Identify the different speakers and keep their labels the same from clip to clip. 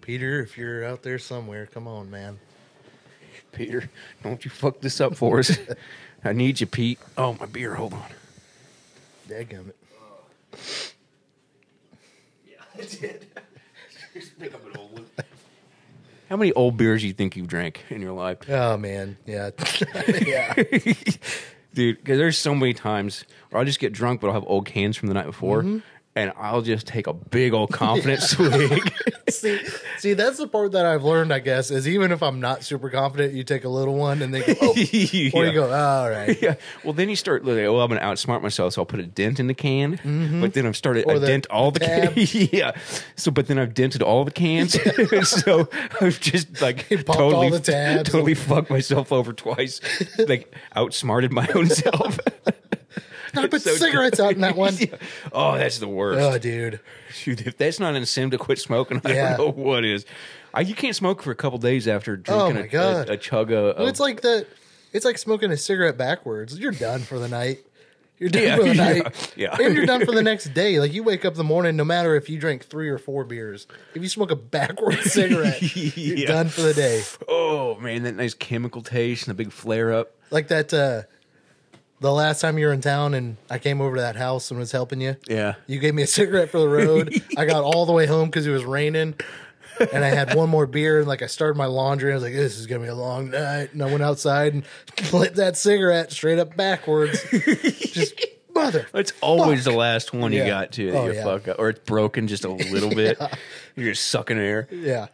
Speaker 1: Peter, if you're out there somewhere, come on, man.
Speaker 2: Peter, don't you fuck this up for us. I need you, Pete. Oh, my beer. Hold on.
Speaker 1: Dadgummit.
Speaker 2: Yeah, I did. Pick up an old one. How many old beers you think you've drank in your life?
Speaker 1: Oh man, yeah, yeah.
Speaker 2: Dude, because there's so many times where I'll just get drunk, but I'll have old cans from the night before, and I'll just take a big old confident swig.
Speaker 1: See, see, that's the part that I've learned, I guess, is even if I'm not super confident, you take a little one and they go, oh, or
Speaker 2: Yeah.
Speaker 1: you go, oh, all right.
Speaker 2: Yeah. Well, then you start like, oh, I'm gonna outsmart myself, so I'll put a dent in the can. But then I've started I
Speaker 1: Mm-hmm. the
Speaker 2: dent all the
Speaker 1: tab.
Speaker 2: cans. yeah. So, but then I've dented all the cans. so I've just like
Speaker 1: He popped all
Speaker 2: totally,
Speaker 1: the tabs.
Speaker 2: totally fucked myself over twice. like outsmarted my own self.
Speaker 1: I put
Speaker 2: So-
Speaker 1: cigarettes out in that one.
Speaker 2: Yeah. Oh, that's the worst.
Speaker 1: Oh, dude.
Speaker 2: Dude, if that's not an incentive to quit smoking, I
Speaker 1: Yeah.
Speaker 2: don't know what is. I, you can't smoke for a couple days after drinking
Speaker 1: Oh, my
Speaker 2: a-
Speaker 1: God.
Speaker 2: a, a chug of.
Speaker 1: Well, it's like the, it's like smoking a cigarette backwards. You're done for the night. You're done
Speaker 2: Yeah,
Speaker 1: for the
Speaker 2: yeah,
Speaker 1: night.
Speaker 2: yeah.
Speaker 1: And you're done for the next day. Like you wake up the morning, no matter if you drink three or four beers, if you smoke a backwards cigarette, you're
Speaker 2: Yeah.
Speaker 1: done for the day.
Speaker 2: oh man, that nice chemical taste and the big flare up.
Speaker 1: Like that, uh, the last time you were in town and I came over to that house and was helping you.
Speaker 2: Yeah.
Speaker 1: You gave me a cigarette for the road. I got all the way home because it was raining. And I had one more beer and like I started my laundry. And I was like, this is going to be a long night. And I went outside and lit that cigarette straight up backwards. Just mother.
Speaker 2: It's always the last one you
Speaker 1: Yeah.
Speaker 2: got to that
Speaker 1: Oh,
Speaker 2: you
Speaker 1: yeah.
Speaker 2: fuck up, or it's broken just a little bit. You're just sucking air.
Speaker 1: Yeah.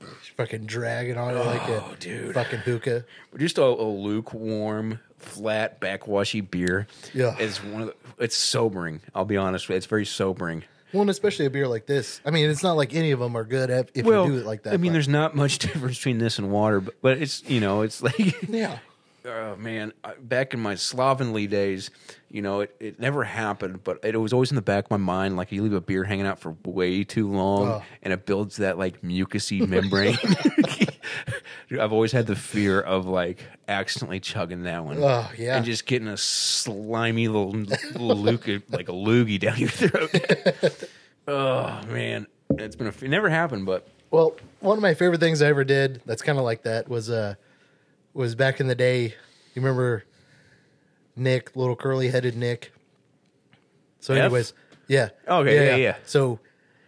Speaker 1: Just fucking dragging on it like a
Speaker 2: Oh, dude.
Speaker 1: fucking hookah.
Speaker 2: Just a, a lukewarm, flat, backwashy beer.
Speaker 1: Yeah.
Speaker 2: is one of the, it's sobering. I'll be honest with you. It's very sobering.
Speaker 1: Well, and especially a beer like this. I mean, it's not like any of them are good if, if you do it like that.
Speaker 2: I mean,
Speaker 1: but-
Speaker 2: there's not much difference between this and water, but, but it's you know, it's like
Speaker 1: Yeah.
Speaker 2: oh man, I- back in my slovenly days, you know, it, it never happened, but it was always in the back of my mind. Like you leave a beer hanging out for way too long,
Speaker 1: Oh.
Speaker 2: and it builds that like mucousy membrane. Dude, I've always had the fear of like accidentally chugging that one,
Speaker 1: Oh, yeah.
Speaker 2: and just getting a slimy little, little loogie, like a loogie down your throat. oh man, it's been a it never happened, but
Speaker 1: Well, one of my favorite things I ever did that's kind of like that was uh was back in the day. You remember Nick, little curly headed Nick. So,
Speaker 2: F?
Speaker 1: anyways, yeah.
Speaker 2: Oh, Okay, yeah, yeah.
Speaker 1: So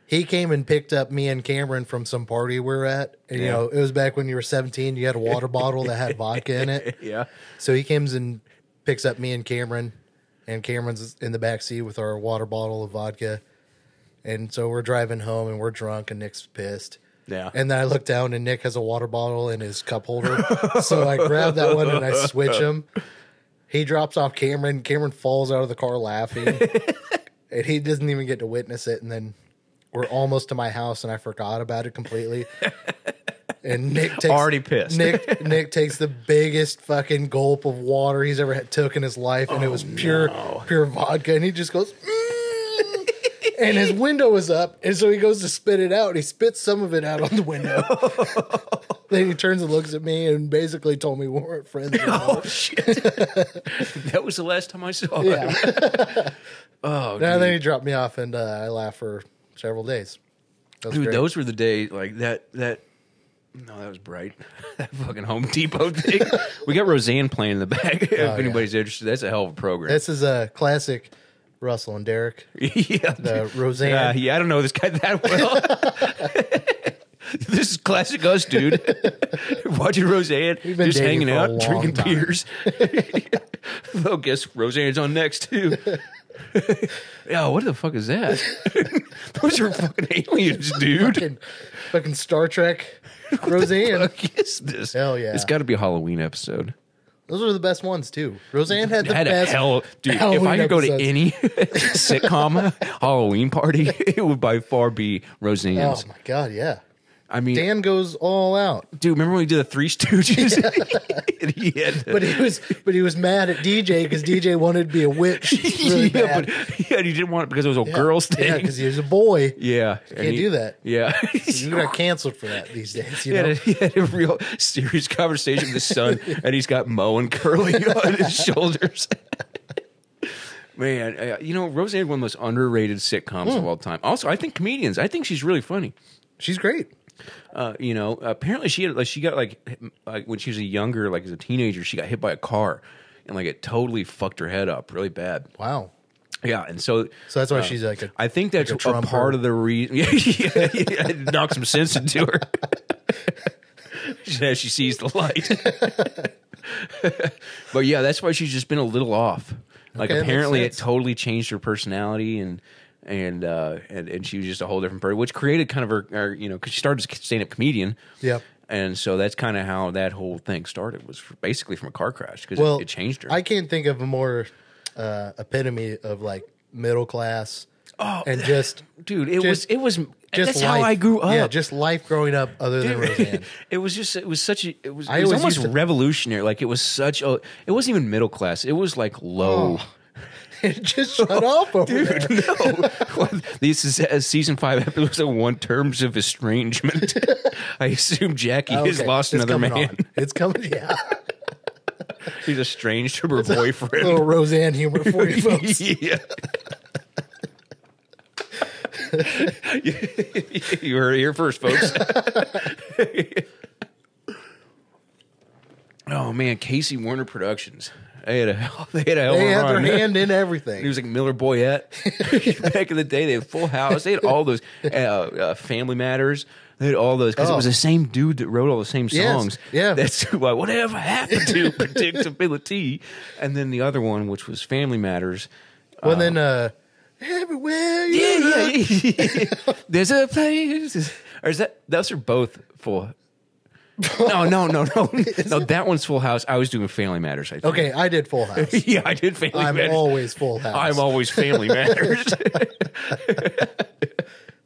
Speaker 1: he came and picked up me and Cameron from some party we were at. And,
Speaker 2: Yeah.
Speaker 1: You know, it was back when you were 17. You had a water bottle that had vodka in it.
Speaker 2: yeah.
Speaker 1: So he comes and picks up me and Cameron, and Cameron's in the back seat with our water bottle of vodka. And so we're driving home and we're drunk and Nick's pissed.
Speaker 2: Yeah.
Speaker 1: And then I look down and Nick has a water bottle in his cup holder. so I grab that one and I switch him. He drops off Cameron. Cameron falls out of the car laughing. and he doesn't even get to witness it. And then we're almost to my house and I forgot about it completely. And Nick takes
Speaker 2: Already pissed.
Speaker 1: Nick Nick takes the biggest fucking gulp of water he's ever had, took in his life, and it
Speaker 2: Oh,
Speaker 1: was pure pure vodka. And he just goes, "Mm." and his window was up, and so he goes to spit it out. And he spits some of it out on the window. then he turns and looks at me and basically told me we weren't friends. anymore.
Speaker 2: Oh shit! that was the last time I saw it.
Speaker 1: Yeah.
Speaker 2: Oh,
Speaker 1: And
Speaker 2: dude.
Speaker 1: then he dropped me off, and uh, I laughed for several days. That was
Speaker 2: Dude,
Speaker 1: great.
Speaker 2: those were the days like that. That no, that was bright. that fucking Home Depot thing. we got Roseanne playing in the back. if anybody's interested, that's a hell of a program.
Speaker 1: This is a classic Russell and Derek.
Speaker 2: yeah,
Speaker 1: The Roseanne.
Speaker 2: Uh, yeah, I don't know this guy that well. this is classic us, dude. Watching Roseanne,
Speaker 1: been
Speaker 2: just
Speaker 1: dating
Speaker 2: hanging
Speaker 1: for a
Speaker 2: out,
Speaker 1: long
Speaker 2: drinking
Speaker 1: time.
Speaker 2: beers. oh, guess Roseanne's on next too. yeah, what the fuck is that? Those are fucking aliens, dude.
Speaker 1: fucking, fucking Star Trek Roseanne.
Speaker 2: fuck is this?
Speaker 1: Hell yeah.
Speaker 2: It's got to be a Halloween episode.
Speaker 1: Those are the best ones too. Roseanne had the
Speaker 2: I had a
Speaker 1: best.
Speaker 2: hell, dude. if I
Speaker 1: Halloween
Speaker 2: could go to
Speaker 1: episodes.
Speaker 2: any sitcom Halloween party, it would by far be
Speaker 1: oh
Speaker 2: Roseanne's.
Speaker 1: my god, yeah.
Speaker 2: I mean,
Speaker 1: Dan goes all out,
Speaker 2: dude, remember when we did the Three Stooges? And he had-
Speaker 1: but he was but he was mad at DJ because DJ wanted to be a witch really
Speaker 2: yeah,
Speaker 1: bad.
Speaker 2: but yeah, he didn't want it because it was a
Speaker 1: Yeah.
Speaker 2: girls
Speaker 1: yeah,
Speaker 2: thing.
Speaker 1: because he was a boy.
Speaker 2: Yeah, you
Speaker 1: can't do that.
Speaker 2: Yeah,
Speaker 1: You got canceled for that these days. You
Speaker 2: He had, a,
Speaker 1: know,
Speaker 2: he had a real serious conversation with his son, and he's got Mo and Curly on his shoulders. Man, uh, you know, Hmm. Roseanne, one of the most underrated sitcoms of all time. Also, I think comedians, I think she's really funny.
Speaker 1: she's great.
Speaker 2: uh, you know, apparently she had like she got like hit- like when she was a younger, like as a teenager, she got hit by a car, and like it totally fucked her head up really bad.
Speaker 1: Wow.
Speaker 2: Yeah, and so uh,
Speaker 1: So that's why she's like, a,
Speaker 2: I think that's
Speaker 1: Like a
Speaker 2: a,
Speaker 1: Trump
Speaker 2: part
Speaker 1: or-
Speaker 2: of the reason. yeah, yeah, yeah, it knocked some sense into her. As she sees the light. but yeah, that's why she's just been a little off. Like
Speaker 1: Okay, that makes
Speaker 2: apparently, it
Speaker 1: sense.
Speaker 2: totally changed her personality and. And, uh, and and she was just a whole different person, which created kind of her, her you know, because she started as a stand-up comedian,
Speaker 1: Yep.
Speaker 2: And so that's kind of how that whole thing started was f- basically from a car crash because
Speaker 1: well,
Speaker 2: it, it changed her.
Speaker 1: I can't think of a more uh, epitome of like middle class
Speaker 2: oh,
Speaker 1: and just
Speaker 2: dude, it was
Speaker 1: just-
Speaker 2: it was
Speaker 1: just
Speaker 2: that's
Speaker 1: life.
Speaker 2: how I grew up.
Speaker 1: Yeah, just life growing up other than Roseanne.
Speaker 2: it was just it was such a it was,
Speaker 1: I
Speaker 2: it was
Speaker 1: always
Speaker 2: almost
Speaker 1: used to-
Speaker 2: revolutionary. Like it was such a it wasn't even middle class. It was like low.
Speaker 1: Oh. just shut off over there.
Speaker 2: no, this is a season five episode one. Terms of estrangement. I assume Jackie has
Speaker 1: Oh, Okay,
Speaker 2: lost
Speaker 1: it's
Speaker 2: another
Speaker 1: coming
Speaker 2: man.
Speaker 1: on. It's coming. Yeah,
Speaker 2: She's estranged from her boyfriend.
Speaker 1: little Roseanne humor for you folks.
Speaker 2: yeah. you heard it here first, folks. oh man, Casey Warner Productions. They had a hell. They had a hell
Speaker 1: They had
Speaker 2: of a
Speaker 1: their
Speaker 2: run.
Speaker 1: hand in
Speaker 2: He
Speaker 1: everything.
Speaker 2: was like Miller Boyette back in the day. They had Full House. They had all those uh, uh, Family Matters. They had all those because it
Speaker 1: Oh.
Speaker 2: was the same dude that wrote all the same
Speaker 1: Yes,
Speaker 2: songs.
Speaker 1: yeah.
Speaker 2: that's why whatever happened to predictability. And then the other one, which was Family Matters.
Speaker 1: Well, then uh, everywhere. You
Speaker 2: Yeah,
Speaker 1: look.
Speaker 2: yeah. yeah. There's a place. Or is that those are both full? No, no, no, no, no. That one's Full House. I was doing Family Matters. I think.
Speaker 1: Okay, I did Full House.
Speaker 2: Yeah, I did Family
Speaker 1: I'm
Speaker 2: Matters.
Speaker 1: always Full House.
Speaker 2: I'm always Family Matters.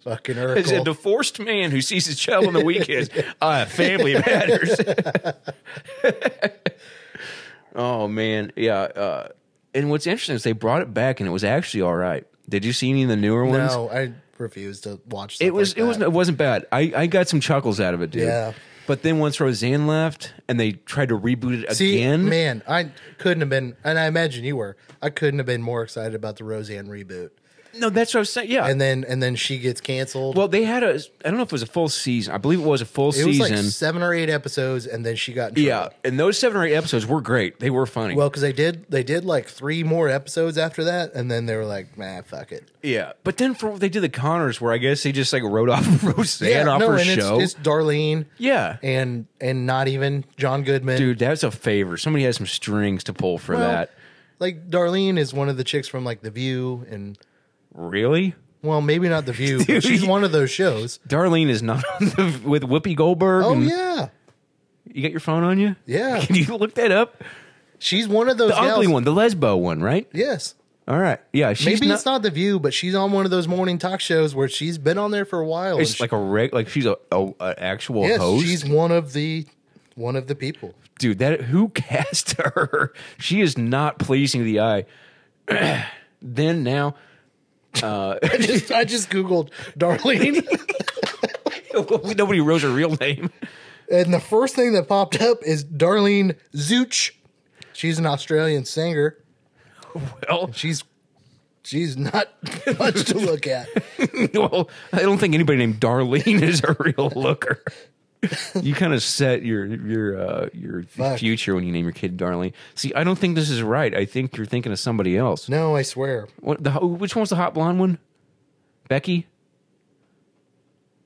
Speaker 1: fucking
Speaker 2: As a
Speaker 1: Urkel.
Speaker 2: divorced man who sees his child on the weekends, uh, family matters. oh man, yeah. Uh, and what's interesting is they brought it back, and it was actually all right. Did you see any of the newer ones?
Speaker 1: no, I refuse to watch.
Speaker 2: it was it was it wasn't bad. I I got some chuckles out of it, dude.
Speaker 1: Yeah.
Speaker 2: But then once Roseanne left, and they tried to reboot it
Speaker 1: See,
Speaker 2: again.
Speaker 1: man, I couldn't have been, and I imagine you were. I couldn't have been more excited about the Roseanne reboot.
Speaker 2: No, that's what I was saying. Yeah.
Speaker 1: And then, and then she gets canceled.
Speaker 2: well, they had a. I don't know if it was a full season. I believe it was a full
Speaker 1: it was
Speaker 2: season.
Speaker 1: like seven or eight episodes, and then she got in
Speaker 2: yeah, and those seven or eight episodes were great. They were funny.
Speaker 1: Well, because they did they did like three more episodes after that, and then they were like, "Man, fuck it."
Speaker 2: Yeah, but then for they did the Connors, where I guess they just like wrote off Roseanne off her
Speaker 1: and
Speaker 2: show.
Speaker 1: It's, it's Darlene
Speaker 2: yeah,
Speaker 1: and and not even John Goodman,
Speaker 2: dude, that's a favor. Somebody has some strings to pull for
Speaker 1: Well,
Speaker 2: that.
Speaker 1: Like Darlene is one of the chicks from like The View, and
Speaker 2: Really,
Speaker 1: well, maybe not The View, but she's one of those shows.
Speaker 2: Darlene is not on the, with Whoopi Goldberg.
Speaker 1: Oh
Speaker 2: and-
Speaker 1: yeah,
Speaker 2: you got your phone on you?
Speaker 1: Yeah.
Speaker 2: can you look that up?
Speaker 1: she's one of those.
Speaker 2: The ugly
Speaker 1: gals-
Speaker 2: one, the lesbo one, right?
Speaker 1: Yes.
Speaker 2: All right, yeah, she's
Speaker 1: Maybe
Speaker 2: not,
Speaker 1: it's not The View, but she's on one of those morning talk shows where she's been on there for a while. and
Speaker 2: It's
Speaker 1: she-
Speaker 2: like a reg, like she's a, a, a actual
Speaker 1: yes,
Speaker 2: host,
Speaker 1: she's one of the one of the people.
Speaker 2: dude. That who cast her? She is not pleasing to the eye. then now.
Speaker 1: I just I just googled Darlene.
Speaker 2: Nobody wrote her real name.
Speaker 1: And the first thing that popped up is Darlene Zooch. She's an Australian singer.
Speaker 2: Well,
Speaker 1: She's she's not much to look at.
Speaker 2: well, I don't think anybody named Darlene is a real looker. You kind of set your your uh, your
Speaker 1: Fuck.
Speaker 2: future when you name your kid Darlene. See, I don't think this is right. I think you're thinking of somebody else.
Speaker 1: No, I swear.
Speaker 2: What the? Which one's the hot blonde one? Becky.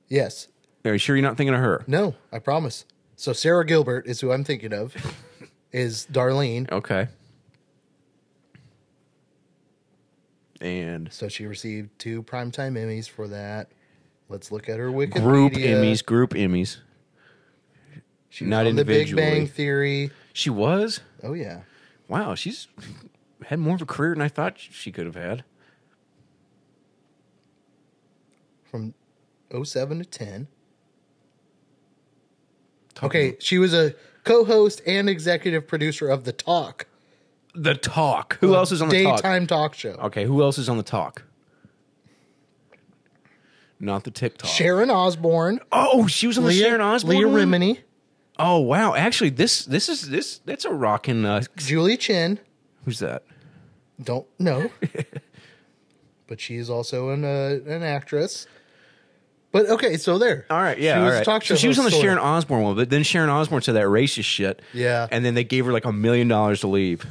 Speaker 1: Yes.
Speaker 2: Are you sure you're not thinking of her?
Speaker 1: No, I promise. So Sarah Gilbert is who I'm thinking of. Is Darlene.
Speaker 2: Okay. And
Speaker 1: So she received two primetime Emmys for that. Let's look at her Wikipedia.
Speaker 2: group Emmys, group Emmys.
Speaker 1: She was
Speaker 2: not
Speaker 1: on the Big
Speaker 2: individually.
Speaker 1: Bang Theory.
Speaker 2: She was.
Speaker 1: Oh yeah.
Speaker 2: Wow, she's had more of a career than I thought she could have had.
Speaker 1: From 07 to 10. Okay, she was a co-host and executive producer of The Talk.
Speaker 2: The Talk. Who else is on the Talk?
Speaker 1: daytime talk show?
Speaker 2: Okay, who else is on the Talk? Not the TikTok.
Speaker 1: Sharon Osbourne,
Speaker 2: oh, she was on the
Speaker 1: Leah,
Speaker 2: Sharon Osbourne.
Speaker 1: Leah
Speaker 2: one?
Speaker 1: Remini,
Speaker 2: Oh wow, actually, this this is this that's a rockin' uh,
Speaker 1: Julie Chen.
Speaker 2: who's that?
Speaker 1: Don't know, but she is also an uh, an actress. But okay, so there.
Speaker 2: All right, yeah,
Speaker 1: She
Speaker 2: all
Speaker 1: was a
Speaker 2: right.
Speaker 1: talk show
Speaker 2: so she was on
Speaker 1: host,
Speaker 2: the
Speaker 1: sorta.
Speaker 2: Sharon Osbourne one, but then Sharon Osbourne said that racist shit.
Speaker 1: Yeah.
Speaker 2: and then they gave her like a million dollars to leave.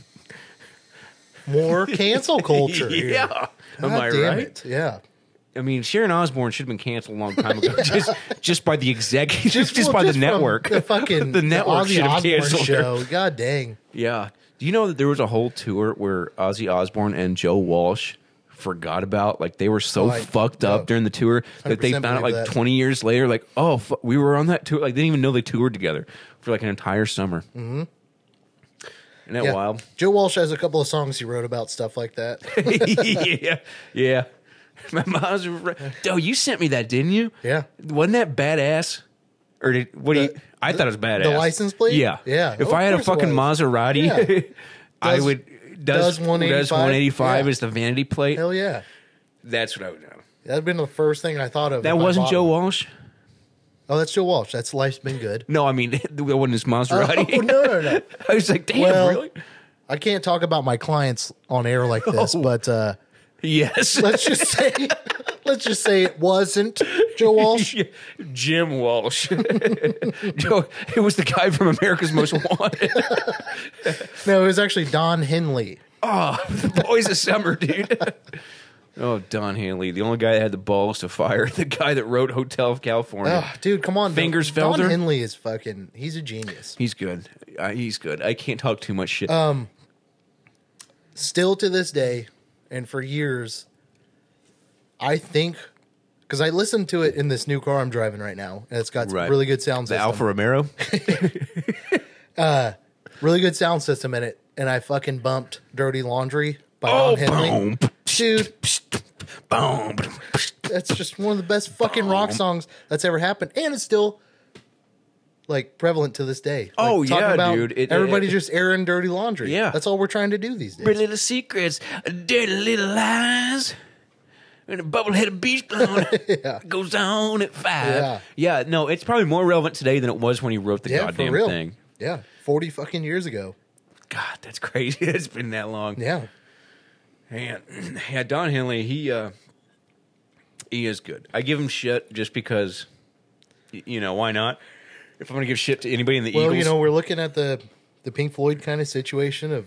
Speaker 1: More cancel culture. here.
Speaker 2: yeah, am
Speaker 1: God
Speaker 2: I
Speaker 1: damn
Speaker 2: right?
Speaker 1: it. Yeah.
Speaker 2: I mean, Sharon Osbourne should have been canceled a long time ago, just just by the executive, just,
Speaker 1: well,
Speaker 2: by the
Speaker 1: from
Speaker 2: network.
Speaker 1: The fucking
Speaker 2: The network
Speaker 1: Ozzy
Speaker 2: should have
Speaker 1: Osbourne
Speaker 2: canceled her.
Speaker 1: show. God dang.
Speaker 2: yeah. Do you know that there was a whole tour where Ozzy Osbourne and Joe Walsh forgot about? Like they were so
Speaker 1: Oh, I-
Speaker 2: fucked
Speaker 1: no.
Speaker 2: up during the tour that they
Speaker 1: 100%
Speaker 2: found out like
Speaker 1: believe that.
Speaker 2: 20 years later, like, oh, fu- we were on that tour. Like they didn't even know they toured together for like an entire summer. Mm-hmm. Isn't that
Speaker 1: Yeah.
Speaker 2: wild?
Speaker 1: Joe Walsh has a couple of songs he wrote about stuff like that.
Speaker 2: yeah, yeah. My mom's. re- Yo, you sent me that, didn't you?
Speaker 1: Yeah.
Speaker 2: Wasn't that badass? Or did what? do you, I thought it was badass.
Speaker 1: license plate?
Speaker 2: Yeah,
Speaker 1: Yeah.
Speaker 2: If
Speaker 1: Oh,
Speaker 2: I had a
Speaker 1: of course it
Speaker 2: fucking
Speaker 1: was.
Speaker 2: Maserati,
Speaker 1: Yeah.
Speaker 2: I
Speaker 1: Does-
Speaker 2: would. Does
Speaker 1: does
Speaker 2: one
Speaker 1: 185?
Speaker 2: eighty five
Speaker 1: Yeah.
Speaker 2: is the vanity plate?
Speaker 1: Hell yeah.
Speaker 2: That's what I would know.
Speaker 1: That'd been the first thing I thought of. if
Speaker 2: That
Speaker 1: I
Speaker 2: wasn't
Speaker 1: bought
Speaker 2: Joe
Speaker 1: one.
Speaker 2: Walsh.
Speaker 1: Oh, that's Joe Walsh. That's Life's Been Good.
Speaker 2: No, I mean that wasn't his Maserati.
Speaker 1: Oh, no, no, no.
Speaker 2: I was like, damn,
Speaker 1: Well-
Speaker 2: really?
Speaker 1: I can't talk about my clients on air like
Speaker 2: Oh.
Speaker 1: this, but uh,
Speaker 2: Yes.
Speaker 1: let's just say, let's just say it wasn't Joe Walsh.
Speaker 2: Yeah, Jim Walsh. Joe, it was the guy from America's Most Wanted.
Speaker 1: No, it was actually Don Henley.
Speaker 2: Oh, the boys of summer, dude. oh, Don Hanley, the only guy that had the balls to fire the guy that wrote Hotel of California.
Speaker 1: Ugh, Ah, dude, come on,
Speaker 2: Fingers
Speaker 1: Don,
Speaker 2: Felder?
Speaker 1: Don Henley is fucking. He's a genius.
Speaker 2: He's good. Uh, he's good. I can't talk too much shit.
Speaker 1: Um, Still to this day, and for years, I think because I listened to it in this new car I'm driving right now, and it's got
Speaker 2: Right.
Speaker 1: really good sound
Speaker 2: the
Speaker 1: system.
Speaker 2: Alfa Romero.
Speaker 1: really good sound system in it, and I fucking bumped "Dirty Laundry" by Don
Speaker 2: Oh,
Speaker 1: Henley.
Speaker 2: boom,
Speaker 1: Dude,
Speaker 2: boom.
Speaker 1: that's just one of the best fucking rock songs that's ever happened, and it's still like prevalent to this day. Like,
Speaker 2: Oh,
Speaker 1: talking
Speaker 2: yeah,
Speaker 1: about
Speaker 2: dude. It- it-
Speaker 1: everybody
Speaker 2: it-
Speaker 1: just airing dirty laundry.
Speaker 2: Yeah.
Speaker 1: that's all we're trying to do these days.
Speaker 2: Pretty little secrets, dirty little lies, and a bubble-headed beach blown goes on at five. Yeah. no, it's probably more relevant today than it was when he wrote the
Speaker 1: yeah,
Speaker 2: goddamn
Speaker 1: for real.
Speaker 2: thing.
Speaker 1: Yeah, forty fucking years ago.
Speaker 2: God, that's crazy. it's been that long.
Speaker 1: Yeah,
Speaker 2: Man, yeah, Don Henley, he uh he is good. I give him shit just because y- you know, why not? If I'm gonna give shit to anybody in the
Speaker 1: well,
Speaker 2: Eagles,
Speaker 1: you know, we're looking at the the Pink Floyd kind of situation of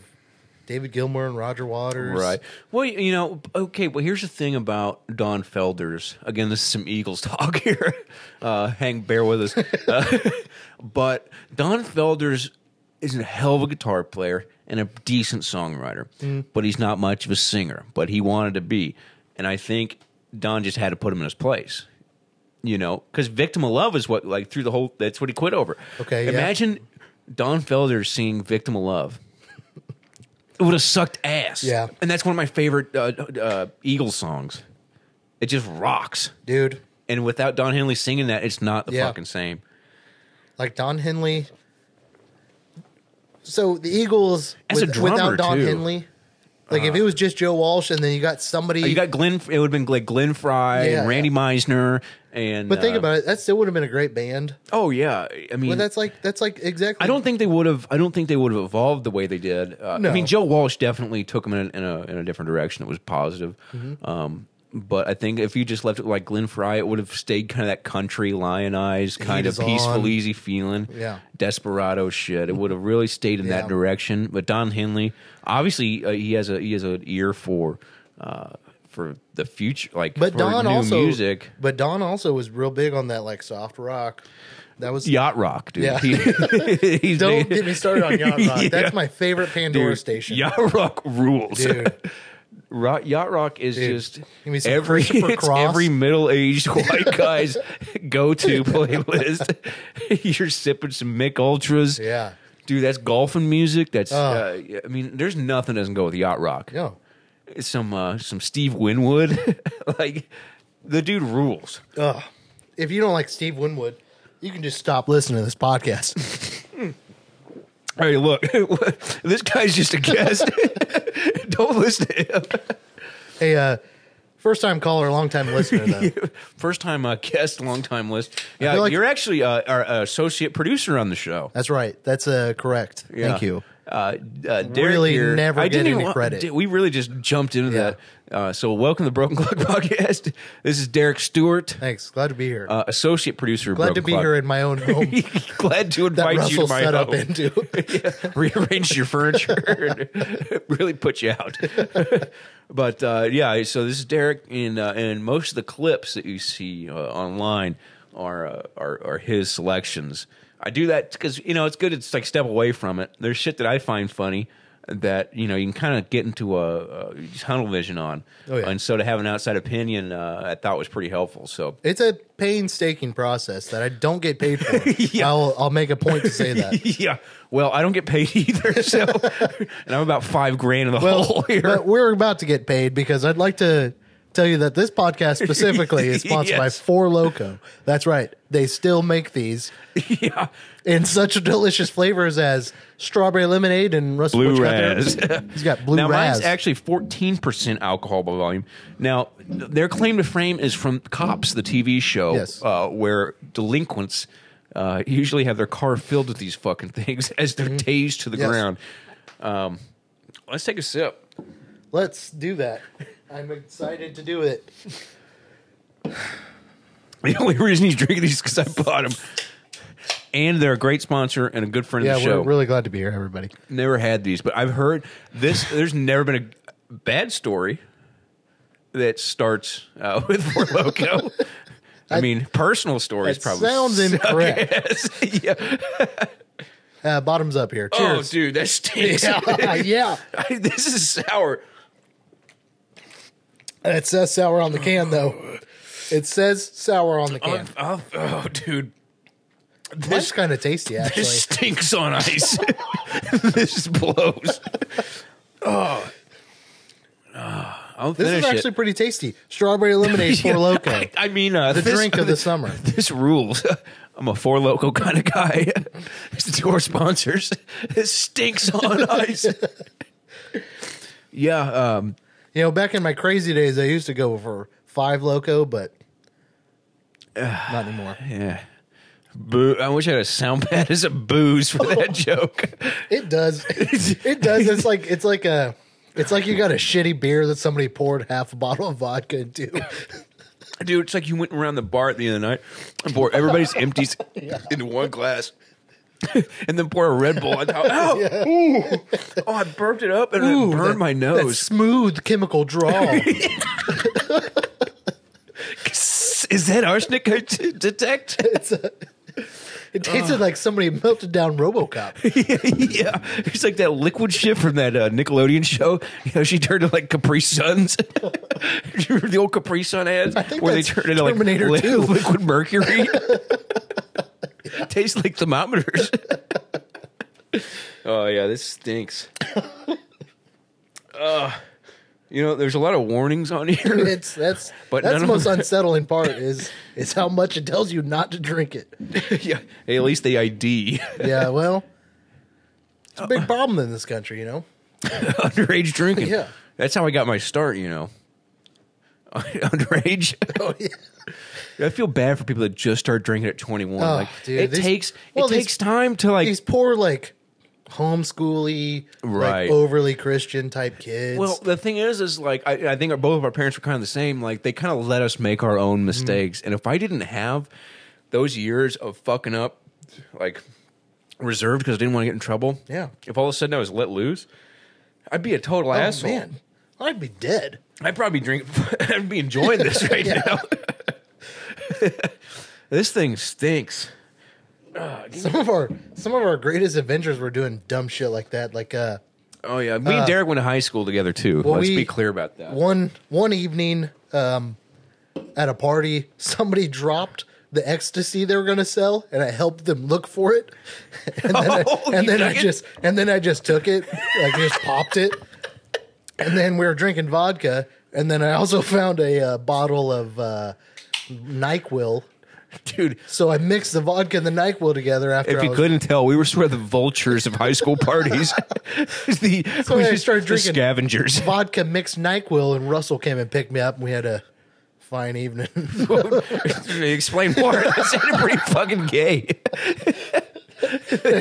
Speaker 1: David Gilmour and Roger Waters.
Speaker 2: right. Well, y- you know, okay, well here's the thing about Don Felders. Again, this is some Eagles talk here. Uh hang bear with us. Uh, but Don Felders is a hell of a guitar player and a decent songwriter.
Speaker 1: Mm.
Speaker 2: But he's not much of a singer, but he wanted to be. And I think Don just had to put him in his place. you know, because victim of love is what like through the whole. That's what he quit over.
Speaker 1: Okay, yeah.
Speaker 2: Imagine Don Felder singing "Victim of Love." it would have sucked ass.
Speaker 1: Yeah.
Speaker 2: and that's one of my favorite uh, uh, Eagles songs. It just rocks.
Speaker 1: dude.
Speaker 2: And without Don Henley singing that, it's not the
Speaker 1: Yeah.
Speaker 2: fucking same.
Speaker 1: like Don Henley. So the Eagles
Speaker 2: As a drummer,
Speaker 1: without Don
Speaker 2: too. Uh-huh.
Speaker 1: Henley, like if it was just Joe Walsh and then you got somebody,
Speaker 2: Oh, You got Glenn. It would have been like Glenn Fry,
Speaker 1: Yeah,
Speaker 2: and Randy
Speaker 1: yeah.
Speaker 2: Meisner, and.
Speaker 1: but think
Speaker 2: uh,
Speaker 1: about it, that still would have been a great band.
Speaker 2: Oh yeah, I mean.
Speaker 1: But that's like that's like exactly.
Speaker 2: I don't think they would have. I don't think they would have evolved the way they did. Uh, I
Speaker 1: No.
Speaker 2: mean, Joe Walsh definitely took them in a, in a, in a different direction. It was positive,
Speaker 1: Mm-hmm.
Speaker 2: um, but I think if you just left it like Glenn Fry, it would have stayed kind of that country lionized kind of
Speaker 1: is on.
Speaker 2: peaceful, easy feeling,
Speaker 1: Yeah. Mm-hmm.
Speaker 2: desperado shit. It would have really stayed in that
Speaker 1: Yeah.
Speaker 2: direction. But Don Henley, obviously, uh, he has a he has an ear for uh, for the future, like
Speaker 1: But
Speaker 2: for
Speaker 1: Don
Speaker 2: new
Speaker 1: also
Speaker 2: music.
Speaker 1: But Don also was real big on that like soft rock. That was
Speaker 2: Yacht rock, dude.
Speaker 1: Yeah.
Speaker 2: He- he's-
Speaker 1: Don't get me started on yacht rock.
Speaker 2: Yeah.
Speaker 1: That's my favorite Pandora
Speaker 2: Dude,
Speaker 1: station.
Speaker 2: Yacht Rock rules.
Speaker 1: Dude.
Speaker 2: Rock, yacht Rock is
Speaker 1: Dude,
Speaker 2: just
Speaker 1: give me some
Speaker 2: every
Speaker 1: Christopher
Speaker 2: it's
Speaker 1: Cross.
Speaker 2: every middle aged white guy's go to playlist. You're sipping some Mick Ultras.
Speaker 1: Yeah. Oh.
Speaker 2: Dude, that's golfing music. That's uh, I mean, there's nothing that doesn't go with yacht rock.
Speaker 1: No.
Speaker 2: Some uh, some Steve Winwood, like the dude rules.
Speaker 1: Ugh. If you don't like Steve Winwood, you can just stop listening to this podcast.
Speaker 2: Hey, look, this guy's just a guest. Don't listen to him.
Speaker 1: hey, uh, first time caller, long time listener though.
Speaker 2: First time uh, guest, long time list. Yeah,
Speaker 1: feel like-
Speaker 2: you're actually uh, our uh, associate producer on the show.
Speaker 1: That's right. That's uh, correct.
Speaker 2: Yeah.
Speaker 1: Thank you.
Speaker 2: Uh, uh, Derek
Speaker 1: Really
Speaker 2: here-
Speaker 1: never
Speaker 2: I
Speaker 1: get
Speaker 2: didn't
Speaker 1: any
Speaker 2: even wa-
Speaker 1: credit.
Speaker 2: di- we really just jumped into
Speaker 1: Yeah.
Speaker 2: that. Uh, so welcome to the Broken Clock Podcast. This is Derek Stewart,
Speaker 1: Thanks. Glad to be here.
Speaker 2: uh, associate producer. of
Speaker 1: Glad
Speaker 2: Broken
Speaker 1: to be
Speaker 2: Clock.
Speaker 1: here in my own home
Speaker 2: Glad to
Speaker 1: that
Speaker 2: invite you
Speaker 1: Russell
Speaker 2: to my
Speaker 1: set up
Speaker 2: home.
Speaker 1: into.
Speaker 2: Yeah, rearrange your furniture and really put you out. but uh, yeah, so this is Derek, and uh, and most of the clips that you see uh, online are, uh, are are his selections. I do that because you know it's good. It's like step away from it. There's shit that I find funny that you know you can kind of get into a, a tunnel vision on,
Speaker 1: Oh, yeah.
Speaker 2: and so to have an outside opinion, uh, I thought was pretty helpful. So
Speaker 1: It's a painstaking process that I don't get paid for.
Speaker 2: Yeah.
Speaker 1: I'll I'll make a point to say that.
Speaker 2: yeah, well, I don't get paid either, so and I'm about five grand in the hole
Speaker 1: Well,
Speaker 2: here.
Speaker 1: but we're about to get paid because I'd like to tell you that this podcast specifically is sponsored by
Speaker 2: Yes.
Speaker 1: Four Loco. That's right. They still make these
Speaker 2: yeah,
Speaker 1: in such delicious flavors as strawberry lemonade and Russell
Speaker 2: blue
Speaker 1: what you got there?
Speaker 2: raz.
Speaker 1: He's got blue
Speaker 2: now
Speaker 1: raz.
Speaker 2: mine's actually fourteen percent alcohol by volume. Now th- their claim to fame is from Cops, the TV show,
Speaker 1: Yes.
Speaker 2: uh, where delinquents uh, usually have their car filled with these fucking things as they're tased to the
Speaker 1: Mm-hmm. Yes.
Speaker 2: ground. Um, let's take a sip.
Speaker 1: Let's do that. I'm excited to do it.
Speaker 2: The only reason he's drinking these is because I bought them. And they're a great sponsor and a good friend
Speaker 1: Yeah,
Speaker 2: of the show.
Speaker 1: we're really glad to be here, everybody.
Speaker 2: Never had these, but I've heard this. There's never been a bad story that starts uh, with Four Loco. I, mean, personal stories
Speaker 1: That
Speaker 2: probably
Speaker 1: sounds
Speaker 2: suck
Speaker 1: incorrect.
Speaker 2: ass. yeah.
Speaker 1: Uh, bottoms up here.
Speaker 2: Oh,
Speaker 1: Cheers.
Speaker 2: dude, that stinks.
Speaker 1: yeah, yeah.
Speaker 2: I- this is sour.
Speaker 1: It says sour on the can, though. It says sour on the
Speaker 2: Oh,
Speaker 1: can.
Speaker 2: oh, oh, dude,
Speaker 1: That's
Speaker 2: this
Speaker 1: kind of tasty, actually.
Speaker 2: this stinks on ice. this blows. oh. Oh, I'll
Speaker 1: This
Speaker 2: finish
Speaker 1: is actually pretty tasty. Strawberry lemonade
Speaker 2: it.
Speaker 1: for loco.
Speaker 2: I, I mean, uh,
Speaker 1: the
Speaker 2: this-
Speaker 1: drink of the summer.
Speaker 2: this rules. I'm a four loco kind of guy. it's to our sponsors. This stinks on ice. yeah, um,
Speaker 1: You know, back in my crazy days, I used to go for five loco, but not anymore.
Speaker 2: yeah. Boo! I wish I had a sound pad as a booze for that joke.
Speaker 1: It does. It does. It's like it's like a it's like you got a shitty beer that somebody poured half a bottle of vodka into.
Speaker 2: Dude, it's like you went around the bar at the other night and poured everybody's empties into one glass. and then pour a Red Bull on top. Oh, ooh. oh I burped it up and it burned my
Speaker 1: That
Speaker 2: nose.
Speaker 1: smooth chemical draw.
Speaker 2: Is that arsenic I t- detect?
Speaker 1: It's a, it tasted like somebody melted down RoboCop.
Speaker 2: yeah, it's like that liquid shit from that uh, Nickelodeon show. You know, she turned to like Capri Suns. You remember the old Capri Sun ads
Speaker 1: think
Speaker 2: where they
Speaker 1: that's
Speaker 2: turned into like
Speaker 1: Terminator
Speaker 2: li-
Speaker 1: 2.
Speaker 2: liquid mercury. Tastes like thermometers. oh yeah, this stinks. Uh, you know, there's a lot of warnings on here.
Speaker 1: It's that's
Speaker 2: But
Speaker 1: that's
Speaker 2: none
Speaker 1: the
Speaker 2: of
Speaker 1: most
Speaker 2: them-
Speaker 1: unsettling part is is how much it tells you not to drink it.
Speaker 2: yeah, hey, at least they ID
Speaker 1: Yeah, well, it's a big
Speaker 2: Uh,
Speaker 1: problem in this country, you know.
Speaker 2: underage drinking.
Speaker 1: Yeah.
Speaker 2: that's how I got my start. You know, underage.
Speaker 1: Oh yeah.
Speaker 2: I feel bad for people that just start drinking at 21.
Speaker 1: Oh,
Speaker 2: like,
Speaker 1: dude,
Speaker 2: it
Speaker 1: these-
Speaker 2: takes
Speaker 1: well,
Speaker 2: it
Speaker 1: these-
Speaker 2: takes time to like.
Speaker 1: these poor like homeschooly
Speaker 2: Right.
Speaker 1: like overly christian type kids
Speaker 2: well, the thing is, is like I, I think our- both of our parents were kind of the same. Like they kind of let us make our own
Speaker 1: Mm-hmm.
Speaker 2: mistakes, and if I didn't have those years of fucking up, like reserved because I didn't want to get in trouble.
Speaker 1: Yeah.
Speaker 2: If all of a sudden I was let loose, I'd be a total
Speaker 1: oh,
Speaker 2: asshole.
Speaker 1: man i'd be dead
Speaker 2: I'd probably drink. I'd be enjoying this right now. this thing stinks.
Speaker 1: some of our some of our greatest adventures were doing dumb shit like that like uh
Speaker 2: Oh yeah, me and Derek went to high school together too. Let's
Speaker 1: we-
Speaker 2: be clear about that.
Speaker 1: one one evening um at a party somebody dropped the ecstasy they were gonna sell and i helped them look for it and then,
Speaker 2: Oh,
Speaker 1: I, and
Speaker 2: you
Speaker 1: then I
Speaker 2: took it?
Speaker 1: just and then i just took it like just popped it and then we were drinking vodka and then i also found a uh, bottle of uh nyquil
Speaker 2: Dude,
Speaker 1: so i mixed the vodka and the nyquil together after
Speaker 2: if
Speaker 1: I
Speaker 2: you
Speaker 1: was-
Speaker 2: couldn't tell, we were sort of the vultures of high school parties. It's the
Speaker 1: when
Speaker 2: we
Speaker 1: I
Speaker 2: just-
Speaker 1: started
Speaker 2: the
Speaker 1: drinking
Speaker 2: scavengers.
Speaker 1: vodka mixed nyquil and russell came and picked me up and we had a fine evening
Speaker 2: Explain more. That sounded pretty fucking gay.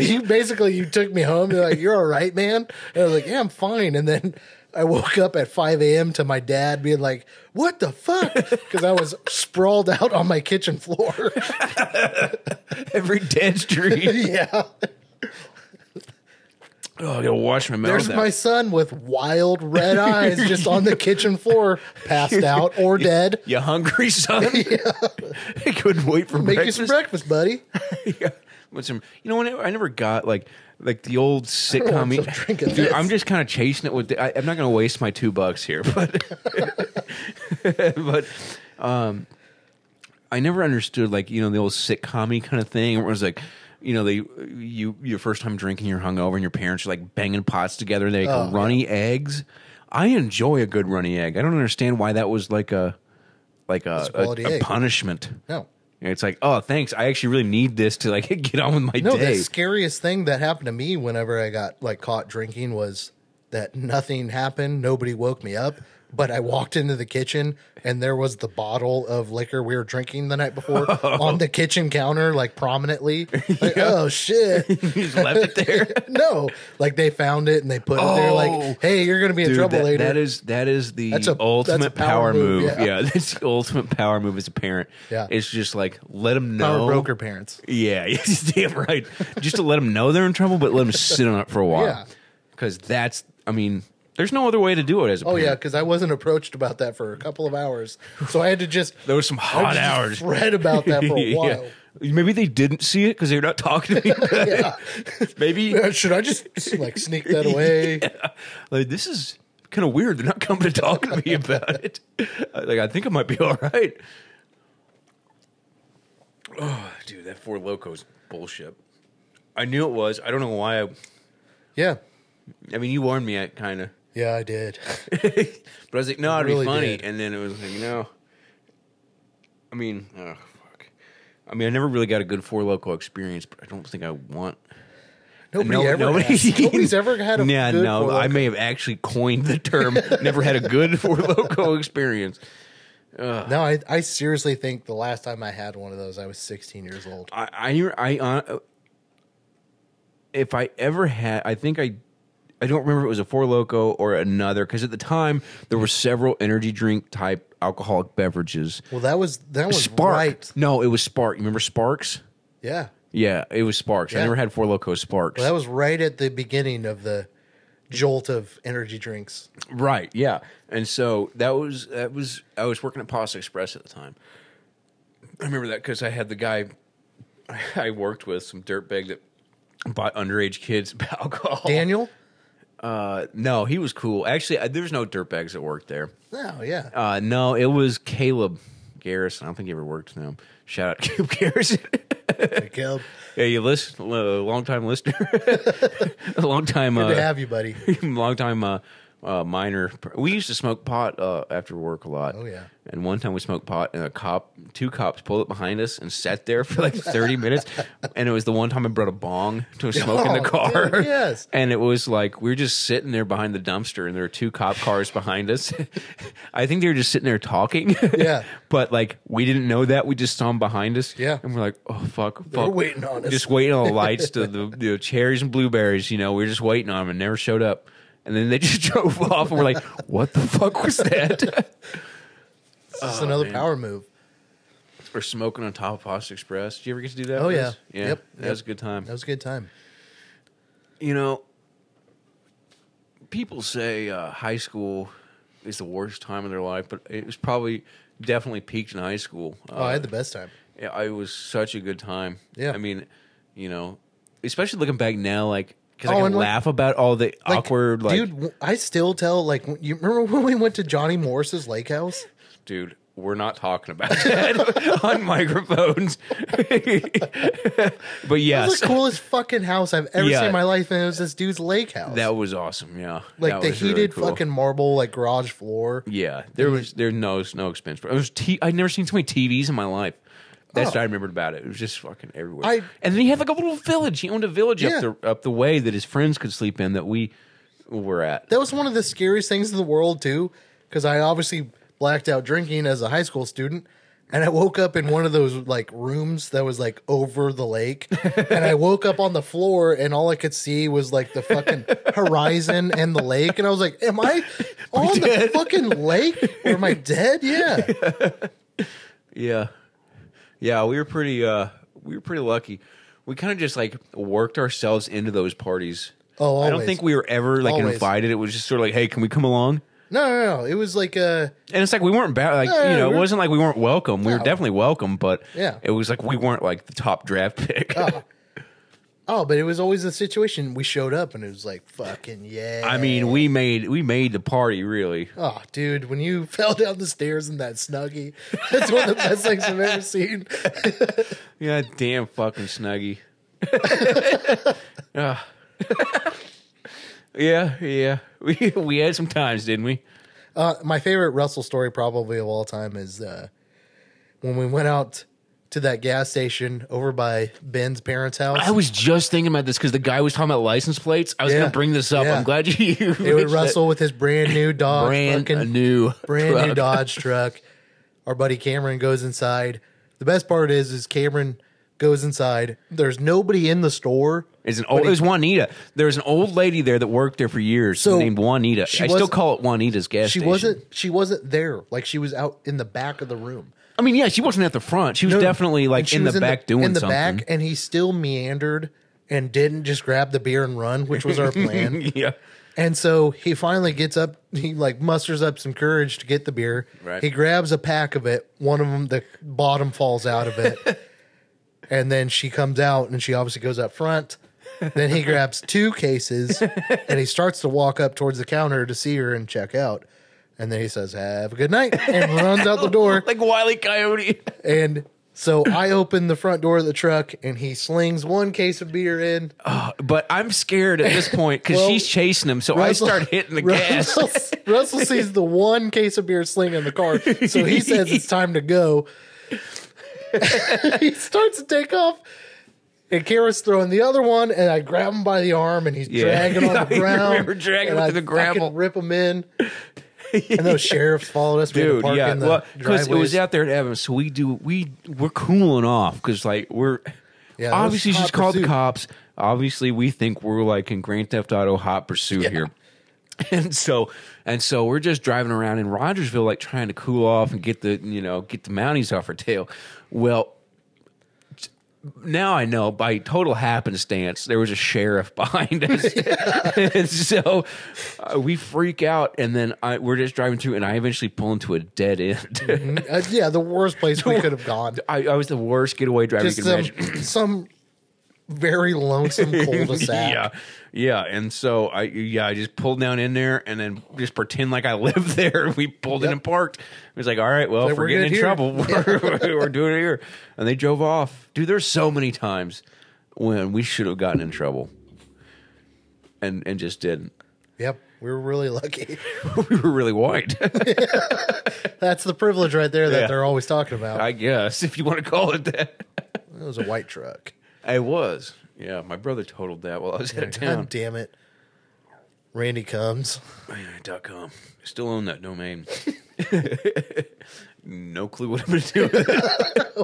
Speaker 1: you basically you took me home. You're like, "You're all right, man." And I was like, "Yeah, I'm fine." And then I woke up at 5 a.m. to my dad being like, "What the fuck?" Because I was sprawled out on my kitchen floor.
Speaker 2: Every dad's dream.
Speaker 1: yeah,
Speaker 2: Oh, I gotta wash my mouth.
Speaker 1: there's
Speaker 2: out.
Speaker 1: my son with wild red eyes just on the kitchen floor, passed out or dead.
Speaker 2: You hungry, son? I couldn't wait for
Speaker 1: Make
Speaker 2: breakfast.
Speaker 1: you some breakfast, buddy.
Speaker 2: yeah. With some, you know, I never, I never got like like the old
Speaker 1: want
Speaker 2: sitcom. e-
Speaker 1: some drink of
Speaker 2: Dude,
Speaker 1: this.
Speaker 2: I'm just kind of chasing it with. The, I, I'm not going to waste my two bucks here, but but um, I never understood like you know the old sitcom kind of thing where it was like. You know, they you your first time drinking, you're hungover, and your parents are like banging pots together. and They like
Speaker 1: Oh,
Speaker 2: runny eggs. I enjoy a good runny egg. I don't understand why that was like a like a, a,
Speaker 1: quality
Speaker 2: a
Speaker 1: egg.
Speaker 2: punishment.
Speaker 1: No.
Speaker 2: And It's like, oh, thanks. I actually really need this to like get on with my
Speaker 1: No,
Speaker 2: day.
Speaker 1: the scariest thing that happened to me whenever I got like caught drinking was that nothing happened. Nobody woke me up, but I walked into the kitchen and there was the bottle of liquor we were drinking the night before on the kitchen counter, like prominently. Like, Oh shit!
Speaker 2: you just left it there.
Speaker 1: no, like they found it and they put it there.
Speaker 2: Oh.
Speaker 1: Like, hey, you're gonna be in
Speaker 2: Dude,
Speaker 1: trouble
Speaker 2: that-
Speaker 1: later.
Speaker 2: that is that is the
Speaker 1: That's a- that's a
Speaker 2: ultimate
Speaker 1: power
Speaker 2: power,
Speaker 1: move,
Speaker 2: move.
Speaker 1: yeah.
Speaker 2: Yeah. that's the ultimate power move as a parent.
Speaker 1: Yeah.
Speaker 2: it's just like let them
Speaker 1: Power
Speaker 2: know.
Speaker 1: broker parents.
Speaker 2: Yeah, you're damn right. just to let them know they're in trouble, but let them sit on it for a
Speaker 1: Yeah.
Speaker 2: while. Because that's, I mean, there's no other way to do it as a
Speaker 1: Oh
Speaker 2: parent.
Speaker 1: yeah, because I wasn't approached about that for a couple of hours, so I had to just
Speaker 2: there was some
Speaker 1: I
Speaker 2: hot hours.
Speaker 1: just read about that for a
Speaker 2: Yeah.
Speaker 1: while.
Speaker 2: Maybe they didn't see it because they're not talking to me. about it. Maybe
Speaker 1: Should I just like sneak that away?
Speaker 2: Yeah. Like this is kind of weird. They're not coming to talk to me about it. Like I think I might be all right. Oh, dude, that four locos bullshit. I knew it was. I don't know why. I,
Speaker 1: Yeah.
Speaker 2: I mean, you warned me, I kind of,
Speaker 1: Yeah, I did.
Speaker 2: but I was like, no, it'd
Speaker 1: really
Speaker 2: be funny.
Speaker 1: did.
Speaker 2: And then it was like, no. I mean, oh fuck. I mean, I never really got a good four loco experience, but I don't think I want.
Speaker 1: Nobody
Speaker 2: No-
Speaker 1: ever has. Nobody's ever had a
Speaker 2: yeah,
Speaker 1: good
Speaker 2: no.
Speaker 1: Four
Speaker 2: I
Speaker 1: Loko.
Speaker 2: may have actually coined the term. never had a good four loco experience.
Speaker 1: No, I, I seriously think the last time I had one of those, I was 16 years old.
Speaker 2: I, I, I uh, if I ever had, I think I, I don't remember if it was a four loco or another because at the time there were several energy drink type alcoholic beverages.
Speaker 1: Well, that was that was
Speaker 2: Spark.
Speaker 1: right.
Speaker 2: No, it was Spark. You remember Sparks?
Speaker 1: Yeah,
Speaker 2: Yeah, it was Sparks. I
Speaker 1: Yeah.
Speaker 2: never had four loco Sparks.
Speaker 1: that was right at the beginning of the jolt of energy drinks.
Speaker 2: Right. Yeah. And so that was that was I was working at Pasta Express at the time. I remember that because I had the guy I worked with, some dirtbag that bought underage kids alcohol.
Speaker 1: Daniel?
Speaker 2: Uh, no, he was cool. Actually, I, there was no dirtbags that worked there.
Speaker 1: No, Oh, yeah.
Speaker 2: Uh, no, it was Caleb Garrison. I don't think he ever worked with him. Shout out Caleb Garrison.
Speaker 1: Caleb,
Speaker 2: yeah, you listen, uh, long time listener, long time.
Speaker 1: good to
Speaker 2: uh,
Speaker 1: have you, buddy.
Speaker 2: long time uh, uh, minor. We used to smoke pot uh, after work a lot.
Speaker 1: Oh, yeah.
Speaker 2: And one time we smoked pot, and a cop, two cops, pulled up behind us and sat there for like thirty minutes. And it was the one time I brought a bong to smoke in
Speaker 1: Oh,
Speaker 2: the car.
Speaker 1: dude, yes.
Speaker 2: And it was like we were just sitting there behind the dumpster, and there were two cop cars behind us. I think they were just sitting there talking.
Speaker 1: Yeah.
Speaker 2: but like we didn't know that. We just saw them behind us.
Speaker 1: Yeah.
Speaker 2: And we're like, oh fuck, fuck.
Speaker 1: were waiting on us.
Speaker 2: Just waiting on the lights to the, the cherries and blueberries. You know, we were just waiting on them and never showed up. And then they just drove off, and we're like, "What the fuck was that?"
Speaker 1: This
Speaker 2: Oh,
Speaker 1: is another power move.
Speaker 2: or smoking on top of Pasta Express. Did you ever get to do that?
Speaker 1: Oh,
Speaker 2: Liz?
Speaker 1: yeah.
Speaker 2: yeah.
Speaker 1: Yep,
Speaker 2: That
Speaker 1: yep.
Speaker 2: was a good time.
Speaker 1: That was a good time.
Speaker 2: You know, people say uh, high school is the worst time of their life, but it was probably definitely peaked in high school.
Speaker 1: Oh, I had the best time.
Speaker 2: Yeah, it was such a good time.
Speaker 1: Yeah.
Speaker 2: I mean, you know, especially looking back now, like because
Speaker 1: Oh,
Speaker 2: I can
Speaker 1: and, like-
Speaker 2: laugh about all the awkward, like
Speaker 1: dude.
Speaker 2: dude,
Speaker 1: w- I still tell like w- you remember when we went to Johnny Morris's lake house?
Speaker 2: we're not talking about that on microphones. but
Speaker 1: It was
Speaker 2: yes,
Speaker 1: the coolest fucking house I've ever
Speaker 2: Yeah.
Speaker 1: seen in my life, and it was this dude's lake house.
Speaker 2: that was awesome. Yeah,
Speaker 1: like
Speaker 2: That
Speaker 1: the
Speaker 2: was really
Speaker 1: heated
Speaker 2: cool.
Speaker 1: fucking marble like garage floor.
Speaker 2: Yeah, there was there no no expense. It was t- I'd never seen so many TVs in my life. That's what I remembered about it. It was just fucking everywhere.
Speaker 1: Oh. I-
Speaker 2: and then he had like a little village. He owned a village
Speaker 1: Yeah.
Speaker 2: up the up the way that his friends could sleep in that we were at.
Speaker 1: That was one of the scariest things in the world too, because I obviously blacked out drinking as a high school student, And I woke up in one of those like rooms that was like over the lake. And I woke up on the floor and all I could see was like the fucking horizon and the lake. And I was like, Am I on the
Speaker 2: dead?
Speaker 1: fucking lake? Or am I dead? Yeah.
Speaker 2: Yeah. Yeah, we were pretty uh we were pretty lucky. We kind of just like worked ourselves into those parties.
Speaker 1: Oh,
Speaker 2: I don't
Speaker 1: always.
Speaker 2: think we were ever like
Speaker 1: Always.
Speaker 2: invited. It was just sort of like, "Hey, can we come along?"
Speaker 1: No, no, no. It was like uh
Speaker 2: And it's like we weren't bad. Like
Speaker 1: Yeah,
Speaker 2: you know,
Speaker 1: we
Speaker 2: it
Speaker 1: were-
Speaker 2: wasn't like we weren't welcome. We were
Speaker 1: No.
Speaker 2: definitely welcome, but
Speaker 1: Yeah.
Speaker 2: it was like we weren't like the top draft pick.
Speaker 1: oh, but it was always the situation. We showed up and it was like fucking yeah.
Speaker 2: I mean, we made we made the party really.
Speaker 1: Oh, dude, when you fell down the stairs in that snuggie, that's one of the best things I've ever seen.
Speaker 2: Yeah, damn fucking snuggie. Ah. yeah, yeah. We we had some times, didn't we?
Speaker 1: Uh, my favorite Russell story, probably of all time, is uh, when we went out to that gas station over by Ben's parents' house.
Speaker 2: I was just thinking about this because the guy was talking about license plates. I was
Speaker 1: Yeah.
Speaker 2: going to bring this up.
Speaker 1: Yeah.
Speaker 2: I'm glad you.
Speaker 1: it was Russell with his brand new Dodge,
Speaker 2: brand
Speaker 1: fucking
Speaker 2: new,
Speaker 1: brand new
Speaker 2: truck.
Speaker 1: Dodge truck. Our buddy Cameron goes inside. The best part is, is Cameron goes inside. There's nobody in the store.
Speaker 2: It's an old. It was Juanita. There was an old lady there that worked there for years
Speaker 1: So,
Speaker 2: named Juanita.
Speaker 1: she
Speaker 2: I still
Speaker 1: wasn't-
Speaker 2: call it Juanita's gas.
Speaker 1: She
Speaker 2: station.
Speaker 1: wasn't. She wasn't there. Like she was out in the back of the room.
Speaker 2: I mean, yeah, she wasn't at the front. She was
Speaker 1: No,
Speaker 2: definitely
Speaker 1: and
Speaker 2: like
Speaker 1: she
Speaker 2: in the
Speaker 1: was
Speaker 2: back doing
Speaker 1: in the
Speaker 2: something.
Speaker 1: back, and he still meandered and didn't just grab the beer and run, which was our plan.
Speaker 2: yeah.
Speaker 1: and so he finally gets up. He like musters up some courage to get the beer.
Speaker 2: Right.
Speaker 1: He grabs a pack of it. One of them, the bottom falls out of it, and then she comes out, and she obviously goes up front. Then he grabs two cases, and he starts to walk up towards the counter to see her and check out. And then he says, "Have a good night," and runs out the door.
Speaker 2: Like Wiley Coyote.
Speaker 1: And so I open the front door of the truck and he slings one case of beer in.
Speaker 2: Oh, But I'm scared at this point because
Speaker 1: Well,
Speaker 2: she's chasing him. So
Speaker 1: Russell-
Speaker 2: I start hitting the gas.
Speaker 1: Russell, Russell sees the one case of beer sling in the car. So he says it's time to go. he starts to take off. And Kara's throwing the other one, and I grab him by the arm, and he's
Speaker 2: Yeah.
Speaker 1: dragging on the
Speaker 2: I
Speaker 1: ground.
Speaker 2: remember dragging
Speaker 1: and
Speaker 2: him
Speaker 1: I
Speaker 2: to the
Speaker 1: fucking
Speaker 2: gravel.
Speaker 1: Rip him in. And those sheriffs followed us. We had to
Speaker 2: dude
Speaker 1: park
Speaker 2: yeah
Speaker 1: in the
Speaker 2: well because it was
Speaker 1: driveways.
Speaker 2: out there at evans so we do we we're cooling off because like we're
Speaker 1: Yeah, that was
Speaker 2: obviously
Speaker 1: hot
Speaker 2: she's called the
Speaker 1: pursuit.
Speaker 2: cops obviously we think we're like in grand theft auto hot pursuit here and so and so we're just driving around in rogersville like trying to cool off and get the you know get the mounties off our tail well now I know by total happenstance there was a sheriff behind us, and so uh, we freak out, and then I, we're just driving through, and I eventually pull into a dead end.
Speaker 1: Uh, yeah, the worst place we could have gone.
Speaker 2: I, I was the worst getaway driver
Speaker 1: Just
Speaker 2: you can
Speaker 1: some,
Speaker 2: imagine.
Speaker 1: some very lonesome cul-de-sac.
Speaker 2: Yeah, yeah, and so I yeah I just pulled down in there and then just pretend like I lived there. We pulled in
Speaker 1: Yep.
Speaker 2: and parked. It was like, all right, well, if
Speaker 1: we're
Speaker 2: we're getting
Speaker 1: good here.
Speaker 2: in trouble, we're, we're doing it here. And they drove off. Dude, there's so many times when we should have gotten in trouble, and and just didn't.
Speaker 1: Yep, we were really lucky.
Speaker 2: we were really white,
Speaker 1: That's the privilege right there that
Speaker 2: Yeah.
Speaker 1: they're always talking about.
Speaker 2: I guess, if you want to call it that.
Speaker 1: it was a white truck.
Speaker 2: I was. Yeah, my brother totaled that while I was out of town.
Speaker 1: God damn it. Randy comes.
Speaker 2: dot com. I still own that domain. no clue what I'm gonna do. With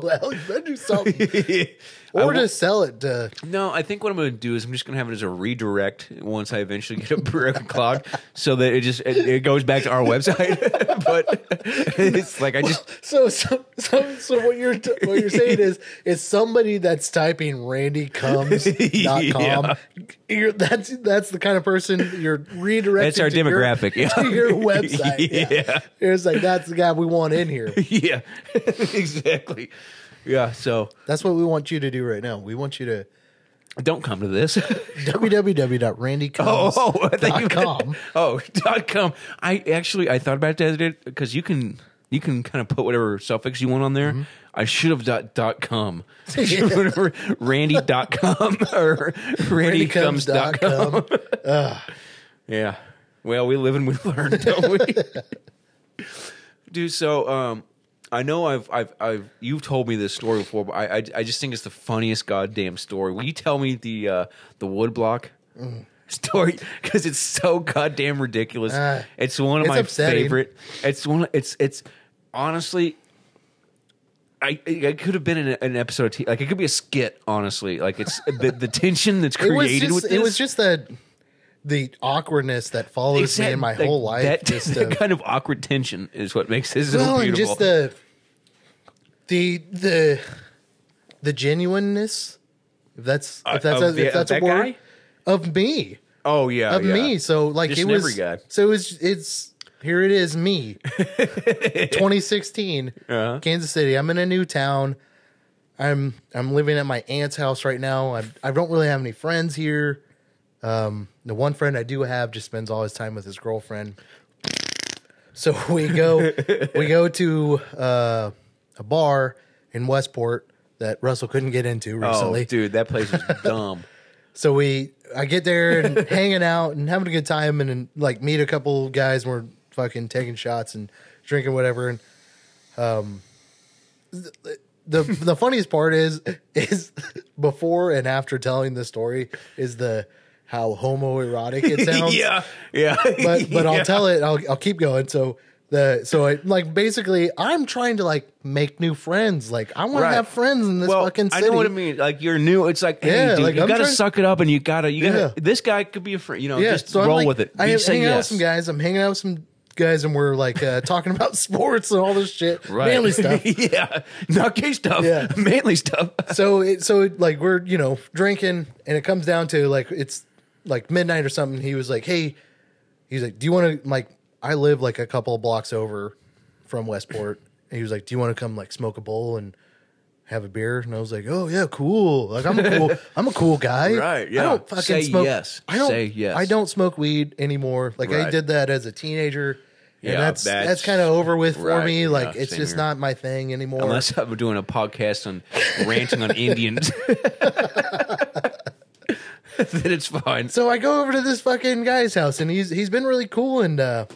Speaker 1: well, you better do something.
Speaker 2: it. I
Speaker 1: Or
Speaker 2: wa-
Speaker 1: just sell it to.
Speaker 2: no, I think what I'm gonna do is I'm just gonna have it as a redirect once I eventually get a broken clock, so that it just it, it goes back to our website. but it's like I just
Speaker 1: So, so, so, so what you're t- what you're saying is, is somebody that's typing randycomes.com.
Speaker 2: Yeah.
Speaker 1: You're, that's that's the kind of person you're redirecting.
Speaker 2: that's our
Speaker 1: to your-
Speaker 2: demographic. yeah,
Speaker 1: to your website. Yeah.
Speaker 2: yeah.
Speaker 1: It's like that's the guy we want in here.
Speaker 2: yeah, exactly. Yeah, so
Speaker 1: That's what we want you to do right now. We want you to
Speaker 2: don't come to this.
Speaker 1: www.randycombs.
Speaker 2: Oh, oh, I thought you meant-
Speaker 1: com.
Speaker 2: Oh, dot com. I actually I thought about that because you can you can kind of put whatever suffix you want on there. I should have dot dot com. I should have whatever Randy dot com or Randy comes dot com.
Speaker 1: randycombs.com.
Speaker 2: Yeah. Well, we live and we learn, don't we? Dude, so um, I know I've I've I've you've told me this story before, but I I, I just think it's the funniest goddamn story. Will you tell me the uh, the woodblock
Speaker 1: Mm.
Speaker 2: story because it's so goddamn ridiculous.
Speaker 1: Ah,
Speaker 2: it's one of
Speaker 1: it's
Speaker 2: my
Speaker 1: upsetting.
Speaker 2: favorite. It's one. It's it's honestly I, it could have been an, an episode of t- like it could be a skit honestly like it's the, the tension that's
Speaker 1: It was
Speaker 2: created
Speaker 1: just,
Speaker 2: with this
Speaker 1: it was just that the awkwardness that follows me
Speaker 2: Exact-
Speaker 1: in my
Speaker 2: like,
Speaker 1: whole life.
Speaker 2: that,
Speaker 1: just
Speaker 2: that
Speaker 1: the-
Speaker 2: kind of awkward tension is what makes this so
Speaker 1: well, and
Speaker 2: beautiful
Speaker 1: just the the the the genuineness. If that's
Speaker 2: Uh,
Speaker 1: if that's
Speaker 2: of
Speaker 1: a,
Speaker 2: the-
Speaker 1: if that's
Speaker 2: of
Speaker 1: a
Speaker 2: that
Speaker 1: word
Speaker 2: guy?
Speaker 1: of me
Speaker 2: oh yeah
Speaker 1: of
Speaker 2: yeah.
Speaker 1: me. So like
Speaker 2: Just
Speaker 1: it
Speaker 2: an
Speaker 1: was
Speaker 2: every guy.
Speaker 1: so it's it's here it is me. 2016,
Speaker 2: Uh-huh.
Speaker 1: Kansas City. I'm in a new town. I'm I'm living at my aunt's house right now. I I don't really have any friends here. Um, the one friend I do have just spends all his time with his girlfriend. So we go we go to uh, a bar in Westport that Russell couldn't get into recently.
Speaker 2: oh dude that place was dumb
Speaker 1: So we, I get there and hanging out and having a good time, and, then like meet a couple guys. And we're fucking taking shots and drinking whatever. And um, the the funniest part is is before and after telling the story is the how homoerotic it sounds.
Speaker 2: yeah yeah
Speaker 1: But but
Speaker 2: Yeah.
Speaker 1: I'll tell it. I'll I'll keep going. So. The, so I, like basically I'm trying to like make new friends. Like I want
Speaker 2: Right.
Speaker 1: to have friends in this
Speaker 2: well,
Speaker 1: fucking city.
Speaker 2: I know what I mean. Like you're new. It's like, hey,
Speaker 1: Yeah,
Speaker 2: dude,
Speaker 1: like,
Speaker 2: you
Speaker 1: I'm
Speaker 2: gotta
Speaker 1: trying-
Speaker 2: suck it up, and you gotta, you gotta.
Speaker 1: Yeah.
Speaker 2: This guy could be a friend. You know,
Speaker 1: Yeah,
Speaker 2: just
Speaker 1: so I'm
Speaker 2: roll
Speaker 1: like-
Speaker 2: with it.
Speaker 1: I
Speaker 2: You
Speaker 1: am
Speaker 2: say
Speaker 1: hanging out with
Speaker 2: yes.
Speaker 1: some guys. I'm hanging out with some guys, and we're like uh, talking about sports and all this shit,
Speaker 2: Right.
Speaker 1: manly stuff.
Speaker 2: yeah, not gay stuff.
Speaker 1: Yeah.
Speaker 2: manly stuff.
Speaker 1: so it, so it, like we're you know drinking, and it comes down to like it's like midnight or something. He was like, "Hey," he's like, "Do you want to like?" I live like a couple of blocks over from Westport, and he was like, "Do you want to come like smoke a bowl and?" Have a beer, and I was like, "Oh yeah, cool! Like I'm a cool, I'm a cool guy,
Speaker 2: Right, yeah.
Speaker 1: I don't fucking
Speaker 2: Say
Speaker 1: smoke.
Speaker 2: yes.
Speaker 1: I don't.
Speaker 2: Say yes.
Speaker 1: I don't smoke weed anymore. Like I
Speaker 2: Right.
Speaker 1: did that as a teenager, and
Speaker 2: Yeah,
Speaker 1: that's that's,
Speaker 2: that's-
Speaker 1: kind of over with for
Speaker 2: Right,
Speaker 1: me.
Speaker 2: yeah,
Speaker 1: Like it's
Speaker 2: same
Speaker 1: just
Speaker 2: here.
Speaker 1: not my thing anymore.
Speaker 2: Unless I'm doing a podcast on ranting on Indians, then it's fine.
Speaker 1: So I go over to this fucking guy's house, and he's he's been really cool, and uh,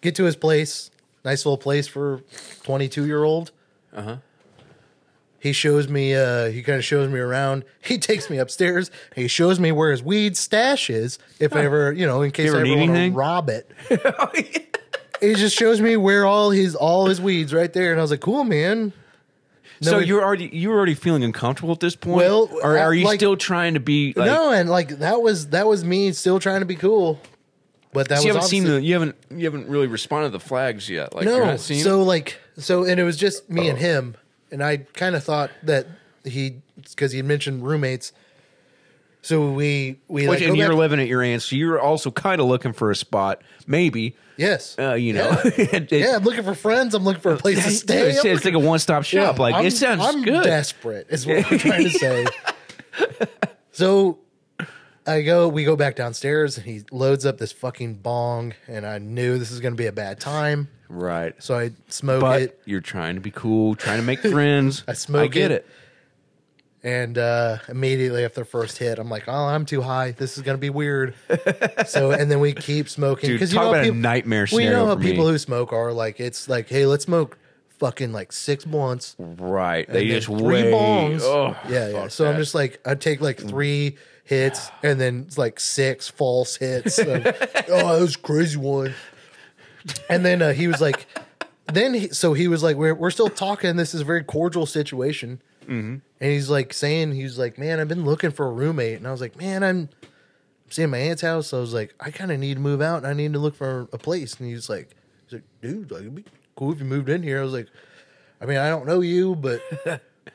Speaker 1: get to his place, nice little place for twenty two year old. Uh huh.
Speaker 2: Uh-huh.
Speaker 1: He shows me. Uh, he kind of shows me around. He takes me upstairs. He shows me where his weed stash is, if I ever, you know, in case
Speaker 2: ever
Speaker 1: I
Speaker 2: need
Speaker 1: ever want to
Speaker 2: anything?
Speaker 1: rob it. He just shows me where all his all his weeds right there, and I was like, "Cool, man."
Speaker 2: so
Speaker 1: it-
Speaker 2: you're already you're already feeling uncomfortable at this point.
Speaker 1: Well,
Speaker 2: or are you
Speaker 1: like-
Speaker 2: still trying to be? Like,
Speaker 1: no, and like that was that was me still trying to be cool, but that
Speaker 2: so you
Speaker 1: was
Speaker 2: haven't seen
Speaker 1: obviously-
Speaker 2: the you haven't you haven't really responded to the flags yet. Like you're
Speaker 1: no
Speaker 2: not seeing Oh.
Speaker 1: so like so and it was just me and him and i kind of thought that he because he mentioned roommates so we we
Speaker 2: Which,
Speaker 1: like, go
Speaker 2: and you're
Speaker 1: back-
Speaker 2: living at your aunt's, so you're also kind of looking for a spot, maybe.
Speaker 1: yes
Speaker 2: Uh, you know, It- it-
Speaker 1: yeah i'm looking for friends i'm looking for a place to
Speaker 2: it's,
Speaker 1: stay
Speaker 2: it's
Speaker 1: I'm
Speaker 2: like a one stop
Speaker 1: looking-
Speaker 2: shop. like
Speaker 1: I'm-
Speaker 2: it sounds
Speaker 1: I'm
Speaker 2: good.
Speaker 1: desperate is what i'm trying to say so i go we go back downstairs and he loads up this fucking bong and i knew this is going to be a bad time
Speaker 2: Right.
Speaker 1: so i smoke
Speaker 2: But
Speaker 1: it
Speaker 2: you're trying to be cool, trying to make friends.
Speaker 1: I smoke
Speaker 2: I get
Speaker 1: it.
Speaker 2: it.
Speaker 1: And uh, immediately after the first hit, I'm like, "Oh, I'm too high. This is gonna be weird." so, and then we keep smoking
Speaker 2: Dude,
Speaker 1: you
Speaker 2: talk
Speaker 1: know how
Speaker 2: about a
Speaker 1: peop-
Speaker 2: nightmare
Speaker 1: We know
Speaker 2: scenario
Speaker 1: how
Speaker 2: for me.
Speaker 1: people who smoke are like. It's like, hey, let's smoke fucking like six blunts.
Speaker 2: Right. They
Speaker 1: and then
Speaker 2: just way.
Speaker 1: bongs.
Speaker 2: Oh,
Speaker 1: yeah, yeah.
Speaker 2: fuck
Speaker 1: So I'm
Speaker 2: that. Mm.
Speaker 1: just like, I take like three hits and then it's like six false hits. of, oh, that was a crazy one. And then uh, he was like, then he, so he was like, we're we're still talking. This is a very cordial situation.
Speaker 2: Mm-hmm.
Speaker 1: And he's like saying, he's like, man, I've been looking for a roommate, and I was like, man, I'm staying at my aunt's house. I was like, I kind of need to move out, and I need to look for a place. And he's like, he's like, dude, like, it'd be cool if you moved in here. I was like, I mean, I don't know you, but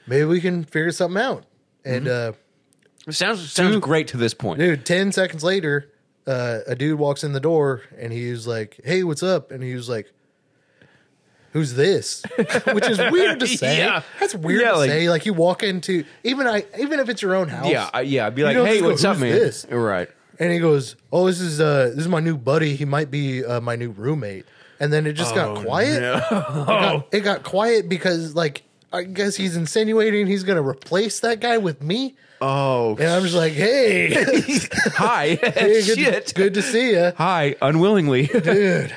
Speaker 1: maybe we can figure something out. And
Speaker 2: Mm-hmm.
Speaker 1: uh,
Speaker 2: sounds sounds great to this point.
Speaker 1: dude, ten seconds later, uh, a dude walks in the door, and he was like, "Hey, what's up?" And he was like. Who's this? Which is weird to say.
Speaker 2: Yeah.
Speaker 1: That's weird
Speaker 2: Yeah,
Speaker 1: to
Speaker 2: like-
Speaker 1: say. Like you walk into even I even if it's your own house.
Speaker 2: Yeah, I, yeah. I'd be like,
Speaker 1: don't
Speaker 2: hey,
Speaker 1: just go,
Speaker 2: what's up,
Speaker 1: "Who's
Speaker 2: man?
Speaker 1: this?"
Speaker 2: Right.
Speaker 1: And he goes, "Oh, this is uh, this is my new buddy. He might be uh, my new roommate." And then it just got quiet.
Speaker 2: Oh, No.
Speaker 1: It got quiet because, like, I guess he's insinuating he's gonna replace that guy with me.
Speaker 2: Oh.
Speaker 1: And I'm just like, "Hey, hey,
Speaker 2: Hi.
Speaker 1: good,
Speaker 2: Shit.
Speaker 1: good to see you,
Speaker 2: Hi. Unwillingly.
Speaker 1: dude.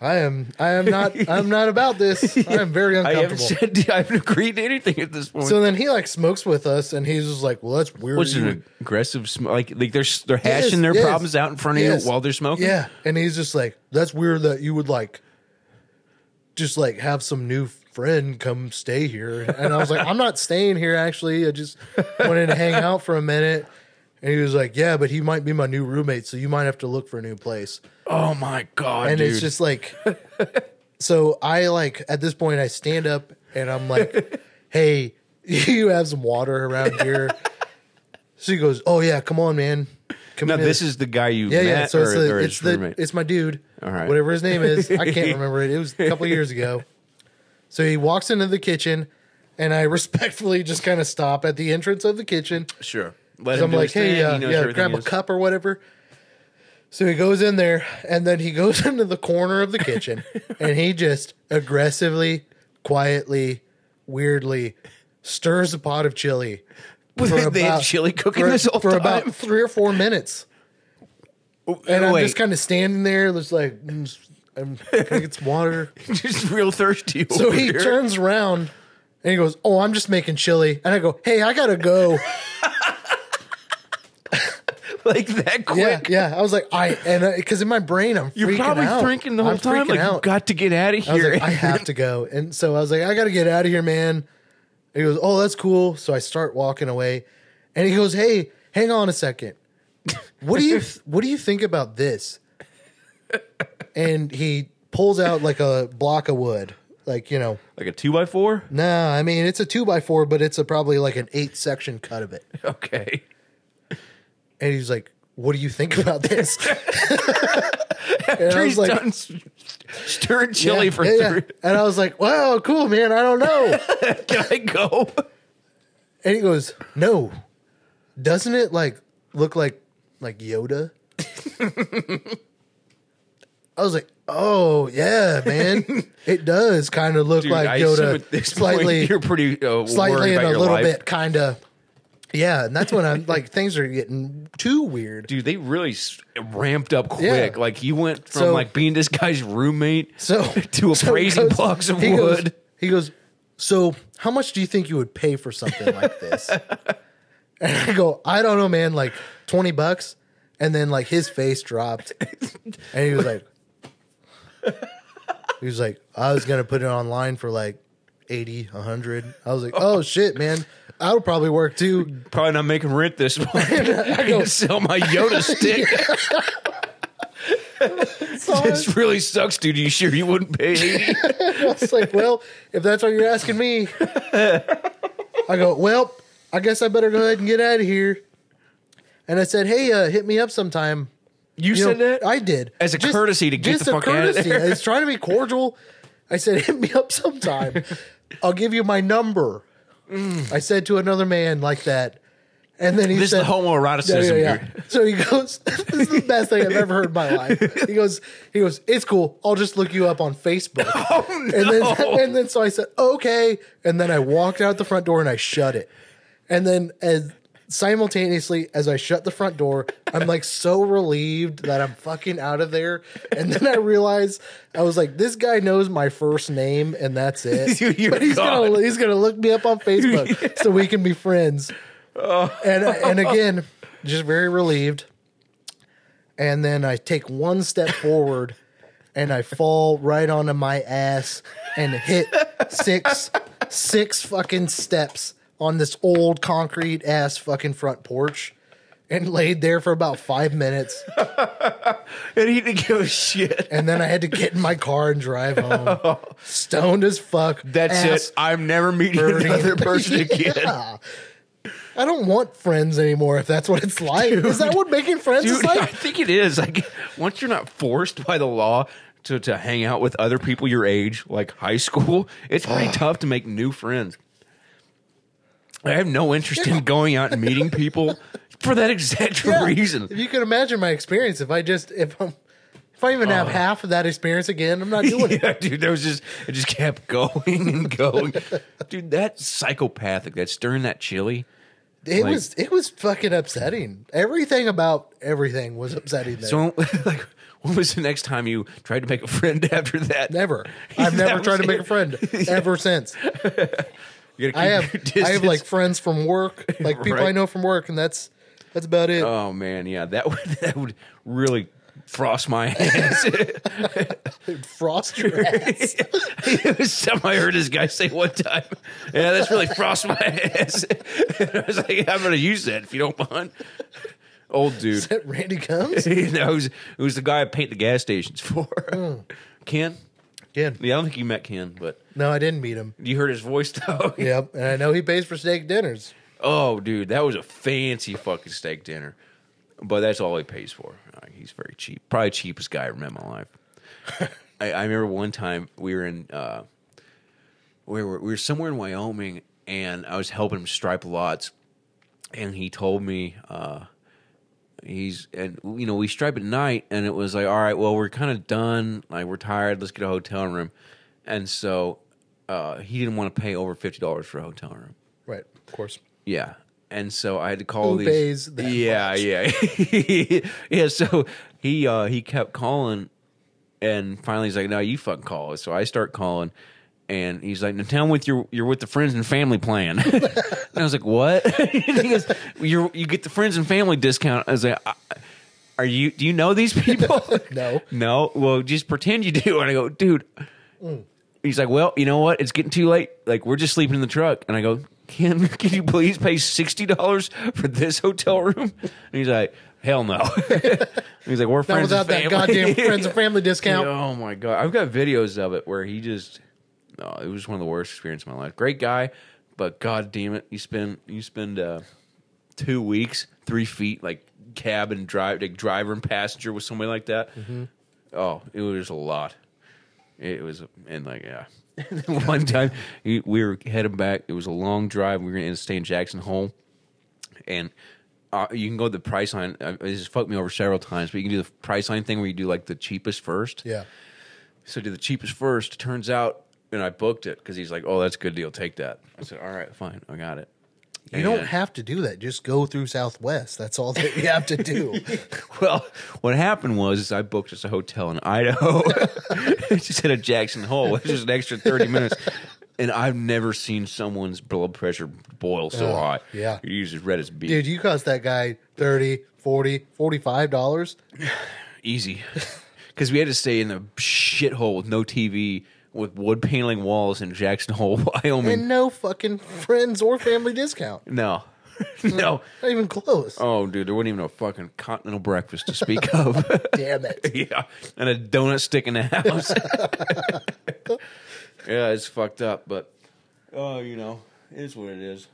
Speaker 1: I am, I am not, I'm not about this. I am very
Speaker 2: I haven't
Speaker 1: uncomfortable."
Speaker 2: said. I haven't agreed to anything at this point.
Speaker 1: so then he like smokes with us, and he's just like, "Well, that's weird."
Speaker 2: What's
Speaker 1: You-
Speaker 2: an aggressive sm- like like they're s- they're hashing
Speaker 1: Yes,
Speaker 2: their
Speaker 1: yes,
Speaker 2: problems out in front of
Speaker 1: yes.
Speaker 2: you while they're smoking?
Speaker 1: Yeah, and he's just like, "That's weird that you would like just like have some new friend come stay here. And I was like, I'm not staying here actually. I just wanted to hang out for a minute. And he was like, Yeah, but he might be my new roommate, so you might have to look for a new place.
Speaker 2: Oh my god,
Speaker 1: And
Speaker 2: dude.
Speaker 1: it's just like so I like at this point I stand up and I'm like, Hey, you have some water around here. So he goes, Oh yeah, come on, man. Come
Speaker 2: now
Speaker 1: in."
Speaker 2: this is the guy you
Speaker 1: Yeah,
Speaker 2: met
Speaker 1: yeah. So
Speaker 2: or,
Speaker 1: it's the,
Speaker 2: or
Speaker 1: it's
Speaker 2: his
Speaker 1: the
Speaker 2: roommate?
Speaker 1: it's my dude.
Speaker 2: All right.
Speaker 1: Whatever his name is, I can't remember it. It was a couple years ago. So he walks into the kitchen, and I respectfully just kind of stop at the entrance of the kitchen.
Speaker 2: sure. Let
Speaker 1: So
Speaker 2: him
Speaker 1: I'm
Speaker 2: do
Speaker 1: like,
Speaker 2: his thing.
Speaker 1: hey, uh,
Speaker 2: He knows
Speaker 1: yeah,
Speaker 2: everything
Speaker 1: grab a
Speaker 2: is-
Speaker 1: cup or whatever. So he goes in there, and then he goes into the corner of the kitchen, and he just aggressively, quietly, weirdly stirs a pot of chili.
Speaker 2: Was
Speaker 1: for
Speaker 2: it- they had
Speaker 1: about-
Speaker 2: chili cooking
Speaker 1: for,
Speaker 2: this whole
Speaker 1: for
Speaker 2: time?
Speaker 1: about three or four minutes. And I'm
Speaker 2: Oh, Wait,
Speaker 1: just kind of standing there, just like, mm, I'm, can I get some water?
Speaker 2: just real thirsty.
Speaker 1: So
Speaker 2: over
Speaker 1: he
Speaker 2: here.
Speaker 1: turns around and he goes, Oh, I'm just making chili. And I go, Hey, I gotta go.
Speaker 2: like that quick.
Speaker 1: yeah, yeah. I was like, I, and because in my brain, I'm
Speaker 2: You're
Speaker 1: freaking
Speaker 2: probably
Speaker 1: out.
Speaker 2: drinking the whole
Speaker 1: I'm
Speaker 2: time.
Speaker 1: freaking
Speaker 2: Like you
Speaker 1: out.
Speaker 2: got to get out of
Speaker 1: I was
Speaker 2: here.
Speaker 1: like, I have to go. And so I was like, I gotta get out of here, man. He goes, Oh, that's cool. So I start walking away. And he goes, Hey, hang on a second. What do you what do you think about this? And he pulls out like a block of wood. Like, you know,
Speaker 2: like a two by four.
Speaker 1: nah, I mean it's a two by four, but it's a probably like an eight section cut of it.
Speaker 2: Okay.
Speaker 1: And he's like, What do you think about this? and I was
Speaker 2: He's
Speaker 1: like,
Speaker 2: done s- stirring chili
Speaker 1: yeah,
Speaker 2: for
Speaker 1: yeah, yeah.
Speaker 2: three.
Speaker 1: And I was like, Wow, cool, man. I don't know.
Speaker 2: Can I go?
Speaker 1: and he goes, No. Doesn't it like look like like Yoda? I was like, Oh yeah, man. It does kind of look
Speaker 2: Dude,
Speaker 1: like
Speaker 2: I assume
Speaker 1: Yoda
Speaker 2: at this
Speaker 1: slightly
Speaker 2: point you're pretty uh,
Speaker 1: slightly
Speaker 2: worried
Speaker 1: and
Speaker 2: about
Speaker 1: a
Speaker 2: your
Speaker 1: little
Speaker 2: life.
Speaker 1: bit kind of yeah, and that's when I'm like things are getting too weird.
Speaker 2: Dude, they really s- ramped up quick.
Speaker 1: Yeah.
Speaker 2: Like you went from
Speaker 1: So-
Speaker 2: like being this guy's roommate
Speaker 1: So
Speaker 2: to a
Speaker 1: so he
Speaker 2: brazen
Speaker 1: goes-
Speaker 2: box of
Speaker 1: he goes-
Speaker 2: wood.
Speaker 1: he goes, So how much do you think you would pay for something like this? and I go, I don't know, man, like 20 bucks. And then like his face dropped. And he was like He was like, I was gonna put it online for like 80, 100. I was like, oh shit, man. That'll probably work too.
Speaker 2: Probably not making rent this month. I
Speaker 1: go-
Speaker 2: can sell my Yoda stick. this really sucks, dude. You sure you wouldn't pay? 80?
Speaker 1: It's like, well, if that's what you're asking me, I go, well, I guess I better go ahead and get out of here. And I said, hey, uh, hit me up sometime.
Speaker 2: You,
Speaker 1: You
Speaker 2: said
Speaker 1: know,
Speaker 2: that?
Speaker 1: I did.
Speaker 2: As a courtesy to get the fuck outta there.
Speaker 1: I was trying to be cordial. I said, hit me up sometime. I'll give you my number. I said to another man like that. And then he
Speaker 2: this is
Speaker 1: said,
Speaker 2: the homoeroticism.
Speaker 1: yeah, yeah, yeah.
Speaker 2: dude.
Speaker 1: So he goes, This is the best thing I've ever heard in my life. He goes, he goes, It's cool. I'll just look you up on Facebook.
Speaker 2: Oh,
Speaker 1: And
Speaker 2: no.
Speaker 1: then and then so I said, Okay. And then I walked out the front door and I shut it. And then as simultaneously as I shut the front door, I'm like so relieved that I'm fucking out of there. And then I realized I was like, this guy knows my first name and that's it.
Speaker 2: Dude, you're
Speaker 1: but he's
Speaker 2: gone.
Speaker 1: gonna he's gonna look me up on Facebook so we can be friends.
Speaker 2: Oh.
Speaker 1: And and again, just very relieved. And then I take one step forward and I fall right onto my ass and hit six six fucking steps on this old concrete ass fucking front porch and laid there for about five minutes
Speaker 2: and he didn't give a shit.
Speaker 1: and then I had to get in my car and drive home. Stoned as fuck.
Speaker 2: That's
Speaker 1: ass
Speaker 2: it. I'm never meeting
Speaker 1: burning.
Speaker 2: another person again.
Speaker 1: Yeah. I don't want friends anymore if that's what it's like. Is that what making friends is
Speaker 2: Dude, I
Speaker 1: like?
Speaker 2: think it is. Like once you're not forced by the law to, to hang out with other people your age, like high school, it's pretty tough to make new friends. I have no interest in going out and meeting people for that exact
Speaker 1: Yeah. If
Speaker 2: reason.
Speaker 1: you can imagine my experience, if I just if I'm if I even have
Speaker 2: Uh.
Speaker 1: half of that experience again, I'm not doing it.
Speaker 2: Yeah, dude, there was just it just kept going and going. dude, that's psychopathic. That's stirring that chili.
Speaker 1: It
Speaker 2: Like-
Speaker 1: was it was fucking upsetting. Everything about everything was upsetting. There.
Speaker 2: So like when was the next time you tried to make a friend after that?
Speaker 1: never, I've
Speaker 2: That
Speaker 1: never
Speaker 2: was
Speaker 1: tried to make
Speaker 2: it.
Speaker 1: a friend ever since.
Speaker 2: You gotta
Speaker 1: I have
Speaker 2: keep your
Speaker 1: I have
Speaker 2: distance.
Speaker 1: like friends from work, like people I
Speaker 2: Right. Uh,
Speaker 1: know from work, and that's that's about it.
Speaker 2: Oh man, yeah, that would that would really frost my hands.
Speaker 1: Dude, frost your ass.
Speaker 2: it was something I heard this guy say one time. Yeah, that's really frost my ass. And I was like, I'm going to use that if you don't mind. Old dude.
Speaker 1: That Randy comes?
Speaker 2: you know, who's who's the guy I paint the gas stations for?
Speaker 1: Hmm.
Speaker 2: Ken.
Speaker 1: Yeah.
Speaker 2: Yeah, I don't think you met Ken, but
Speaker 1: No, I didn't meet him.
Speaker 2: you heard his voice though.
Speaker 1: Yep. And I know he pays for steak dinners.
Speaker 2: Oh, dude, that was a fancy fucking steak dinner. But that's all he pays for. Uh, He's very cheap. Probably cheapest guy I ever met in my life. I, I remember one time we were in uh, we were we were somewhere in Wyoming and I was helping him stripe lots and he told me uh, he's and you know, we stripe at night and it was like, all right, well we're kinda done, like we're tired, let's get a hotel room. And so uh, he didn't want to pay over fifty dollars for a hotel room.
Speaker 1: Right, of course.
Speaker 2: Yeah. And so I had to call
Speaker 1: Who
Speaker 2: these.
Speaker 1: pays that
Speaker 2: yeah, yeah, yeah. So he uh, he kept calling, and finally he's like, "No, you fucking call." So I start calling, and he's like, "No, tell him with your you're with the friends and family plan." and I was like, "What?" and he goes, "You you get the friends and family discount." I was like, I, "Are you? Do you know these people?"
Speaker 1: No.
Speaker 2: no. Well, just pretend you do. And I go, "Dude." He's like, well, you know what? It's getting too late. Like, we're just sleeping in the truck. And I go, can, can you please pay $60 for this hotel room? And he's like, hell no. And he's like, we're
Speaker 1: Not
Speaker 2: friends.
Speaker 1: without
Speaker 2: and
Speaker 1: that
Speaker 2: family.
Speaker 1: goddamn friends and family discount.
Speaker 2: Oh my God. I've got videos of it where he just, no, it was one of the worst experiences of my life. Great guy, but God damn it. You spend, you spend, uh, two weeks, three feet, like cab and drive, like driver and passenger with somebody like that. Oh, it was a lot. It was, and like, yeah. One time he- we were heading back. It was a long drive. We were going to stay in Jackson Hole. And uh, you can go to the price line. Uh, This has fucked me over several times, but you can do the price line thing where you do like the cheapest first.
Speaker 1: Yeah.
Speaker 2: So I did the cheapest first. Turns out, and I booked it because he's like, "Oh, that's a good deal. Take that." I said, "All right, fine, I got it."
Speaker 1: You don't
Speaker 2: And-
Speaker 1: have to do that. Just go through Southwest. That's all that you have to do.
Speaker 2: Well, what happened was is I booked us a hotel in Idaho. just at a Jackson Hole, which is an extra 30 minutes. And I've never seen someone's blood pressure boil so
Speaker 1: Ugh,
Speaker 2: high.
Speaker 1: yeah.
Speaker 2: You're usually red as beef.
Speaker 1: Dude, you cost that guy 30 40 $45.
Speaker 2: Easy. Because we had to stay in a shithole with no TV, with wood paneling walls in Jackson Hole, Wyoming.
Speaker 1: And no fucking friends or family discount.
Speaker 2: no. no.
Speaker 1: Not even close.
Speaker 2: Oh, dude, there wasn't even a fucking continental breakfast to speak of.
Speaker 1: Damn it.
Speaker 2: yeah, and a donut stick in the house. yeah, it's fucked up, but oh, you know, it is what it is.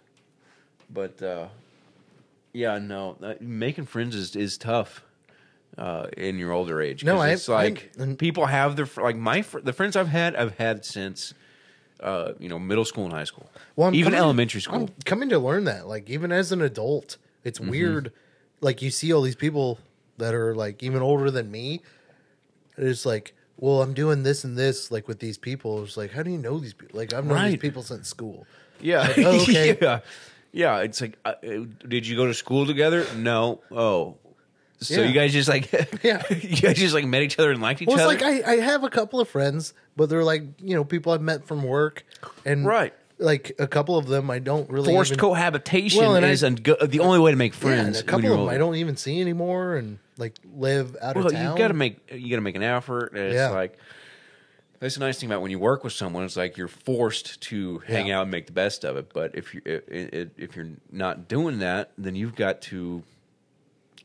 Speaker 2: But uh, yeah, no, uh, making friends is is tough uh, in your older age. 'cause
Speaker 1: No, I-
Speaker 2: it's like
Speaker 1: I- and-
Speaker 2: people have their fr- like my fr- the friends I've had I've had since uh, you know middle school and high school,
Speaker 1: Well, I'm
Speaker 2: even
Speaker 1: coming-
Speaker 2: elementary school.
Speaker 1: I'm coming to learn that, like, even as an adult, it's weird. Like, you see all these people that are, like, even older than me. And it's like, well, I'm doing this and this, like, with these people. It's like, how do you know these people? Like, I've known these
Speaker 2: Right.
Speaker 1: people since school.
Speaker 2: Yeah.
Speaker 1: oh, okay.
Speaker 2: yeah. Yeah. It's like, uh, uh, did you go to school together? No. Oh. So
Speaker 1: Yeah.
Speaker 2: you guys just like,
Speaker 1: Yeah.
Speaker 2: you guys just like met each other and liked each
Speaker 1: Well, it's
Speaker 2: other.
Speaker 1: like I, I have a couple of friends, but they're like, you know, people I've met from work. And,
Speaker 2: Right.
Speaker 1: like, a couple of them I don't really.
Speaker 2: Forced
Speaker 1: even-
Speaker 2: cohabitation
Speaker 1: Well, and I-
Speaker 2: is un- go- the only way to make
Speaker 1: Yeah, and
Speaker 2: friends.
Speaker 1: a
Speaker 2: when
Speaker 1: couple
Speaker 2: you're
Speaker 1: of them I
Speaker 2: older.
Speaker 1: don't even see anymore and, like, live out
Speaker 2: Well,
Speaker 1: of town.
Speaker 2: you got to make you got to make an effort. And it's
Speaker 1: Yeah.
Speaker 2: like that's the nice thing about when you work with someone. It's like you're forced to hang
Speaker 1: Yeah.
Speaker 2: out and make the best of it. But if you i- i- if you're not doing that, then you've got to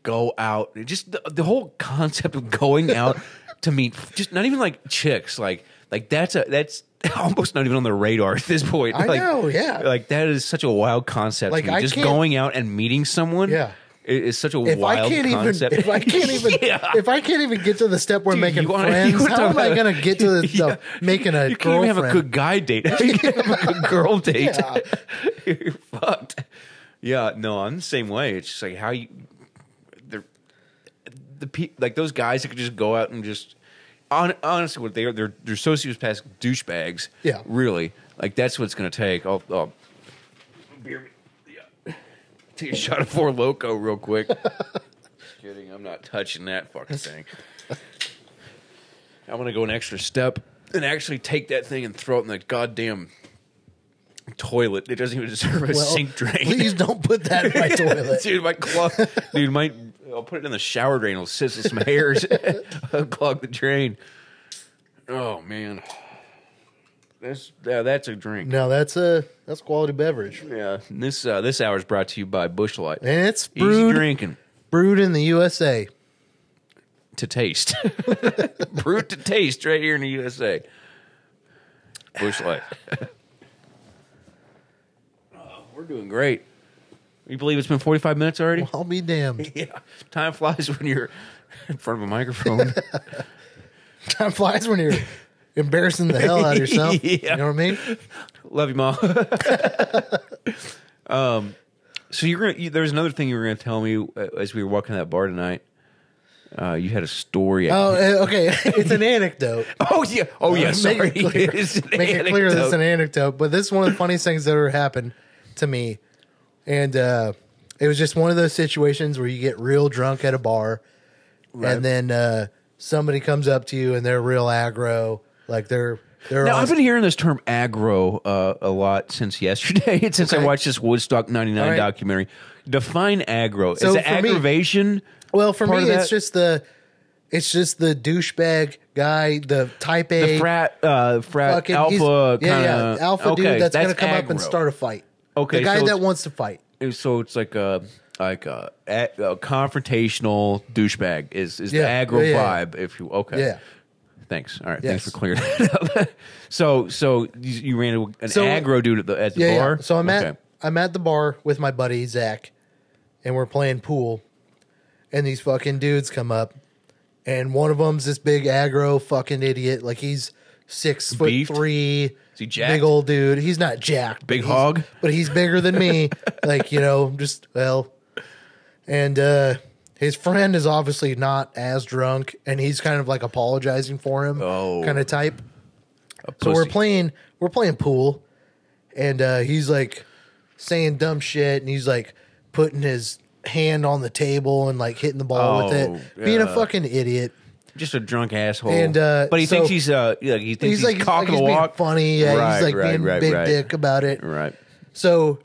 Speaker 2: go out. It Just the, the whole concept of going out to meet, just not even like chicks. Like like that's a that's almost not even on the radar at this point.
Speaker 1: I
Speaker 2: like,
Speaker 1: know, yeah.
Speaker 2: Like that is such a wild concept.
Speaker 1: Like,
Speaker 2: to me.
Speaker 1: I
Speaker 2: just
Speaker 1: can't-
Speaker 2: going out and meeting someone.
Speaker 1: Yeah.
Speaker 2: i- Is such a
Speaker 1: if
Speaker 2: wild
Speaker 1: I can't
Speaker 2: concept.
Speaker 1: even if I can't even
Speaker 2: Yeah.
Speaker 1: if I can't even get to the step where
Speaker 2: Dude,
Speaker 1: making
Speaker 2: you wanna- you
Speaker 1: friends,
Speaker 2: wanna
Speaker 1: how
Speaker 2: talk
Speaker 1: am I
Speaker 2: about-
Speaker 1: gonna get to the, the
Speaker 2: Yeah.
Speaker 1: making a
Speaker 2: you can't
Speaker 1: girlfriend?
Speaker 2: even have a good guy date. You can't have a good girl date.
Speaker 1: Yeah.
Speaker 2: You're fucked. Yeah, no, I'm the same way. It's just like how you, they're, the pe- like those guys that could just go out and just, on, honestly, what they are, they're they're sociopaths, douchebags.
Speaker 1: Yeah.
Speaker 2: really. Like that's what it's gonna take. I'll, I'll beer me. Yeah. Take a shot of Four Loco real quick. Just kidding, I'm not touching that fucking thing. I'm gonna go an extra step and actually take that thing and throw it in the goddamn toilet. It doesn't even deserve a
Speaker 1: Well,
Speaker 2: sink drain.
Speaker 1: Please don't put that in my toilet.
Speaker 2: dude, my clog. dude, my I'll put it in the shower drain. It'll sizzle some hairs. I'll clog the drain. Oh man, that's yeah, that's a drink.
Speaker 1: No, that's a that's quality beverage,
Speaker 2: Yeah, this uh, this hour is brought to you by Bushlight.
Speaker 1: and it's
Speaker 2: Easy
Speaker 1: brewed
Speaker 2: drinking
Speaker 1: brewed in the USA.
Speaker 2: to taste, brewed to taste, right here in the USA. Bushlight. oh, we're doing great. You believe it's been forty five minutes already?
Speaker 1: I'll be damned.
Speaker 2: Yeah, time flies when you're in front of a microphone.
Speaker 1: Time flies when you're embarrassing the hell out of yourself.
Speaker 2: Yeah.
Speaker 1: You know what I mean?
Speaker 2: Love you, mom. um, so you're gonna. You, there's another thing you were gonna tell me uh, as we were walking to that bar tonight. Uh, you had a story.
Speaker 1: Oh, eh, okay. It's an anecdote.
Speaker 2: oh yeah. Oh yeah.
Speaker 1: Make
Speaker 2: sorry.
Speaker 1: it clear,
Speaker 2: It's an
Speaker 1: make it clear this is an
Speaker 2: anecdote.
Speaker 1: anecdote, but this is one of the funniest things that ever happened to me. And uh, it was just one of those situations where you get real drunk at a bar
Speaker 2: Right.
Speaker 1: and then uh, somebody comes up to you and they're real aggro. Like they're they're
Speaker 2: Now
Speaker 1: on,
Speaker 2: I've been hearing this term aggro uh, a lot sinsince yesterday, and since I
Speaker 1: Okay.
Speaker 2: watched this Woodstock '99
Speaker 1: All right.
Speaker 2: documentary. Define aggro.
Speaker 1: So
Speaker 2: is it
Speaker 1: for me-
Speaker 2: aggravation?
Speaker 1: well for me
Speaker 2: part of
Speaker 1: it's
Speaker 2: that-
Speaker 1: just the it's just the douchebag guy, the type A
Speaker 2: the frat, uh, frat
Speaker 1: fucking
Speaker 2: alpha,
Speaker 1: he's-
Speaker 2: kinda,
Speaker 1: yeah, yeah, alpha
Speaker 2: okay,
Speaker 1: dude that's, gonna come up and
Speaker 2: aggro.
Speaker 1: start a fight.
Speaker 2: Okay,
Speaker 1: the guy
Speaker 2: so
Speaker 1: that
Speaker 2: it's-
Speaker 1: wants to fight.
Speaker 2: And so it's like a like a, a confrontational douchebag is is
Speaker 1: Yeah,
Speaker 2: the aggro
Speaker 1: yeah, yeah.
Speaker 2: vibe if you okay
Speaker 1: Yeah.
Speaker 2: thanks all right
Speaker 1: Yes.
Speaker 2: thanks for clearing that up so so you, you ran into an
Speaker 1: So-
Speaker 2: aggro dude at the at the
Speaker 1: yeah,
Speaker 2: bar
Speaker 1: Yeah. So I'm
Speaker 2: Okay.
Speaker 1: at I'm at the bar with my buddy Zach, and we're playing pool, and these fucking dudes come up, and one of them's this big aggro fucking idiot, like he's six foot
Speaker 2: Beefed?
Speaker 1: three,
Speaker 2: he jacked?
Speaker 1: big old dude. He's not jacked, but
Speaker 2: Big
Speaker 1: he's-
Speaker 2: hog?
Speaker 1: but he's bigger than me. like you know, just well, and uh his friend is obviously not as drunk, and he's kind of like apologizing for him,
Speaker 2: Oh.
Speaker 1: kind of type.
Speaker 2: A
Speaker 1: So we're
Speaker 2: pussy.
Speaker 1: playing we're playing pool, and uh, he's like saying dumb shit, and he's like putting his hand on the table and like hitting the ball with it,
Speaker 2: Oh,
Speaker 1: being a
Speaker 2: yeah.
Speaker 1: fucking idiot.
Speaker 2: just a drunk asshole
Speaker 1: And, uh,
Speaker 2: but he
Speaker 1: so-
Speaker 2: thinks he's uh yeah, he thinks he's,
Speaker 1: He's, like
Speaker 2: cock
Speaker 1: like
Speaker 2: of the
Speaker 1: he's
Speaker 2: walk
Speaker 1: being funny, yeah.
Speaker 2: Right,
Speaker 1: he's like
Speaker 2: right,
Speaker 1: being
Speaker 2: right,
Speaker 1: big
Speaker 2: right.
Speaker 1: dick about it.
Speaker 2: right
Speaker 1: So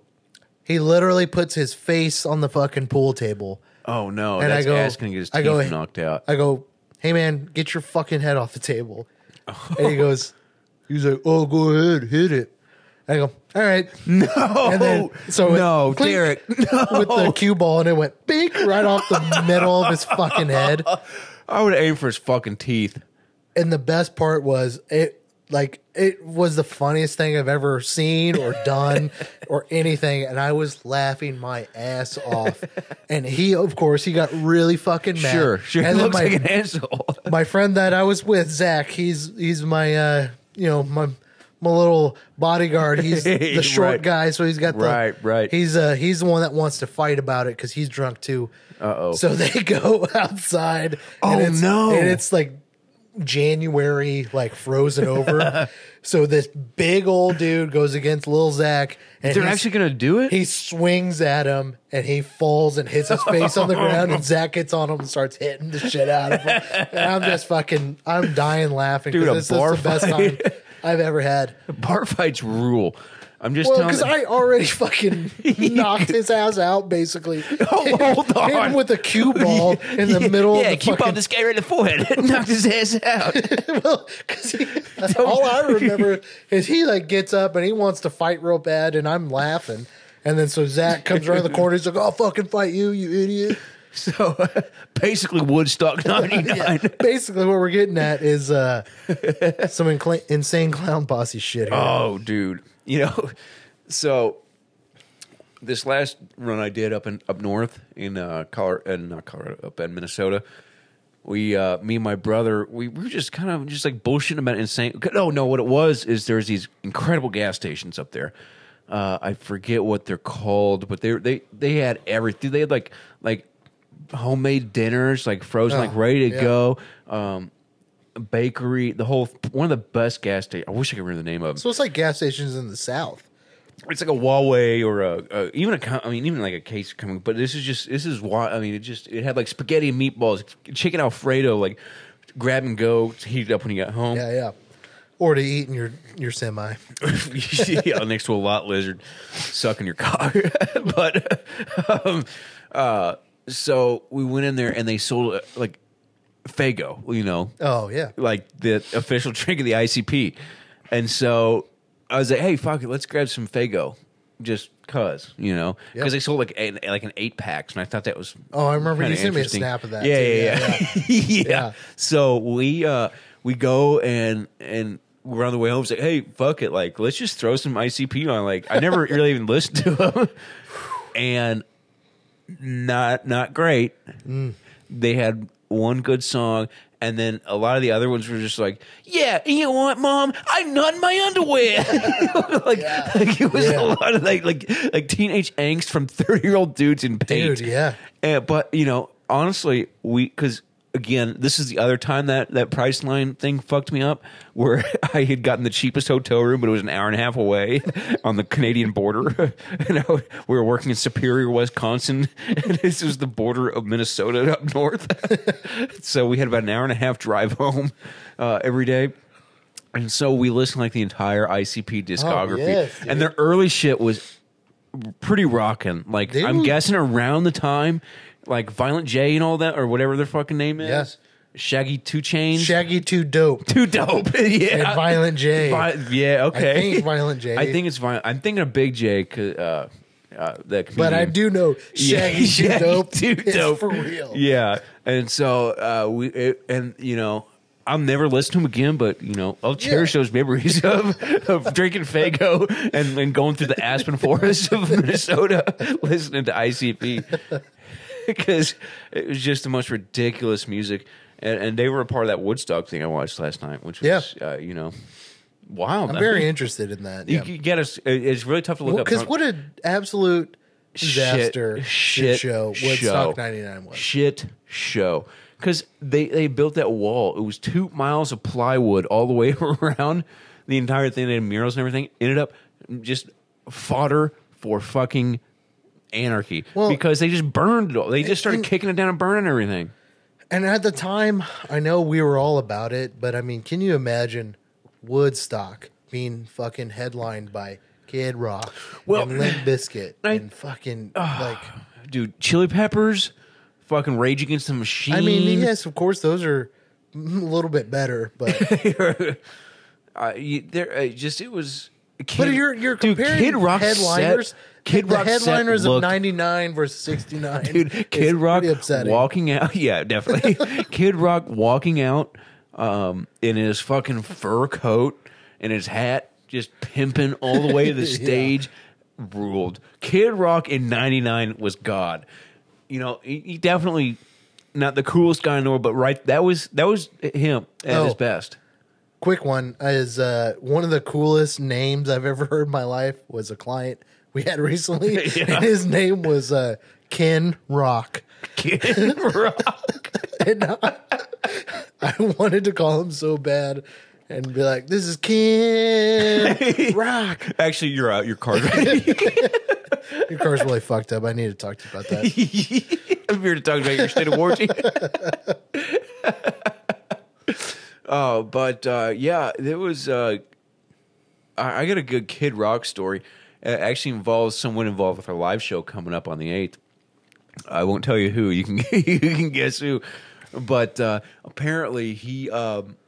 Speaker 1: he literally puts his face on the fucking pool table.
Speaker 2: oh no
Speaker 1: And I
Speaker 2: that's
Speaker 1: go-
Speaker 2: ass gonna get his teeth
Speaker 1: I go-
Speaker 2: knocked out
Speaker 1: I go, "Hey man, get your fucking head off the table." And he goes, he's like, "Oh, go ahead, hit it." I go, "All right."
Speaker 2: no
Speaker 1: And then, so it
Speaker 2: no
Speaker 1: clinked
Speaker 2: Derek no
Speaker 1: with the cue ball, and it went bink right off the middle of his fucking head.
Speaker 2: I would aim for his fucking teeth
Speaker 1: And the best part was it, like it was the funniest thing I've ever seen or done or anything, and I was laughing my ass off. And he, of course, he got really fucking mad.
Speaker 2: sure sure
Speaker 1: And then
Speaker 2: looks
Speaker 1: my
Speaker 2: like an asshole
Speaker 1: my friend that I was with, Zach, he's he's my uh, you know my my little bodyguard. He's the short
Speaker 2: Right.
Speaker 1: guy, so he's got the
Speaker 2: Right, right.
Speaker 1: He's uh he's the one that wants to fight about it because he's drunk too. Uh
Speaker 2: Uh-oh.
Speaker 1: So they go outside.
Speaker 2: Oh,
Speaker 1: it's,
Speaker 2: no.
Speaker 1: And it's like January, like frozen over. so this big old dude goes against little Zach, and
Speaker 2: They're
Speaker 1: he's-
Speaker 2: actually gonna do it.
Speaker 1: he swings at him and he falls and hits his face on the ground and Zach gets on him and starts hitting the shit out of him. And I'm just fucking, I'm dying laughing
Speaker 2: Dude, a
Speaker 1: because this is
Speaker 2: bar
Speaker 1: the best time
Speaker 2: fight.
Speaker 1: I've ever had.
Speaker 2: Bar fights rule. I'm just
Speaker 1: Well,
Speaker 2: telling.
Speaker 1: because I already fucking knocked his ass out basically.
Speaker 2: Oh, hold
Speaker 1: Hit him
Speaker 2: on.
Speaker 1: with a cue ball in the middle of
Speaker 2: yeah,
Speaker 1: the
Speaker 2: keep on
Speaker 1: fucking.
Speaker 2: this guy right in the forehead, knocked his ass out.
Speaker 1: well, 'cause he- all I remember is he like gets up and he wants to fight real bad and I'm laughing. And then so Zach comes around the corner. He's like, "I'll fucking fight you, you idiot."
Speaker 2: So basically, Woodstock '99.
Speaker 1: basically what we're getting at is uh some incla- insane clown posse shit here.
Speaker 2: Oh, dude, you know, so this last run I did up in up north in uh, Color in not Colorado, up in Minnesota. We, uh, me and my brother, we, we were just kind of just like bullshitting about insane. No, no, what it was is there's these incredible gas stations up there. Uh, I forget what they're called, but they they they had everything. They had like like homemade dinners, like frozen,
Speaker 1: Oh,
Speaker 2: like ready to
Speaker 1: yeah.
Speaker 2: go. Um, bakery, the whole one of the best gas station. I wish I could remember the name of. 'em
Speaker 1: So it's like gas stations in the south.
Speaker 2: it's like a Huawei or a, a even a co- I mean even like a case coming, but this is just this is why I mean it just it had like spaghetti and meatballs, chicken alfredo, like grab and go, heated up when you got home.
Speaker 1: Yeah, yeah. or to eat in your your semi.
Speaker 2: yeah, next to a lot lizard sucking your cock. but um, uh, so we went in there and they sold uh, like Fago, you know,
Speaker 1: Oh yeah,
Speaker 2: like the official drink of the ICP. And so I was like, hey, fuck it, let's grab some Fago. Just cause, you know,
Speaker 1: Yep.
Speaker 2: because they sold like an, like an eight packs, and I thought that was
Speaker 1: Oh, I remember you
Speaker 2: kinda
Speaker 1: sent me a
Speaker 2: interesting.
Speaker 1: snap of that.
Speaker 2: Yeah,
Speaker 1: too.
Speaker 2: yeah, yeah. Yeah.
Speaker 1: Yeah.
Speaker 2: So we uh we go and and we're on the way home. It's like, hey, fuck it, like let's just throw some ICP on. Like I never really even listened to them, and not not great.
Speaker 1: Mm.
Speaker 2: They had one good song. And then a lot of the other ones were just like, "Yeah, you know what, mom? I nut in my underwear." like, like, it was
Speaker 1: Yeah.
Speaker 2: a lot of like, like, like teenage angst from thirty-year-old dudes in paint.
Speaker 1: Dude, yeah.
Speaker 2: And, Eh, but you know, honestly, we because again, this is the other time that that price line thing fucked me up, where I had gotten the cheapest hotel room, but it was an hour and a half away on the Canadian border. and I, would- we were working in Superior, Wisconsin, and this was the border of Minnesota up north. so we had about an hour and a half drive home uh, every day. And so we listened like the entire ICP discography,
Speaker 1: Oh, yes,
Speaker 2: and their early shit was pretty rocking. Like
Speaker 1: They
Speaker 2: I'm
Speaker 1: were-
Speaker 2: guessing around the time, like Violent J and all that, or whatever their fucking name is.
Speaker 1: Yes.
Speaker 2: Shaggy Two Chains.
Speaker 1: Shaggy too dope.
Speaker 2: Too dope. yeah.
Speaker 1: And Violent J.
Speaker 2: Vi- yeah. Okay.
Speaker 1: I think it's Violent J.
Speaker 2: I think it's violent. I'm thinking of Big J. 'cause, Uh, uh, that
Speaker 1: But I
Speaker 2: comedian.
Speaker 1: do know Shaggy too
Speaker 2: Shaggy
Speaker 1: dope.
Speaker 2: Too
Speaker 1: is
Speaker 2: dope.
Speaker 1: for real.
Speaker 2: Yeah, and so uh, we it, and you know. I'll never listen to him again, but you know I'll cherish those memories of, of drinking Fago and, and going through the aspen forest of Minnesota, listening to ICP because it was just the most ridiculous music, and, and they were a part of that Woodstock thing I watched last night, which was uh, you know wow.
Speaker 1: I'm very interested in that.
Speaker 2: you,
Speaker 1: Yeah.
Speaker 2: you get us. it- It's really tough to look up
Speaker 1: Because
Speaker 2: front.
Speaker 1: what an absolute disaster shit, show Woodstock
Speaker 2: show.
Speaker 1: '99 was.
Speaker 2: Shit show. Because they, they built that wall. It was two miles of plywood all the way around the entire thing. They had murals and everything. Ended up just fodder for fucking anarchy.
Speaker 1: Well-
Speaker 2: because they just burned it all. They just started
Speaker 1: and-
Speaker 2: kicking it down and burning everything.
Speaker 1: And at the time, I know we were all about it, but I mean, can you imagine Woodstock being fucking headlined by Kid Rock
Speaker 2: Well,
Speaker 1: and Limp Bizkit
Speaker 2: I- Ah,
Speaker 1: and fucking like
Speaker 2: Dude, Chili Peppers, fucking Rage Against the Machine.
Speaker 1: I mean, yes, of course, those are a little bit better, but
Speaker 2: uh, you, there, uh, just it was. Kid,
Speaker 1: but you're you're
Speaker 2: dude,
Speaker 1: comparing
Speaker 2: Kid Rock
Speaker 1: headliners.
Speaker 2: Set, Kid
Speaker 1: the
Speaker 2: Rock set
Speaker 1: headliners of
Speaker 2: looked-
Speaker 1: '99 versus '69.
Speaker 2: dude. Kid Rock
Speaker 1: upsetting.
Speaker 2: walking out. Yeah, definitely. Kid Rock walking out um, in his fucking fur coat and his hat, just pimping all the way to the
Speaker 1: Yeah.
Speaker 2: stage. Ruled. Kid Rock in '99 was god. You know, he, he definitely not the coolest guy in the world, but right that was that was him at
Speaker 1: Oh.
Speaker 2: his best.
Speaker 1: Quick one is uh, one of the coolest names I've ever heard in my life was a client we had recently,
Speaker 2: Yeah.
Speaker 1: and his name was uh, Ken Rock.
Speaker 2: Kid Rock.
Speaker 1: And I, I wanted to call him so bad and be like, "This is Ken Rock."
Speaker 2: Actually, you're out. Your card. ready.
Speaker 1: Your car's really fucked up. I need to talk to you about that.
Speaker 2: I'm here to talk about your state of warranty. Oh, but uh, yeah, there was. Uh, I, I got a good Kid Rock story. It actually involves someone involved with our live show coming up on the eighth. I won't tell you who. You can you can guess who. But uh, apparently, he. Um,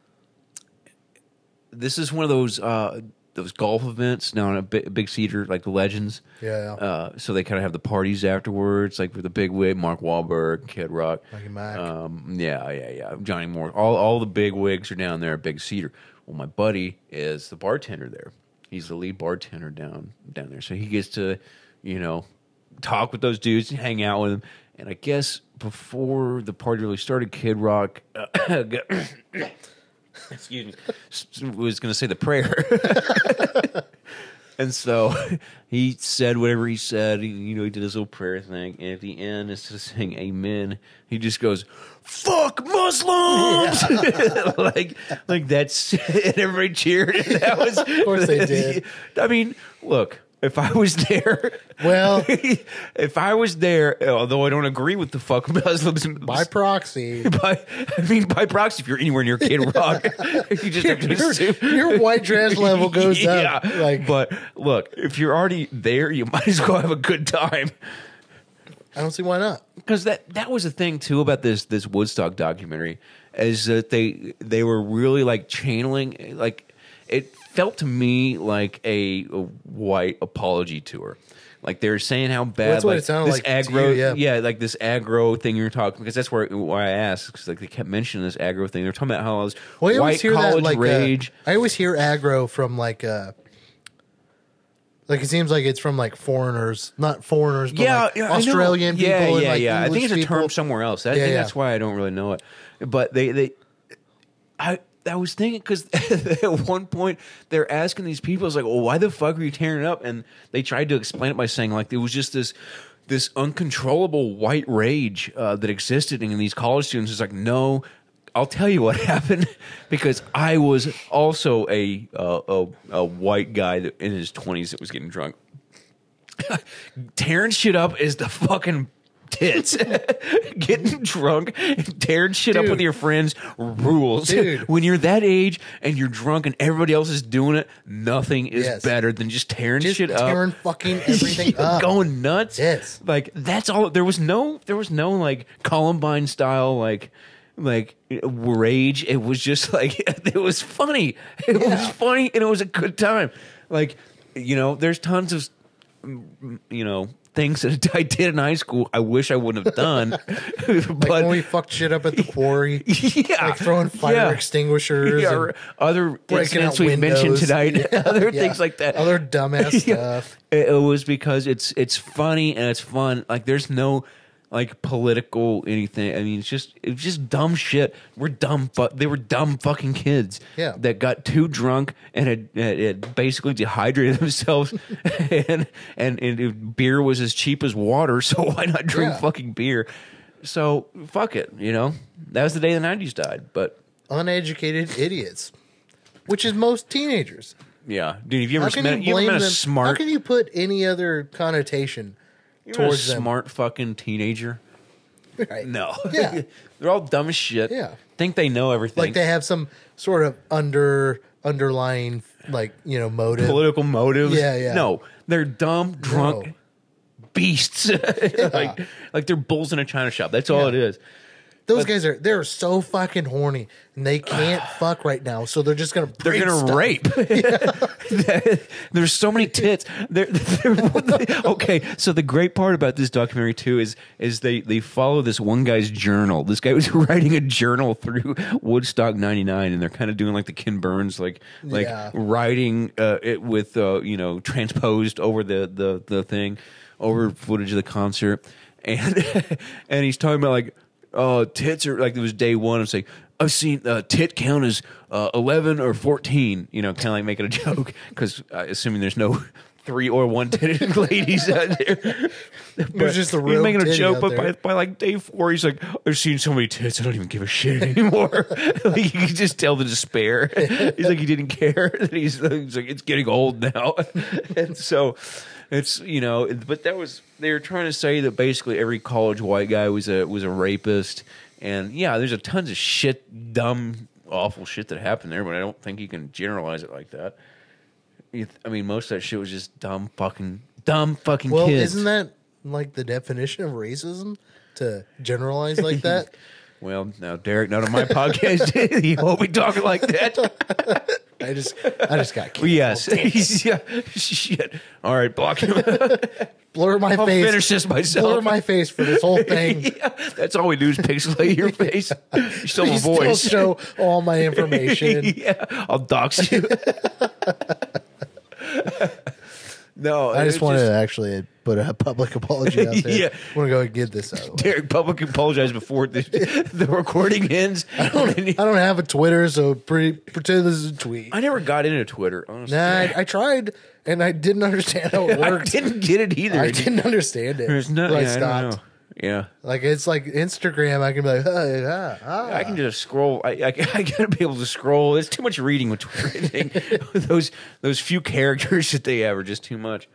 Speaker 2: this is one of those uh, those golf events now in a big, big cedar like the legends.
Speaker 1: Yeah.
Speaker 2: Uh, so they kind of have the parties afterwards, like with the big wig, Mark Wahlberg, Kid Rock.
Speaker 1: Mighty Mac.
Speaker 2: Um, yeah, yeah, yeah. Johnny Moore. All all the big wigs are down there at Big Cedar. Well, my buddy is the bartender there. He's the lead bartender down down there, so he gets to, you know, talk with those dudes and hang out with them. And I guess before the party really started, Kid Rock, uh, got- excuse me, s- s- was going to say the prayer. And so he said whatever he said. He, you know, he did his little prayer thing. And at the end, instead of saying amen, he just goes, fuck Muslims! like, like that's, and everybody cheered. And that was, of
Speaker 1: course they did.
Speaker 2: I mean, look, if I was there.
Speaker 1: Well-
Speaker 2: if I was there, although I don't agree with the fuck Muslims.
Speaker 1: By proxy,
Speaker 2: by, I mean, by proxy, if you're anywhere near Kid Rock, you just have to
Speaker 1: your,
Speaker 2: assume.
Speaker 1: your white trash level goes
Speaker 2: yeah,
Speaker 1: up. Like
Speaker 2: but look, if you're already there, you might as well have a good time.
Speaker 1: I don't see why not.
Speaker 2: because that that was the thing too about this this Woodstock documentary is that they they were really like channeling like it felt to me like a, a white apology tour. Like they were saying how bad
Speaker 1: that's what
Speaker 2: like,
Speaker 1: it sounded
Speaker 2: this
Speaker 1: like to
Speaker 2: aggro,
Speaker 1: you, yeah.
Speaker 2: like this aggro thing you're talking because that's where why I asked because like they kept mentioning this aggro thing. They're talking about how all this
Speaker 1: Well, I always
Speaker 2: white
Speaker 1: hear
Speaker 2: college
Speaker 1: that like uh,
Speaker 2: rage.
Speaker 1: I always hear aggro from like uh like it seems like it's from like foreigners, not foreigners, but
Speaker 2: yeah,
Speaker 1: like
Speaker 2: yeah, I know.
Speaker 1: Australian people.
Speaker 2: Yeah,
Speaker 1: and,
Speaker 2: yeah,
Speaker 1: like,
Speaker 2: yeah. I think
Speaker 1: English
Speaker 2: it's a
Speaker 1: people.
Speaker 2: term somewhere else. I
Speaker 1: Yeah,
Speaker 2: think
Speaker 1: yeah.
Speaker 2: that's why I don't really know it. But they, they, I, I was thinking because at one point they're asking these people, it's like, well, why the fuck are you tearing it up? And they tried to explain it by saying like it was just this. This uncontrollable white rage uh, that existed in these college students It's like, no, I'll tell you what happened because I was also a uh, a, a white guy that in his twenties that was getting drunk tearing shit up is the fucking tits. Getting drunk and tearing shit up with
Speaker 1: Dude.
Speaker 2: your friends rules.
Speaker 1: Dude.
Speaker 2: When you're that age and you're drunk and everybody else is doing it, nothing is
Speaker 1: Yes.
Speaker 2: better than just tearing
Speaker 1: Just
Speaker 2: shit
Speaker 1: tearing
Speaker 2: up.
Speaker 1: fucking everything
Speaker 2: You're
Speaker 1: up.
Speaker 2: going nuts.
Speaker 1: Yes.
Speaker 2: Like that's all there was no there was no like Columbine style like like rage. It was just like it was funny. It was
Speaker 1: Yeah.
Speaker 2: funny and it was a good time. Like, you know, there's tons of you know things that I did in high school I wish I wouldn't have done.
Speaker 1: Like
Speaker 2: but
Speaker 1: when we fucked shit up at the quarry,
Speaker 2: yeah,
Speaker 1: like throwing fire
Speaker 2: yeah.
Speaker 1: extinguishers,
Speaker 2: Yeah,
Speaker 1: and
Speaker 2: or other
Speaker 1: breaking out
Speaker 2: incidents we mentioned
Speaker 1: windows.
Speaker 2: tonight,
Speaker 1: Yeah,
Speaker 2: other
Speaker 1: yeah.
Speaker 2: things like that.
Speaker 1: other dumbass
Speaker 2: Yeah.
Speaker 1: stuff.
Speaker 2: It, it was because it's it's funny and it's fun. Like there's no like political anything. I mean, it's just it's just dumb shit. We're dumb, but they were dumb fucking kids.
Speaker 1: Yeah.
Speaker 2: that got too drunk and had, had, had basically dehydrated themselves, and and, and if beer was as cheap as water, so why not drink
Speaker 1: Yeah.
Speaker 2: fucking beer? So fuck it, you know. That was the day the '90s died, but.
Speaker 1: Uneducated idiots, which is most teenagers.
Speaker 2: Yeah, dude. Have you
Speaker 1: How
Speaker 2: ever
Speaker 1: can
Speaker 2: met,
Speaker 1: you
Speaker 2: you ever
Speaker 1: blame
Speaker 2: met a
Speaker 1: them? How
Speaker 2: smart,
Speaker 1: can you put any other connotation
Speaker 2: you ever met a
Speaker 1: towards them?
Speaker 2: smart fucking teenager?
Speaker 1: Right.
Speaker 2: No.
Speaker 1: Yeah.
Speaker 2: They're all dumb as shit.
Speaker 1: Yeah.
Speaker 2: Think they know everything.
Speaker 1: like they have some sort of under underlying like you know motive.
Speaker 2: Political motives.
Speaker 1: Yeah, yeah.
Speaker 2: No. They're dumb, drunk beasts. like like they're bulls in a china shop. That's all
Speaker 1: Yeah.
Speaker 2: it is.
Speaker 1: Those guys are they're so fucking horny and they can't fuck right now, so they're just gonna
Speaker 2: They're
Speaker 1: break
Speaker 2: gonna
Speaker 1: stuff.
Speaker 2: rape. There's so many tits. They're, they're- okay, so the great part about this documentary too is is they they follow this one guy's journal. This guy was writing a journal through Woodstock '99, and they're kind of doing like the Ken Burns, like like
Speaker 1: Yeah.
Speaker 2: writing uh, it with uh, you know transposed over the the the thing over footage of the concert, and and he's talking about like uh, tits are like it was day one. I'm saying I've seen uh, tit count as uh, eleven or fourteen. You know, kind of like making a joke because uh, assuming there's no three or one titted ladies out there. But
Speaker 1: just a
Speaker 2: he's
Speaker 1: real
Speaker 2: making a
Speaker 1: titty
Speaker 2: joke,
Speaker 1: out
Speaker 2: but by,
Speaker 1: there.
Speaker 2: by like day four, he's like, I've seen so many tits, I don't even give a shit anymore. like you can just tell the despair. he's like, he didn't care. he's, he's like, it's getting old now, and so it's you know, but that was they were trying to say that basically every college white guy was a was a rapist, and yeah, there's a tons of shit, dumb, awful shit that happened there, but I don't think you can generalize it like that. You th- I mean, most of that shit was just dumb fucking. Dumb fucking
Speaker 1: Well,
Speaker 2: kids.
Speaker 1: isn't that like the definition of racism to generalize like that?
Speaker 2: Well, now Derek, not on my podcast. you won't be talking like that.
Speaker 1: I just I just got kicked.
Speaker 2: yes. yeah. Shit. All right, block him.
Speaker 1: blur my
Speaker 2: I'll
Speaker 1: face,
Speaker 2: finish this myself.
Speaker 1: blur my face for this whole thing.
Speaker 2: yeah, that's all we do is pixelate your face. You still have a
Speaker 1: Please still show
Speaker 2: voice.
Speaker 1: all my information.
Speaker 2: yeah, I'll dox you. no,
Speaker 1: I
Speaker 2: it
Speaker 1: just
Speaker 2: was
Speaker 1: wanted to actually put a public apology out there.
Speaker 2: Yeah.
Speaker 1: want to go and get this out.
Speaker 2: Derek public apologize before the, the recording ends. I,
Speaker 1: I don't have a Twitter, so pre- pretend this is a tweet.
Speaker 2: never got into Twitter. Honestly,
Speaker 1: Nah, I, I tried and I didn't understand how it
Speaker 2: I
Speaker 1: worked.
Speaker 2: didn't get it either.
Speaker 1: I didn't understand it.
Speaker 2: There's no.
Speaker 1: but I
Speaker 2: yeah, I don't
Speaker 1: stopped.
Speaker 2: know. Yeah.
Speaker 1: Like it's like Instagram. I can be like, ah, "Huh, huh, huh."
Speaker 2: I can just scroll. I, I, I gotta be able to scroll. There's too much reading with Twitter. I think. those those few characters that they have are just too much.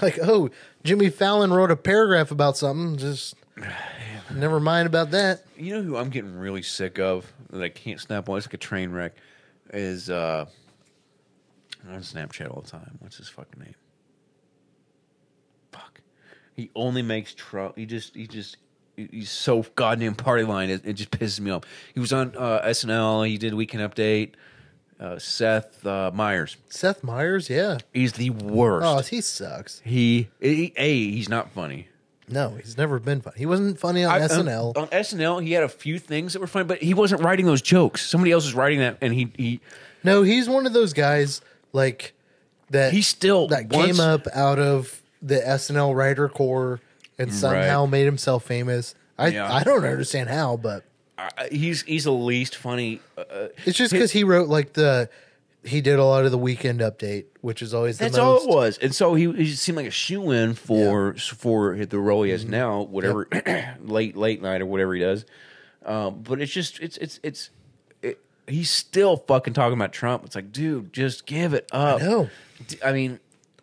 Speaker 1: Like, oh, Jimmy Fallon wrote a paragraph about something. Just never mind about that.
Speaker 2: You know who I'm getting really sick of that I can't snap on. It's like a train wreck. Is uh, I'm on Snapchat all the time. What's his fucking name? Fuck. He only makes trouble. He just he just he- he's so goddamn party line. It, it just pisses me off. He was on uh, SNL. He did Weekend Update. Uh, Seth uh, Myers.
Speaker 1: Seth Meyers, yeah.
Speaker 2: He's the worst.
Speaker 1: Oh, he sucks.
Speaker 2: He, he a he's not funny.
Speaker 1: No, he's never been funny. He wasn't funny on
Speaker 2: I- um,
Speaker 1: SNL.
Speaker 2: On, SNL, he had a few things that were funny, but he wasn't writing those jokes. Somebody else was writing that, and he he
Speaker 1: no, he's one of those guys like that.
Speaker 2: he still
Speaker 1: that
Speaker 2: once-
Speaker 1: came up out of the SNL writer corps and somehow made himself famous. I
Speaker 2: Yeah.
Speaker 1: I don't understand how, but
Speaker 2: I- he's he's the least funny. Uh, uh,
Speaker 1: it's just because he wrote like the he did a lot of the weekend update, which is always
Speaker 2: that's
Speaker 1: the
Speaker 2: all
Speaker 1: most.
Speaker 2: it was, and so he, he seemed like a shoe in for for the role he has
Speaker 1: Mm-hmm.
Speaker 2: now, whatever late late night or whatever he does. Um, but it's just it's it's it's. It, He's still fucking talking about Trump. It's like, dude, just give it up.
Speaker 1: know.
Speaker 2: D- I mean,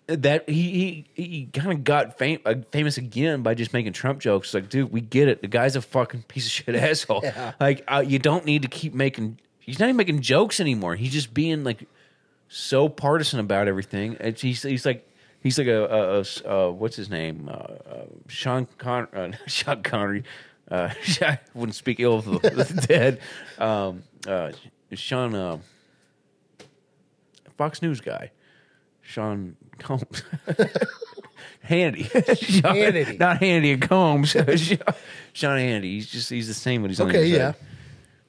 Speaker 2: that he he, he kind of got fam- uh, famous again by just making Trump jokes. Like, dude, we get it. The guy's a fucking piece of shit asshole.
Speaker 1: Yeah.
Speaker 2: Like, uh, you don't need to keep making. He's not even making jokes anymore. He's just being like so partisan about everything. It's, he's he's like. He's like a, a- a s- uh, what's his name, uh, uh, Sean Con- uh, not Sean Connery. Uh, I wouldn't speak ill of the, the dead. Um, uh, Sean uh, Fox News guy, Sean Combs. Handy, Sean,
Speaker 1: Hannity.
Speaker 2: not Handy and Combs. Sean, Sean Handy. He's just he's the same, but he's on the
Speaker 1: Okay,
Speaker 2: other side.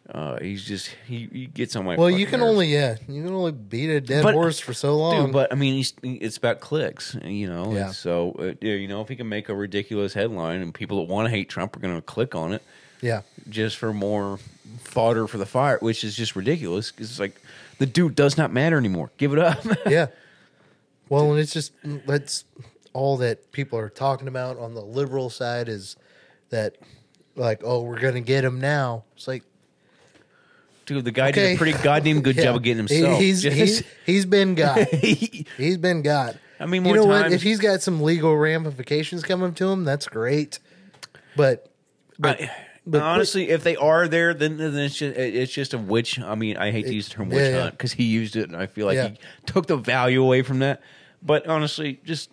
Speaker 2: Uh, he's just he, he gets on my.
Speaker 1: Well, you
Speaker 2: fucking
Speaker 1: can
Speaker 2: nerves.
Speaker 1: only yeah, you can only beat a dead
Speaker 2: But-
Speaker 1: horse for so long.
Speaker 2: Dude, but I mean, he's, it's about clicks, you know. and
Speaker 1: Yeah.
Speaker 2: so uh, yeah, you know, if he can make a ridiculous headline and people that want to hate Trump are going to click on it
Speaker 1: yeah,
Speaker 2: just for more fodder for the fire, which is just ridiculous. 'cause it's like the dude does not matter anymore. Give it up.
Speaker 1: yeah. Well, and it's just that's all that people are talking about on the liberal side is that like oh we're gonna get him now. It's like
Speaker 2: Dude, the guy did
Speaker 1: Okay.
Speaker 2: a pretty goddamn good
Speaker 1: yeah,
Speaker 2: job of getting
Speaker 1: he-
Speaker 2: himself.
Speaker 1: He's
Speaker 2: Just-
Speaker 1: he's, he's been got.
Speaker 2: he-
Speaker 1: He's been got.
Speaker 2: I mean,
Speaker 1: you
Speaker 2: more
Speaker 1: know what?
Speaker 2: times-
Speaker 1: If he's got some legal ramifications coming to him, that's great. But
Speaker 2: I- honestly, if they are there, then, then it's just it- it's just a witch. I mean, I hate to use the term witch
Speaker 1: yeah, yeah.
Speaker 2: hunt because he used it, and I feel like
Speaker 1: Yeah.
Speaker 2: he took the value away from that. But honestly, just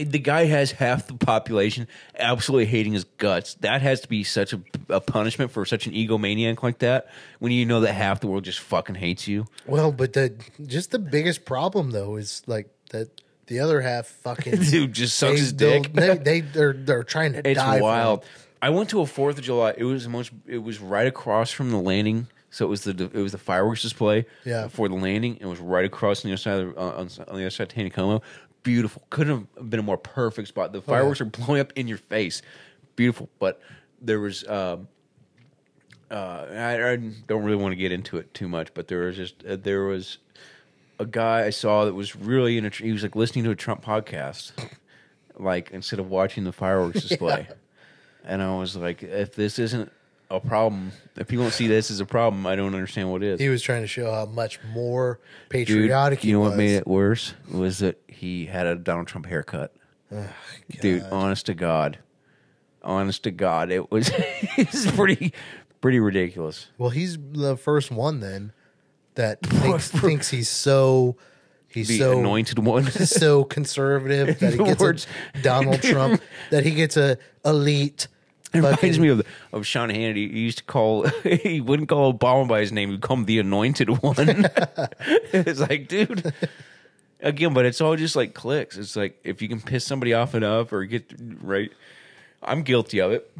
Speaker 2: the guy has half the population absolutely hating his guts. That has to be such a, a punishment for such an egomaniac like that. When you know that half the world just fucking hates you.
Speaker 1: well, but the just the biggest problem though is like that the other half fucking
Speaker 2: Dude just sucks
Speaker 1: they,
Speaker 2: his
Speaker 1: they'll-
Speaker 2: dick.
Speaker 1: They they they're they're trying to
Speaker 2: It's
Speaker 1: die. for
Speaker 2: wild.
Speaker 1: him.
Speaker 2: I went to a Fourth of July. It was the most. It was right across from the landing. So it was the it was the fireworks display.
Speaker 1: Yeah.
Speaker 2: For the landing, it was right across on the other side of the, uh, on, on the other side of Tanacomo. Beautiful. Couldn't have been a more perfect spot. The fireworks are blowing up in your face. Beautiful. But there was. Um, uh, I, I don't really want to get into it too much, but there was just uh, there was a guy I saw that was really in a, he was like listening to a Trump podcast, like instead of watching the fireworks display. And I was like, if this isn't a problem, if people don't see this as a problem, I don't understand what is.
Speaker 1: He was trying to show how much more
Speaker 2: Dude,
Speaker 1: patriotic he
Speaker 2: you know
Speaker 1: was.
Speaker 2: what made it worse was that he had a Donald Trump haircut. Dude, honest to God, honest to God, it was it's pretty pretty ridiculous.
Speaker 1: Well, he's the first one then that thinks, thinks he's so he's
Speaker 2: The
Speaker 1: so
Speaker 2: anointed one.
Speaker 1: so conservative that he
Speaker 2: The
Speaker 1: gets
Speaker 2: words-
Speaker 1: a Donald Trump, that he gets a elite.
Speaker 2: It reminds
Speaker 1: fucking-
Speaker 2: me of of Sean Hannity. He used to call he wouldn't call Obama by his name. He'd call him the Anointed One. it's like, dude. Again, but it's all just like clicks. It's like if you can piss somebody off enough or get right. I'm guilty of it.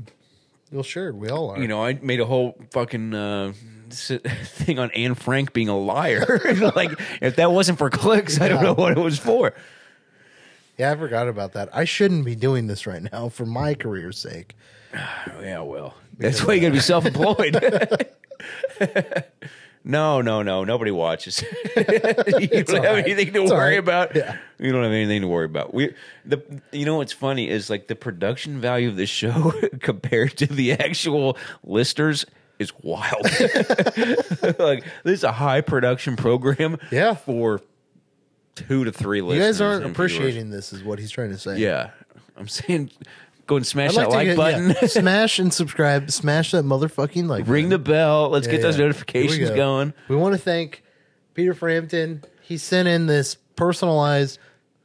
Speaker 1: Well, sure, we all are.
Speaker 2: You know, I made a whole fucking uh, si- thing on Anne Frank being a liar. like, if that wasn't for clicks, I don't know what it was for.
Speaker 1: yeah, I forgot about that. I shouldn't be doing this right now for my career's sake.
Speaker 2: Yeah, well, that's why you got to be self-employed. no, no, no. Nobody watches. you don't have
Speaker 1: all right.
Speaker 2: anything to
Speaker 1: It's all
Speaker 2: worry
Speaker 1: right.
Speaker 2: about.
Speaker 1: Yeah.
Speaker 2: You don't have anything to worry about. We, the, you know what's funny is like the production value of this show compared to the actual listeners is wild. like this is a high production program.
Speaker 1: Yeah.
Speaker 2: For two to three
Speaker 1: You
Speaker 2: listeners.
Speaker 1: guys aren't
Speaker 2: and viewers.
Speaker 1: appreciating this, is what he's trying to say.
Speaker 2: Yeah, I'm saying, go and smash
Speaker 1: I'd
Speaker 2: that
Speaker 1: to
Speaker 2: like
Speaker 1: get-
Speaker 2: button.
Speaker 1: yeah, smash and subscribe. Smash that motherfucking like.
Speaker 2: Ring the bell. Let's get
Speaker 1: Yeah,
Speaker 2: those
Speaker 1: yeah.
Speaker 2: notifications
Speaker 1: Here we go.
Speaker 2: going.
Speaker 1: We want to thank Peter Frampton. He sent in this personalized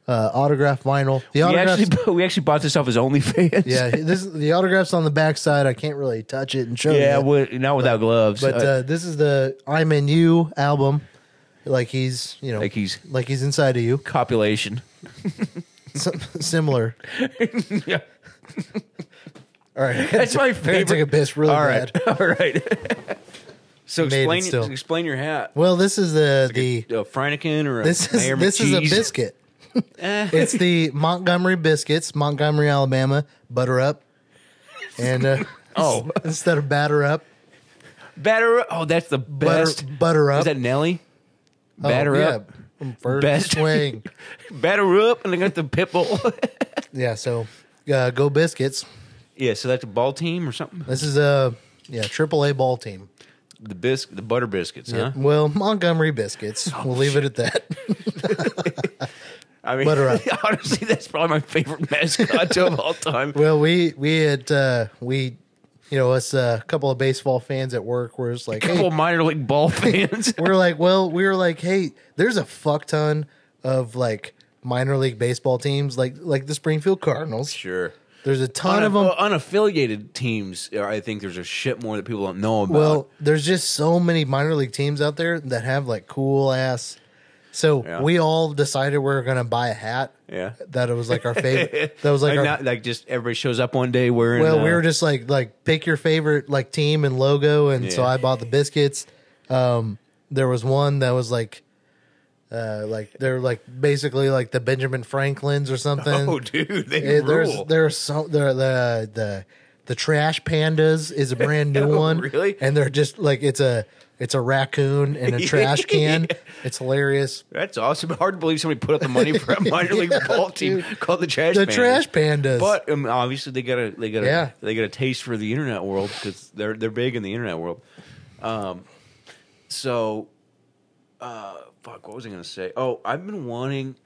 Speaker 1: uh, autograph vinyl. The
Speaker 2: We
Speaker 1: autographs,
Speaker 2: actually, bu- we actually bought this off his OnlyFans.
Speaker 1: yeah, this is the autographs on the backside. I can't really touch it and show.
Speaker 2: yeah,
Speaker 1: you.
Speaker 2: wi- not without gloves.
Speaker 1: but
Speaker 2: Uh,
Speaker 1: uh, this is the I'm in You album. Like he's, you know,
Speaker 2: like he's
Speaker 1: like he's inside of you.
Speaker 2: copulation.
Speaker 1: Sim- similar.
Speaker 2: yeah,
Speaker 1: All right,
Speaker 2: that's my
Speaker 1: I
Speaker 2: favorite.
Speaker 1: took a piss really
Speaker 2: All
Speaker 1: bad.
Speaker 2: right, all right. so
Speaker 1: Made it
Speaker 2: explain,
Speaker 1: still.
Speaker 2: explain your hat.
Speaker 1: Well, this is the the
Speaker 2: A Franikin or a
Speaker 1: this is
Speaker 2: Mayor
Speaker 1: this is a
Speaker 2: McCheese?
Speaker 1: biscuit.
Speaker 2: Eh.
Speaker 1: It's the Montgomery biscuits, Montgomery, Alabama. Butter up, and uh,
Speaker 2: Oh.
Speaker 1: instead of batter up,
Speaker 2: Batter. Oh, that's the
Speaker 1: butter
Speaker 2: best.
Speaker 1: butter up.
Speaker 2: Is that Nelly?
Speaker 1: Oh,
Speaker 2: Batter
Speaker 1: yeah.
Speaker 2: up.
Speaker 1: First
Speaker 2: Best.
Speaker 1: swing.
Speaker 2: Batter up, and they got the pit bull.
Speaker 1: Yeah, so uh, go biscuits.
Speaker 2: yeah, so that's a ball team or something.
Speaker 1: This is a yeah AAA ball team.
Speaker 2: The bisc, the butter biscuits, huh? Oh,
Speaker 1: Well, Montgomery biscuits. we'll leave it at that.
Speaker 2: I mean,
Speaker 1: Butter up.
Speaker 2: honestly, that's probably my favorite mascot of all time.
Speaker 1: Well, we we at uh, we, you know, us uh, a couple of baseball fans at work were just like,
Speaker 2: Couple
Speaker 1: hey,
Speaker 2: minor league ball fans.
Speaker 1: we're like, well, we were like, hey, there's a fuck ton of like minor league baseball teams, like like the Springfield Cardinals.
Speaker 2: sure.
Speaker 1: There's a ton
Speaker 2: Una-
Speaker 1: of them.
Speaker 2: unaffiliated teams. uh, I think there's a shit more that people don't know about.
Speaker 1: Well, there's just so many minor league teams out there that have like cool ass. So
Speaker 2: Yeah.
Speaker 1: we all decided we were gonna buy a hat.
Speaker 2: Yeah.
Speaker 1: that it was like our favorite. that was like
Speaker 2: like,
Speaker 1: our.
Speaker 2: not, like just everybody shows up one day wearing.
Speaker 1: well,
Speaker 2: uh,
Speaker 1: we were just like like pick your favorite like team and logo, and so
Speaker 2: Yeah.
Speaker 1: I bought the biscuits. Um, there was one that was like. Uh, like they're like basically like the Benjamin Franklins or something.
Speaker 2: Oh, dude, they
Speaker 1: Eh, there's
Speaker 2: rule.
Speaker 1: there's so there the the the trash pandas is a brand new
Speaker 2: Oh,
Speaker 1: one.
Speaker 2: really?
Speaker 1: And they're just like it's a it's a raccoon in a trash can. It's hilarious.
Speaker 2: That's awesome. Hard to believe somebody put up the money for a minor league ball team called the Trash.
Speaker 1: The
Speaker 2: Pandas.
Speaker 1: trash pandas.
Speaker 2: But um, obviously they got a they got a
Speaker 1: Yeah.
Speaker 2: they got a taste for the internet world because they're they're big in the internet world. Um, so, uh, fuck, what was I gonna say? Oh, I've been wanting.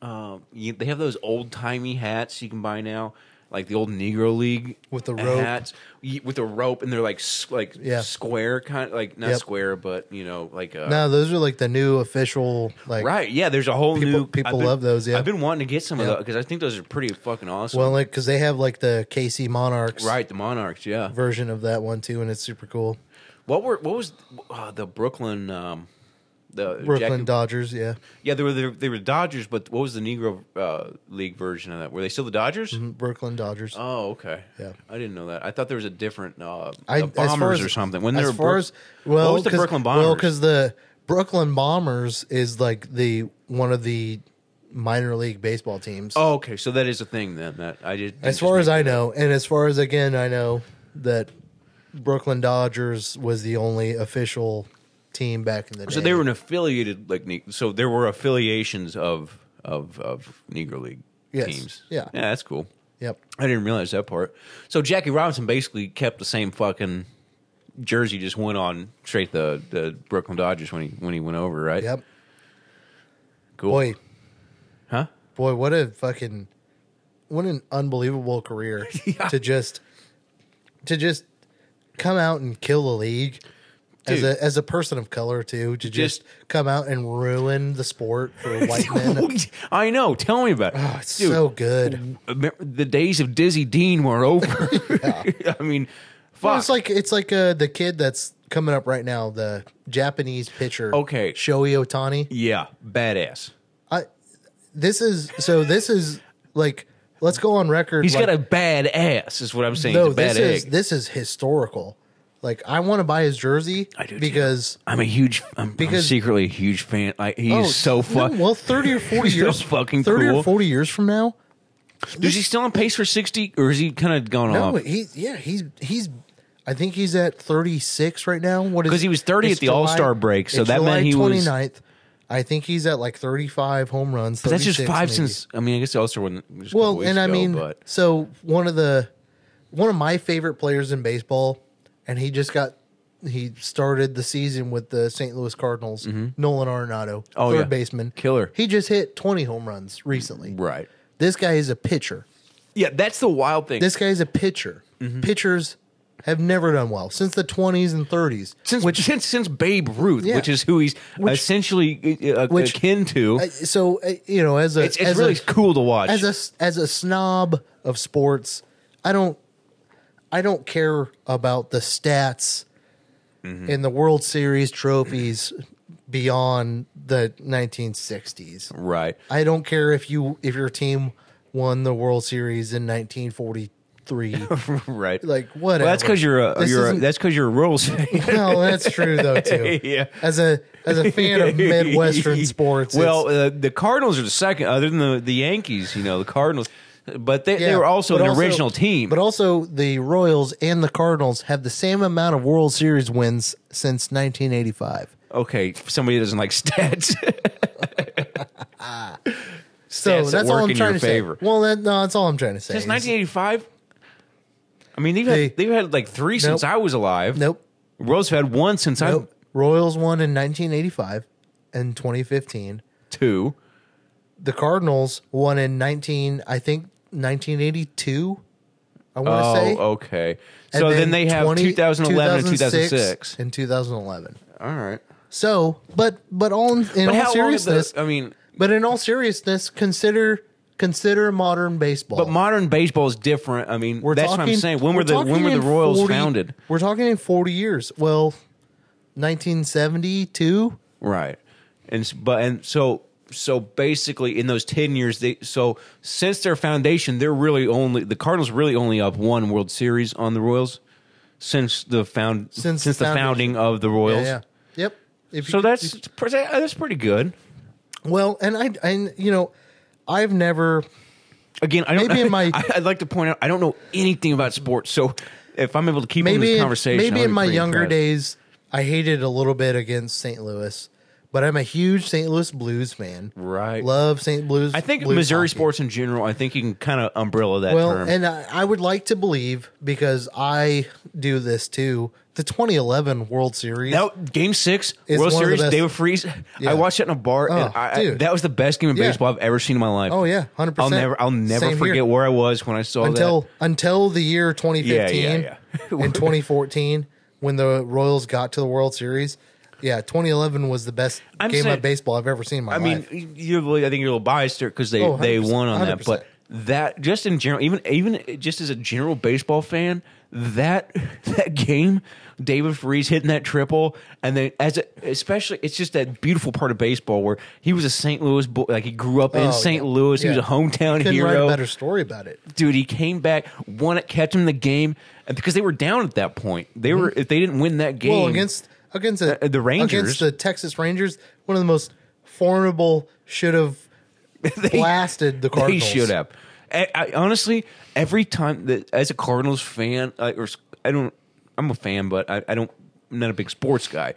Speaker 2: Um, you, they have those old timey hats you can buy now, like the old Negro League
Speaker 1: With the rope.
Speaker 2: hats y- with a rope, and they're like s- like
Speaker 1: Yeah.
Speaker 2: square kind, like not
Speaker 1: Yep.
Speaker 2: square, but you know, like uh,
Speaker 1: no, those are like the new official like
Speaker 2: Right. Yeah. There's a whole
Speaker 1: People-
Speaker 2: new
Speaker 1: people
Speaker 2: I've been-
Speaker 1: love those, yeah.
Speaker 2: I've been wanting to get some
Speaker 1: Yeah.
Speaker 2: of those because I think those are pretty fucking awesome.
Speaker 1: well like cuz they have like the KC Monarchs
Speaker 2: right. The Monarchs. Yeah.
Speaker 1: version of that one too and it's super cool.
Speaker 2: What were what was uh, the Brooklyn um the
Speaker 1: Brooklyn
Speaker 2: Jackie-
Speaker 1: Dodgers, yeah.
Speaker 2: yeah, they were they were- they were Dodgers, but what was the Negro uh, League version of that? Were they still the Dodgers?
Speaker 1: Brooklyn Dodgers.
Speaker 2: Oh, okay.
Speaker 1: Mm-hmm. Yeah.
Speaker 2: I didn't know that. I thought there was a different uh,
Speaker 1: I,
Speaker 2: the
Speaker 1: as far
Speaker 2: Bombers
Speaker 1: as-
Speaker 2: or something. When they
Speaker 1: as
Speaker 2: were
Speaker 1: far
Speaker 2: Brook-
Speaker 1: as, well,
Speaker 2: what was the
Speaker 1: 'cause-
Speaker 2: Brooklyn
Speaker 1: Well,
Speaker 2: Bombers?
Speaker 1: because the Brooklyn Bombers is like the one of the minor league baseball teams,
Speaker 2: oh, okay. So that is a thing then. That I did.
Speaker 1: as far as I know, and as far as again I know that Brooklyn Dodgers was the only official team back in the day.
Speaker 2: so they were an affiliated like ne- so there were affiliations of of of Negro League
Speaker 1: Yes.
Speaker 2: teams.
Speaker 1: Yeah.
Speaker 2: yeah, that's cool.
Speaker 1: Yep.
Speaker 2: I didn't realize that part. So Jackie Robinson basically kept the same fucking jersey, just went on straight the the Brooklyn Dodgers when he when he went over, right?
Speaker 1: Yep.
Speaker 2: Cool.
Speaker 1: Boy,
Speaker 2: Huh?
Speaker 1: boy, what a fucking what an unbelievable career
Speaker 2: Yeah.
Speaker 1: to just to just come out and kill the league as
Speaker 2: Dude.
Speaker 1: a as a person of color too to just,
Speaker 2: Just-
Speaker 1: come out and ruin the sport for white men.
Speaker 2: I know. Tell me about it.
Speaker 1: Oh, it's so good.
Speaker 2: Amer- The days of Dizzy Dean were over. I mean, fuck.
Speaker 1: Well, it's like it's like uh, the kid that's coming up right now, the Japanese pitcher.
Speaker 2: Okay.
Speaker 1: Shohei Otani.
Speaker 2: yeah, badass.
Speaker 1: I this is so this is like let's go on record.
Speaker 2: He's
Speaker 1: like,
Speaker 2: got a bad ass, is what I'm saying.
Speaker 1: no,
Speaker 2: He's a bad
Speaker 1: this is
Speaker 2: egg.
Speaker 1: this is historical. Like I want to buy his jersey
Speaker 2: I do, too.
Speaker 1: because
Speaker 2: I'm a huge, I'm, I'm
Speaker 1: Because-
Speaker 2: secretly a huge fan. Like, he
Speaker 1: oh
Speaker 2: is so fuck.
Speaker 1: no, well, thirty or forty
Speaker 2: He's so
Speaker 1: years,
Speaker 2: fucking
Speaker 1: thirty
Speaker 2: cool.
Speaker 1: or forty years from now.
Speaker 2: Is he still on pace for 60 or is he kind of gone
Speaker 1: No,
Speaker 2: off?
Speaker 1: he yeah he's he's. I think he's at 36 right now. What is
Speaker 2: 'Cause he was 30
Speaker 1: it's
Speaker 2: at the All-Star
Speaker 1: July-
Speaker 2: break, so
Speaker 1: it's
Speaker 2: that meant
Speaker 1: July
Speaker 2: he was-
Speaker 1: 29th. I think he's at like 35 home runs.
Speaker 2: That's just
Speaker 1: 36
Speaker 2: five
Speaker 1: maybe.
Speaker 2: since. I mean, I guess the Ulster one. Was well,
Speaker 1: Well, and I mean,
Speaker 2: but
Speaker 1: so one of the one of my favorite players in baseball, and he just got he started the season with the St. Louis Cardinals. Nolan Arenado,
Speaker 2: Mm-hmm. Oh,
Speaker 1: third
Speaker 2: yeah.
Speaker 1: baseman,
Speaker 2: Killer.
Speaker 1: He just hit twenty home runs recently.
Speaker 2: Right.
Speaker 1: This guy is a pitcher.
Speaker 2: Yeah, that's the wild thing.
Speaker 1: This guy is a pitcher.
Speaker 2: Mm-hmm.
Speaker 1: Pitchers have never done well since the twenties and thirties.
Speaker 2: since since since Babe Ruth,
Speaker 1: Yeah.
Speaker 2: which is who he's
Speaker 1: Which-
Speaker 2: essentially uh, uh,
Speaker 1: which-
Speaker 2: akin to.
Speaker 1: So uh, you know, as a
Speaker 2: it's it's
Speaker 1: as
Speaker 2: really
Speaker 1: a,
Speaker 2: cool to watch.
Speaker 1: as a s- as a snob of sports, I don't I don't care about the stats
Speaker 2: Mm-hmm.
Speaker 1: in the World Series trophies beyond the 1960s.
Speaker 2: right.
Speaker 1: I don't care if you if your team won the World Series in 1943.
Speaker 2: right.
Speaker 1: like
Speaker 2: well,
Speaker 1: whatever.
Speaker 2: that's because you're a
Speaker 1: This
Speaker 2: you're a,
Speaker 1: isn't-
Speaker 2: that's because you're a rules fan.
Speaker 1: well, that's true though too.
Speaker 2: Yeah.
Speaker 1: As a as a fan of Midwestern sports, it's-
Speaker 2: well, uh, the Cardinals are the second, other than the, the Yankees. You know, the Cardinals, but they, they
Speaker 1: Yeah,
Speaker 2: were also
Speaker 1: but
Speaker 2: an original team.
Speaker 1: But also, the Royals and the Cardinals have the same amount of World Series wins since 1985.
Speaker 2: okay, somebody that doesn't like stats.
Speaker 1: So
Speaker 2: Stats that
Speaker 1: that's all
Speaker 2: work
Speaker 1: I'm
Speaker 2: in
Speaker 1: trying
Speaker 2: your
Speaker 1: to
Speaker 2: favor.
Speaker 1: say. Well, that, no, that's all I'm trying to say.
Speaker 2: Since
Speaker 1: is-
Speaker 2: 1985. I mean, they've
Speaker 1: They-
Speaker 2: had, they've had like three since
Speaker 1: Nope.
Speaker 2: I was alive.
Speaker 1: nope,
Speaker 2: Rose had one since I
Speaker 1: nope. Royals won in 1985 and 2015.
Speaker 2: two.
Speaker 1: The Cardinals won in 19, I think 1982. I want to
Speaker 2: Oh,
Speaker 1: say.
Speaker 2: okay.
Speaker 1: And
Speaker 2: So then, they have
Speaker 1: 20
Speaker 2: 2011 and 2006.
Speaker 1: and 2011.
Speaker 2: All right.
Speaker 1: So, but but all in, in
Speaker 2: But
Speaker 1: all
Speaker 2: how long is
Speaker 1: seriousness,
Speaker 2: this? I mean,
Speaker 1: But in all seriousness, consider consider modern baseball.
Speaker 2: but modern baseball is different. I mean, that's what I'm saying. When were the when
Speaker 1: talking
Speaker 2: were the
Speaker 1: in
Speaker 2: Royals
Speaker 1: 40
Speaker 2: founded?
Speaker 1: We're talking in 40 years. Well, 1972.
Speaker 2: Right. And s- but and so so basically in those 10 years they so since their foundation they're really only the Cardinals really only up one World Series on the Royals since the found
Speaker 1: Since
Speaker 2: since,
Speaker 1: the
Speaker 2: the founding of the Royals.
Speaker 1: Yeah. Yep. If you
Speaker 2: So
Speaker 1: could-
Speaker 2: that's pre- that's pretty good.
Speaker 1: well, and I and you know, I've never
Speaker 2: Again, I don't
Speaker 1: Maybe in my-
Speaker 2: I, would like to point out I don't know anything about sports. So if I'm able to keep in
Speaker 1: maybe
Speaker 2: this
Speaker 1: in-
Speaker 2: conversation
Speaker 1: maybe
Speaker 2: I'll
Speaker 1: in
Speaker 2: be
Speaker 1: my
Speaker 2: pretty
Speaker 1: younger
Speaker 2: impressed.
Speaker 1: days I hated a little bit against St. Louis, but I'm a huge St. Louis Blues fan.
Speaker 2: Right.
Speaker 1: Love St. Blues.
Speaker 2: I think
Speaker 1: Blues
Speaker 2: Missouri
Speaker 1: hockey.
Speaker 2: sports in general, I think you can kind of umbrella that
Speaker 1: Well,
Speaker 2: term.
Speaker 1: and I, I would like to believe because I do this too. The 2011 World Series.
Speaker 2: Now, Game Six,
Speaker 1: It's one of
Speaker 2: World
Speaker 1: the
Speaker 2: Series,
Speaker 1: best-
Speaker 2: David Freeze.
Speaker 1: Yeah.
Speaker 2: I watched it in a bar, and
Speaker 1: Oh,
Speaker 2: I, I-
Speaker 1: dude.
Speaker 2: that was the best game of
Speaker 1: Yeah.
Speaker 2: baseball I've ever seen in my life.
Speaker 1: Oh yeah, hundred
Speaker 2: I'll
Speaker 1: percent.
Speaker 2: never, I'll never forget where I was when I saw
Speaker 1: until
Speaker 2: that.
Speaker 1: until the year 2015
Speaker 2: Yeah, yeah, yeah.
Speaker 1: and 2014 when the Royals got to the World Series. Yeah, 2011 was the best
Speaker 2: I'm
Speaker 1: game
Speaker 2: saying-
Speaker 1: of baseball I've ever seen in my
Speaker 2: I mean,
Speaker 1: life.
Speaker 2: you're, really- I think you're a little biased there because they,
Speaker 1: Oh,
Speaker 2: they
Speaker 1: 100%,
Speaker 2: won on that, but
Speaker 1: 100%.
Speaker 2: that just in general, even even just as a general baseball fan, that that game, David Freeze hitting that triple, and then as a, especially, it's just that beautiful part of baseball where he was a St. Louis boy, like he grew up in
Speaker 1: Oh,
Speaker 2: St.
Speaker 1: yeah.
Speaker 2: Louis, he was
Speaker 1: Yeah.
Speaker 2: a hometown
Speaker 1: Couldn't
Speaker 2: hero.
Speaker 1: write a better story about it.
Speaker 2: dude, he came back, won it, kept him in the game, and because they were down at that point, they were if they didn't win that game
Speaker 1: Mm-hmm. Well, against against the,
Speaker 2: Uh, the Rangers.
Speaker 1: against the Texas Rangers, one of the most formidable should have blasted the
Speaker 2: they
Speaker 1: Cardinals.
Speaker 2: should have. I, I, honestly, every time that as a Cardinals fan, I, or s- I don't, I'm a fan, but I, I don't, I'm not a big sports guy,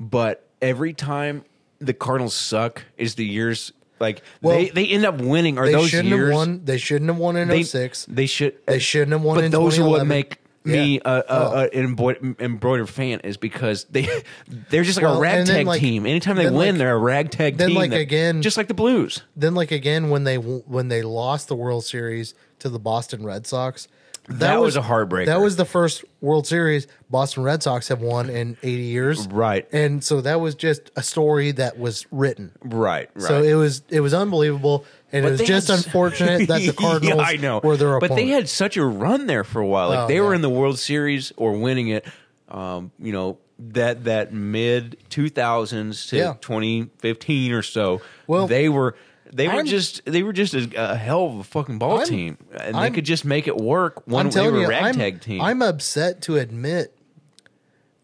Speaker 2: but every time the Cardinals suck is the years like
Speaker 1: Well,
Speaker 2: they they end up winning are
Speaker 1: They
Speaker 2: those
Speaker 1: shouldn't
Speaker 2: years
Speaker 1: have won. They shouldn't have won in
Speaker 2: they,
Speaker 1: 06.
Speaker 2: They should.
Speaker 1: They shouldn't have won
Speaker 2: But
Speaker 1: in
Speaker 2: those are what
Speaker 1: 2011.
Speaker 2: make me
Speaker 1: Yeah.
Speaker 2: a, a, a, an embroid- embroidered fan is because they they're just like
Speaker 1: Well,
Speaker 2: a
Speaker 1: and then,
Speaker 2: ragtag
Speaker 1: like-
Speaker 2: team. Anytime they
Speaker 1: then,
Speaker 2: win,
Speaker 1: like-
Speaker 2: they're a ragtag
Speaker 1: then,
Speaker 2: team.
Speaker 1: like,
Speaker 2: that-
Speaker 1: again-
Speaker 2: just like the Blues.
Speaker 1: then like again when they when they lost the World Series to the Boston Red Sox, that,
Speaker 2: was a heartbreaker.
Speaker 1: That was the first World Series Boston Red Sox have won in 80 years.
Speaker 2: Right.
Speaker 1: And so that was just a story that was written.
Speaker 2: Right. Right.
Speaker 1: So it was it was unbelievable and
Speaker 2: But
Speaker 1: it was
Speaker 2: they
Speaker 1: just
Speaker 2: had s-
Speaker 1: unfortunate that the
Speaker 2: Yeah,
Speaker 1: Cardinals
Speaker 2: I know.
Speaker 1: were their
Speaker 2: but
Speaker 1: opponent.
Speaker 2: they had such a run there for a while. Like
Speaker 1: Oh,
Speaker 2: they were
Speaker 1: yeah.
Speaker 2: in the World Series or winning it. Um, you know that that mid two thousands to
Speaker 1: Yeah.
Speaker 2: twenty fifteen or so.
Speaker 1: Well,
Speaker 2: they were they were
Speaker 1: I'm-
Speaker 2: just they were just a, a hell of a fucking ball
Speaker 1: I'm-
Speaker 2: team, and they
Speaker 1: I'm-
Speaker 2: could just make it work. One
Speaker 1: I'm
Speaker 2: they
Speaker 1: telling
Speaker 2: were a
Speaker 1: you,
Speaker 2: ragtag
Speaker 1: I'm,
Speaker 2: team.
Speaker 1: I'm upset to admit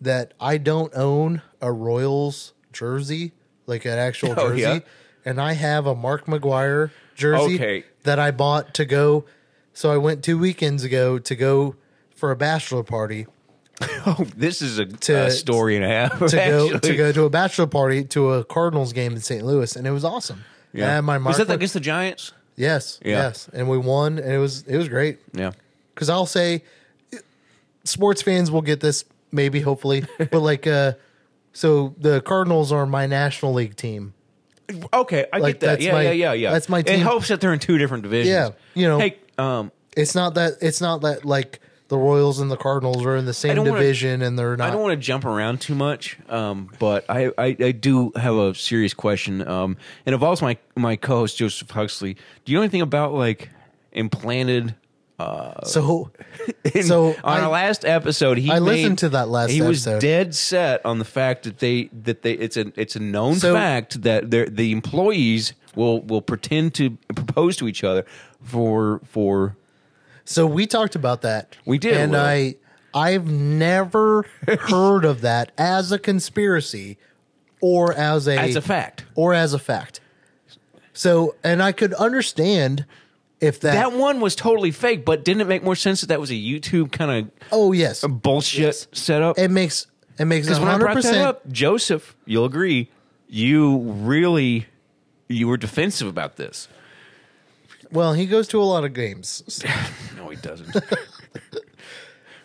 Speaker 1: that I don't own a Royals jersey, like an actual
Speaker 2: Oh,
Speaker 1: jersey,
Speaker 2: yeah?
Speaker 1: and I have a Mark McGuire jersey
Speaker 2: Okay.
Speaker 1: that I bought to go. So I went two weekends ago to go for a bachelor party
Speaker 2: oh, this is a,
Speaker 1: To-
Speaker 2: a story and a
Speaker 1: to
Speaker 2: half.
Speaker 1: go to
Speaker 2: actually.
Speaker 1: go to a bachelor party to a Cardinals game in St. Louis, and it was awesome. Yeah,
Speaker 2: yeah.
Speaker 1: my Mark
Speaker 2: was that
Speaker 1: Mc-
Speaker 2: against the Giants?
Speaker 1: yes,
Speaker 2: Yeah.
Speaker 1: yes, and we won, and it was it was great.
Speaker 2: Yeah.
Speaker 1: because I'll say sports fans will get this maybe, hopefully. but like, uh, so the Cardinals are my National League team.
Speaker 2: Okay, I
Speaker 1: Like,
Speaker 2: get that.
Speaker 1: that's
Speaker 2: Yeah,
Speaker 1: my-
Speaker 2: yeah, yeah, yeah.
Speaker 1: that's my team.
Speaker 2: It helps that they're in two different divisions.
Speaker 1: Yeah, you know.
Speaker 2: Hey, um,
Speaker 1: It's not that it's not that like the Royals and the Cardinals are in the same
Speaker 2: don't wanna-
Speaker 1: division and they're
Speaker 2: I
Speaker 1: not.
Speaker 2: don't want to jump around too much, um, but I, I, I do have a serious question. Um, it involves my my co-host Joseph Huxley. Do you know anything about like implanted? Uh,
Speaker 1: so
Speaker 2: in-
Speaker 1: So,
Speaker 2: on
Speaker 1: I-
Speaker 2: our last episode, he
Speaker 1: I
Speaker 2: made-
Speaker 1: listened to that last
Speaker 2: He was
Speaker 1: episode.
Speaker 2: dead set on the fact that they that they it's a it's a known
Speaker 1: So-
Speaker 2: fact that they're- the employees will will pretend to propose to each other for for
Speaker 1: so we talked about that.
Speaker 2: We did,
Speaker 1: and
Speaker 2: Will.
Speaker 1: I I've never heard of that as a conspiracy or as a
Speaker 2: as a fact.
Speaker 1: or as a fact. So, and I could understand if that.
Speaker 2: That one was totally fake, but didn't it make more sense that that was a YouTube kind of
Speaker 1: oh yes,
Speaker 2: bullshit setup?
Speaker 1: it makes it makes
Speaker 2: Because when I
Speaker 1: hundred
Speaker 2: brought that
Speaker 1: percent.
Speaker 2: up, Joseph, you'll agree, you really you were defensive about this.
Speaker 1: Well, he goes to a lot of games.
Speaker 2: No, he doesn't.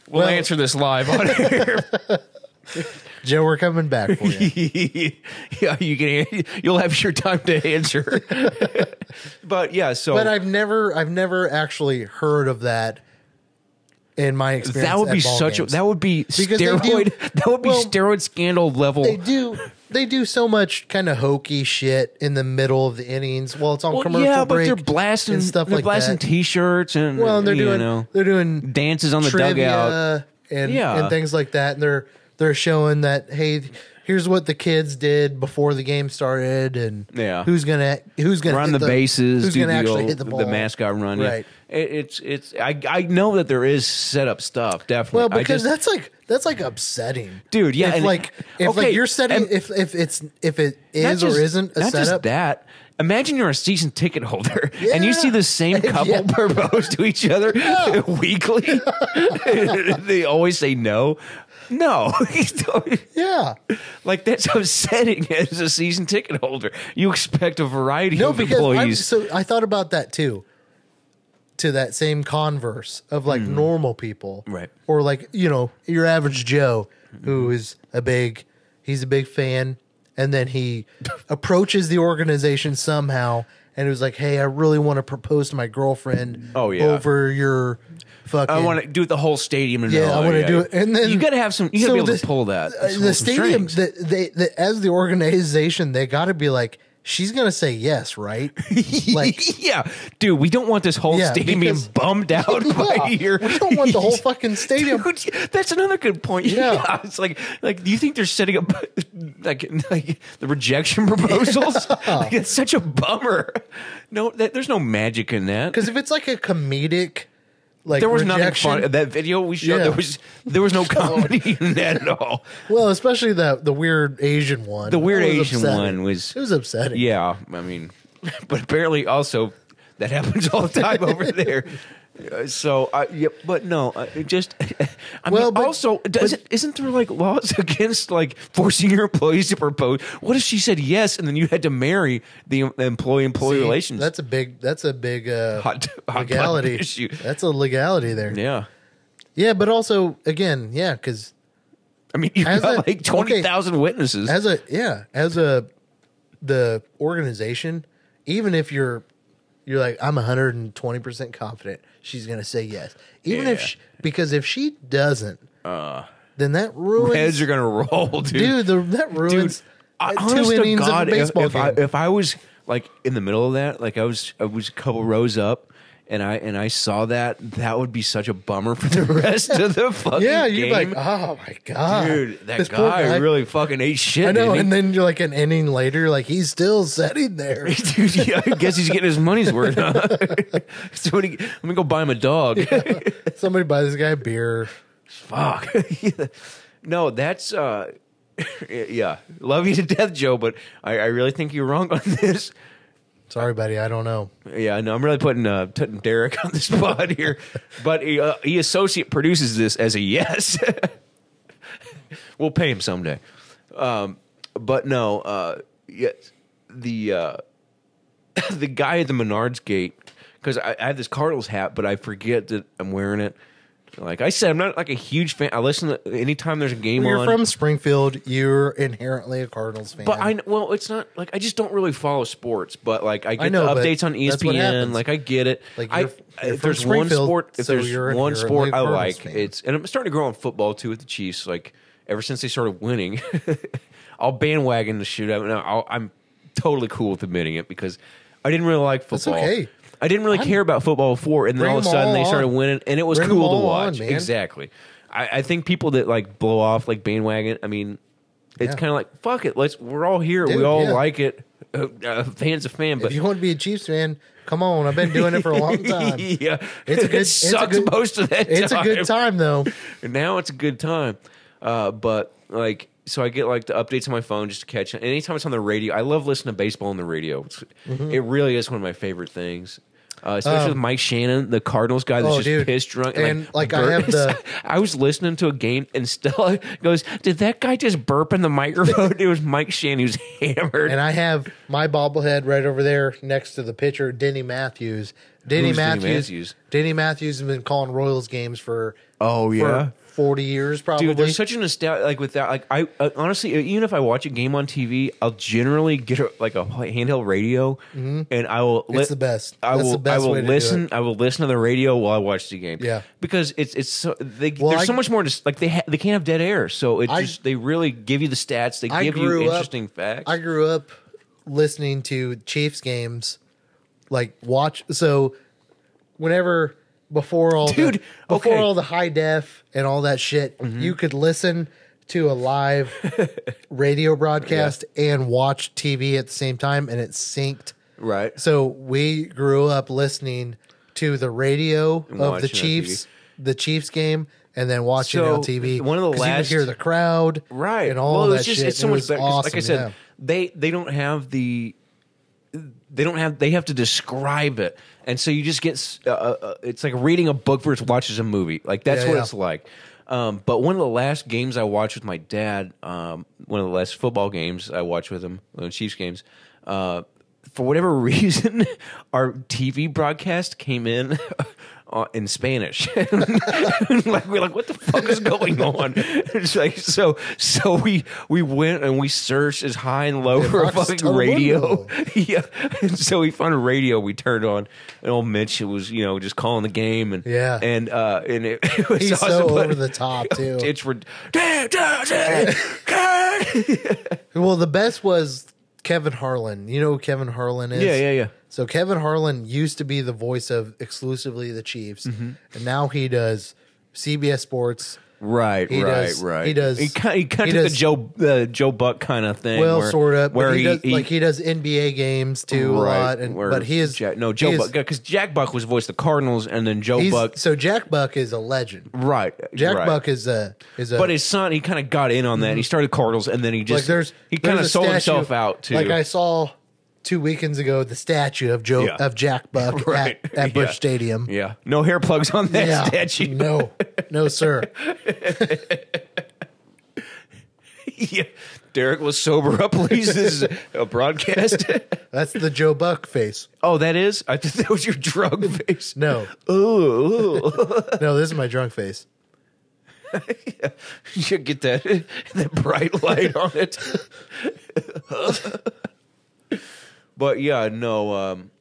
Speaker 2: we'll, answer this live on air.
Speaker 1: Joe, we're coming back for you.
Speaker 2: yeah, you can. You'll have your time to answer. but yeah, so
Speaker 1: but I've never, I've never actually heard of that in my experience.
Speaker 2: that would
Speaker 1: at
Speaker 2: be
Speaker 1: ball
Speaker 2: such. A,
Speaker 1: games.
Speaker 2: that would be
Speaker 1: Because they do-
Speaker 2: steroid. that would be
Speaker 1: well,
Speaker 2: steroid scandal level.
Speaker 1: they do. They do so much kind of hokey shit in the middle of the innings. Well, it's on
Speaker 2: Well,
Speaker 1: commercial
Speaker 2: yeah, but
Speaker 1: break
Speaker 2: they're blasting
Speaker 1: and stuff
Speaker 2: They're
Speaker 1: like
Speaker 2: blasting
Speaker 1: that.
Speaker 2: t-shirts and
Speaker 1: well, and they're
Speaker 2: you
Speaker 1: doing
Speaker 2: know,
Speaker 1: they're doing
Speaker 2: dances on the
Speaker 1: trivia
Speaker 2: dugout.
Speaker 1: and
Speaker 2: Yeah.
Speaker 1: and things like that. And they're they're showing that hey, here's what the kids did before the game started, and
Speaker 2: Yeah.
Speaker 1: who's gonna who's gonna
Speaker 2: run
Speaker 1: hit
Speaker 2: the, bases,
Speaker 1: who's
Speaker 2: do
Speaker 1: gonna
Speaker 2: the,
Speaker 1: actually
Speaker 2: old-
Speaker 1: hit the ball,
Speaker 2: mascot run. yeah.
Speaker 1: Right.
Speaker 2: It, it's it's. I I know that there is setup stuff. Definitely.
Speaker 1: Well,
Speaker 2: I
Speaker 1: because
Speaker 2: just-
Speaker 1: that's like that's like upsetting,
Speaker 2: Dude, yeah,
Speaker 1: If
Speaker 2: and-
Speaker 1: like if
Speaker 2: okay,
Speaker 1: like you're setting
Speaker 2: and-
Speaker 1: if if it's if it
Speaker 2: not
Speaker 1: is
Speaker 2: just-
Speaker 1: or isn't a
Speaker 2: not just
Speaker 1: setup.
Speaker 2: that. Imagine you're a season ticket holder and you see the same
Speaker 1: Yeah.
Speaker 2: couple propose to each other weekly. they always say no. No,
Speaker 1: Yeah,
Speaker 2: like that's upsetting as a season ticket holder. You expect a variety
Speaker 1: no,
Speaker 2: of
Speaker 1: because I,
Speaker 2: employees.
Speaker 1: so I thought about that too. To that same converse of like normal people,
Speaker 2: Hmm. Right. Hmm.
Speaker 1: Or like you know your average Joe who is a big, he's a big fan, and then he approaches the organization somehow, and it was like, hey, I really want to propose to my girlfriend.
Speaker 2: Oh, yeah.
Speaker 1: over your fucking.
Speaker 2: I want to do the whole stadium. And
Speaker 1: Yeah,
Speaker 2: all,
Speaker 1: I want to do it. And then
Speaker 2: you got to have some. You got to
Speaker 1: so
Speaker 2: be able
Speaker 1: this-
Speaker 2: to pull that.
Speaker 1: uh,
Speaker 2: pull
Speaker 1: The
Speaker 2: some
Speaker 1: stadium,
Speaker 2: strings.
Speaker 1: the, they, the, as the organization, they got to be like, she's gonna say yes, right? like,
Speaker 2: yeah, dude, we don't want this whole
Speaker 1: Yeah,
Speaker 2: stadium
Speaker 1: because-
Speaker 2: being bummed out by
Speaker 1: yeah,
Speaker 2: your.
Speaker 1: we don't want the whole fucking stadium.
Speaker 2: Dude, that's another good point.
Speaker 1: Yeah.
Speaker 2: Yeah. it's like like do you think they're setting up like like the rejection proposals? Like, it's such a bummer. No, that, there's no magic in that.
Speaker 1: Because if it's like a comedic, like
Speaker 2: There was
Speaker 1: rejection,
Speaker 2: nothing fun. That video we showed
Speaker 1: Yeah. Oh,
Speaker 2: there was there was no comedy in that at all.
Speaker 1: Well, especially the the weird Asian one. The
Speaker 2: weird Asian one was-
Speaker 1: it was upsetting.
Speaker 2: Yeah, I mean, but apparently also that happens all the time over there. Uh, So, I, yeah, but no, uh, it just. I
Speaker 1: Well,
Speaker 2: mean,
Speaker 1: but-
Speaker 2: also, does it, isn't there like laws against like forcing your employees to propose? What if she said yes and then you had to marry the employee employee
Speaker 1: See,
Speaker 2: relations?
Speaker 1: That's a big. That's a big uh,
Speaker 2: Hot- hot button
Speaker 1: legality
Speaker 2: issue.
Speaker 1: That's a legality there. Yeah,
Speaker 2: yeah.
Speaker 1: but also again, yeah, because
Speaker 2: I mean, you've
Speaker 1: As
Speaker 2: got
Speaker 1: a- okay.
Speaker 2: like 20,000 witnesses.
Speaker 1: as a yeah as a the organization even if you're you're like i'm 120% confident she's going to say yes even if
Speaker 2: Yeah. Uh,
Speaker 1: she, because if she doesn't then that ruins
Speaker 2: Heads are going to roll,
Speaker 1: dude the, that ruins
Speaker 2: I-
Speaker 1: uh,
Speaker 2: honest
Speaker 1: two
Speaker 2: to
Speaker 1: innings
Speaker 2: God,
Speaker 1: of a
Speaker 2: if-
Speaker 1: baseball
Speaker 2: if,
Speaker 1: game
Speaker 2: I, if I was like in the middle of that, like I was, I was a couple rows up, and I and I saw that, that would be such a bummer for the rest of the fucking
Speaker 1: yeah you're
Speaker 2: game.
Speaker 1: like oh my god
Speaker 2: dude, that
Speaker 1: this poor
Speaker 2: guy, really fucking ate shit.
Speaker 1: i know and
Speaker 2: didn't
Speaker 1: then you're like an inning later like he's still sitting there
Speaker 2: he? Dude, yeah, I guess he's getting his money's worth. Huh? so when he, let me go buy him a dog.
Speaker 1: somebody buy this guy a beer
Speaker 2: Fuck. Yeah. No, that's uh yeah. Love you to death, Joe, but I, I really think you're wrong on this.
Speaker 1: sorry buddy i don't know
Speaker 2: Yeah, I know. I'm really putting uh, putting Derek on the spot here, but he, uh, he associate produces this as a yes. we'll pay him someday, um, but no. Uh, yes, the uh, the guy at the Menards gate because I, I have this Cardinals hat, but I forget that I'm wearing it. Like I said, I'm not like a huge fan. I listen to, anytime there's a game
Speaker 1: You're
Speaker 2: on.
Speaker 1: from Springfield. You're inherently a Cardinals fan.
Speaker 2: but I well, it's not like I just don't really follow sports. But like I get
Speaker 1: know,
Speaker 2: the
Speaker 1: but
Speaker 2: updates on E
Speaker 1: that's what
Speaker 2: ESPN.
Speaker 1: happens.
Speaker 2: Like I get it.
Speaker 1: Like,
Speaker 2: I,
Speaker 1: you're- you're
Speaker 2: if
Speaker 1: from
Speaker 2: there's one
Speaker 1: Springfield,
Speaker 2: sport, if
Speaker 1: so you're
Speaker 2: there's
Speaker 1: an-
Speaker 2: one
Speaker 1: you're a
Speaker 2: sport
Speaker 1: big
Speaker 2: I
Speaker 1: Cardinals
Speaker 2: like,
Speaker 1: fan.
Speaker 2: it's and I'm starting to grow on football too with the Chiefs. Like ever since they started winning, I'll bandwagon the shootout. And I'll, I'm totally cool with admitting it because I didn't really like football.
Speaker 1: okay.
Speaker 2: I didn't really care about football before, and then
Speaker 1: Bring
Speaker 2: all of a
Speaker 1: 'em
Speaker 2: sudden
Speaker 1: all
Speaker 2: they started
Speaker 1: on.
Speaker 2: winning, and it was
Speaker 1: Bring 'em
Speaker 2: cool to
Speaker 1: all on,
Speaker 2: watch.
Speaker 1: man.
Speaker 2: exactly. I, I think people that like blow off like bandwagon. I mean, it's
Speaker 1: Yeah.
Speaker 2: kind of like fuck it. Let's we're all here. we
Speaker 1: Dude,
Speaker 2: all
Speaker 1: yeah.
Speaker 2: like it. Uh, uh, fans of fan, but
Speaker 1: if you want to be a Chiefs fan, come on. I've been doing it for a long time.
Speaker 2: yeah,
Speaker 1: It's a good-
Speaker 2: it
Speaker 1: it's a
Speaker 2: sucks
Speaker 1: good-
Speaker 2: most of that.
Speaker 1: It's a good time though.
Speaker 2: And now it's a good time. Uh, but like, so I get like the updates on my phone just to catch. And anytime it's on the radio, I love listening to baseball on the radio. It's,
Speaker 1: Mm-hmm.
Speaker 2: It really is one of my favorite things. Uh, especially with Mike Shannon, the Cardinals guy that's
Speaker 1: Um, oh,
Speaker 2: just
Speaker 1: dude.
Speaker 2: pissed drunk.
Speaker 1: And, like, I have the-
Speaker 2: I was listening to a game and Stella goes, "Did that guy just burp in the microphone?" it was Mike Shannon who's hammered.
Speaker 1: And I have my bobblehead right over there next to the pitcher, Denny Matthews. Denny
Speaker 2: Who's Denny
Speaker 1: Matthews.
Speaker 2: Matthews?
Speaker 1: Denny Matthews has been calling Royals games for
Speaker 2: Oh,
Speaker 1: for
Speaker 2: yeah?
Speaker 1: forty years probably.
Speaker 2: Dude, there's such an nostalgia like with that. Like I uh, honestly, even if I watch a game on TV, I'll generally get a, like a handheld radio, and I will. Li-
Speaker 1: Mm-hmm. It's the best.
Speaker 2: I
Speaker 1: That's
Speaker 2: will.
Speaker 1: the best
Speaker 2: I will
Speaker 1: way to do
Speaker 2: listen. I will listen to the radio while I watch the game.
Speaker 1: Yeah.
Speaker 2: because it's it's so, they,
Speaker 1: Well,
Speaker 2: there's
Speaker 1: I-
Speaker 2: so much more. Just like they ha- they can't have dead air, so it
Speaker 1: I-
Speaker 2: just they really give you the stats. They
Speaker 1: I
Speaker 2: give you
Speaker 1: grew up-
Speaker 2: interesting facts.
Speaker 1: I grew up listening to Chiefs games, like watch. So whenever before all
Speaker 2: Dude,
Speaker 1: the, before
Speaker 2: okay. Mm-hmm.
Speaker 1: all the high def and all that shit, you could listen to a live radio broadcast and watch TV at the same time, and it synced.
Speaker 2: right.
Speaker 1: So we grew up listening to the radio of
Speaker 2: watching
Speaker 1: the
Speaker 2: on
Speaker 1: Chiefs, the Chiefs game, and then watching it on
Speaker 2: So,
Speaker 1: TV.
Speaker 2: one of the
Speaker 1: 'Cause you could
Speaker 2: last-
Speaker 1: hear the crowd,
Speaker 2: right
Speaker 1: and all
Speaker 2: well,
Speaker 1: that
Speaker 2: it's just
Speaker 1: shit.
Speaker 2: it's so
Speaker 1: and it
Speaker 2: much
Speaker 1: was
Speaker 2: better 'cause, like i
Speaker 1: awesome,
Speaker 2: said
Speaker 1: yeah.
Speaker 2: they they don't have the they don't have they have to describe it and so you just get s- uh, uh, it's like reading a book versus watches a movie like that's
Speaker 1: Yeah,
Speaker 2: what
Speaker 1: yeah.
Speaker 2: it's like um, but one of the last games i watched with my dad um, one of the last football games i watched with him uh, chiefs games uh, for whatever reason our tv broadcast came in uh, in Spanish. like we're like, what the fuck is going on? It's like so so we we went and we searched as high and low for a
Speaker 1: Fox
Speaker 2: fucking
Speaker 1: Telemundo.
Speaker 2: radio. yeah. And so we found a radio we turned on and old Mitch was, you know, just calling the game and
Speaker 1: Yeah.
Speaker 2: and uh and it, it was Oh,
Speaker 1: He's
Speaker 2: awesome,
Speaker 1: so
Speaker 2: but
Speaker 1: over the top too.
Speaker 2: It's rid- Yeah,
Speaker 1: well, the best was Kevin Harlan. You know who Kevin Harlan is?
Speaker 2: yeah, yeah.
Speaker 1: So Kevin Harlan used to be the voice of exclusively the Chiefs,
Speaker 2: Mm-hmm.
Speaker 1: and now he does CBS Sports.
Speaker 2: Right,
Speaker 1: He
Speaker 2: right,
Speaker 1: does-
Speaker 2: right.
Speaker 1: he does-
Speaker 2: He kind of, he kind
Speaker 1: he
Speaker 2: of took
Speaker 1: does-
Speaker 2: the Joe uh, Joe Buck kind of thing.
Speaker 1: Well,
Speaker 2: where,
Speaker 1: sort of.
Speaker 2: Where
Speaker 1: but he,
Speaker 2: he,
Speaker 1: does,
Speaker 2: he-
Speaker 1: like he does NBA games too a lot, and
Speaker 2: where
Speaker 1: but he is
Speaker 2: Jack, no Joe
Speaker 1: he is-
Speaker 2: Buck because Jack Buck was voiced the Cardinals and then Joe
Speaker 1: he's-
Speaker 2: Buck
Speaker 1: So Jack Buck is a legend.
Speaker 2: right
Speaker 1: Jack
Speaker 2: right.
Speaker 1: Buck is a is a
Speaker 2: but his son he kind of got in on that and he started Cardinals and then he just
Speaker 1: like there's
Speaker 2: he kind of
Speaker 1: there's a
Speaker 2: sold himself
Speaker 1: statue-
Speaker 2: out too
Speaker 1: Like I saw two weekends ago the statue of Joe
Speaker 2: Yeah.
Speaker 1: of Jack Buck
Speaker 2: Right.
Speaker 1: at, at Bush
Speaker 2: Yeah.
Speaker 1: Stadium.
Speaker 2: yeah no hair plugs on that
Speaker 1: Yeah.
Speaker 2: statue
Speaker 1: No, no, sir.
Speaker 2: yeah. Derek was sober up please this is a broadcast
Speaker 1: That's the Joe Buck face.
Speaker 2: oh that is I thought that was your drug face
Speaker 1: No,
Speaker 2: ooh.
Speaker 1: no, this is my drunk face.
Speaker 2: You get that that bright light on it. but yeah, no. Um,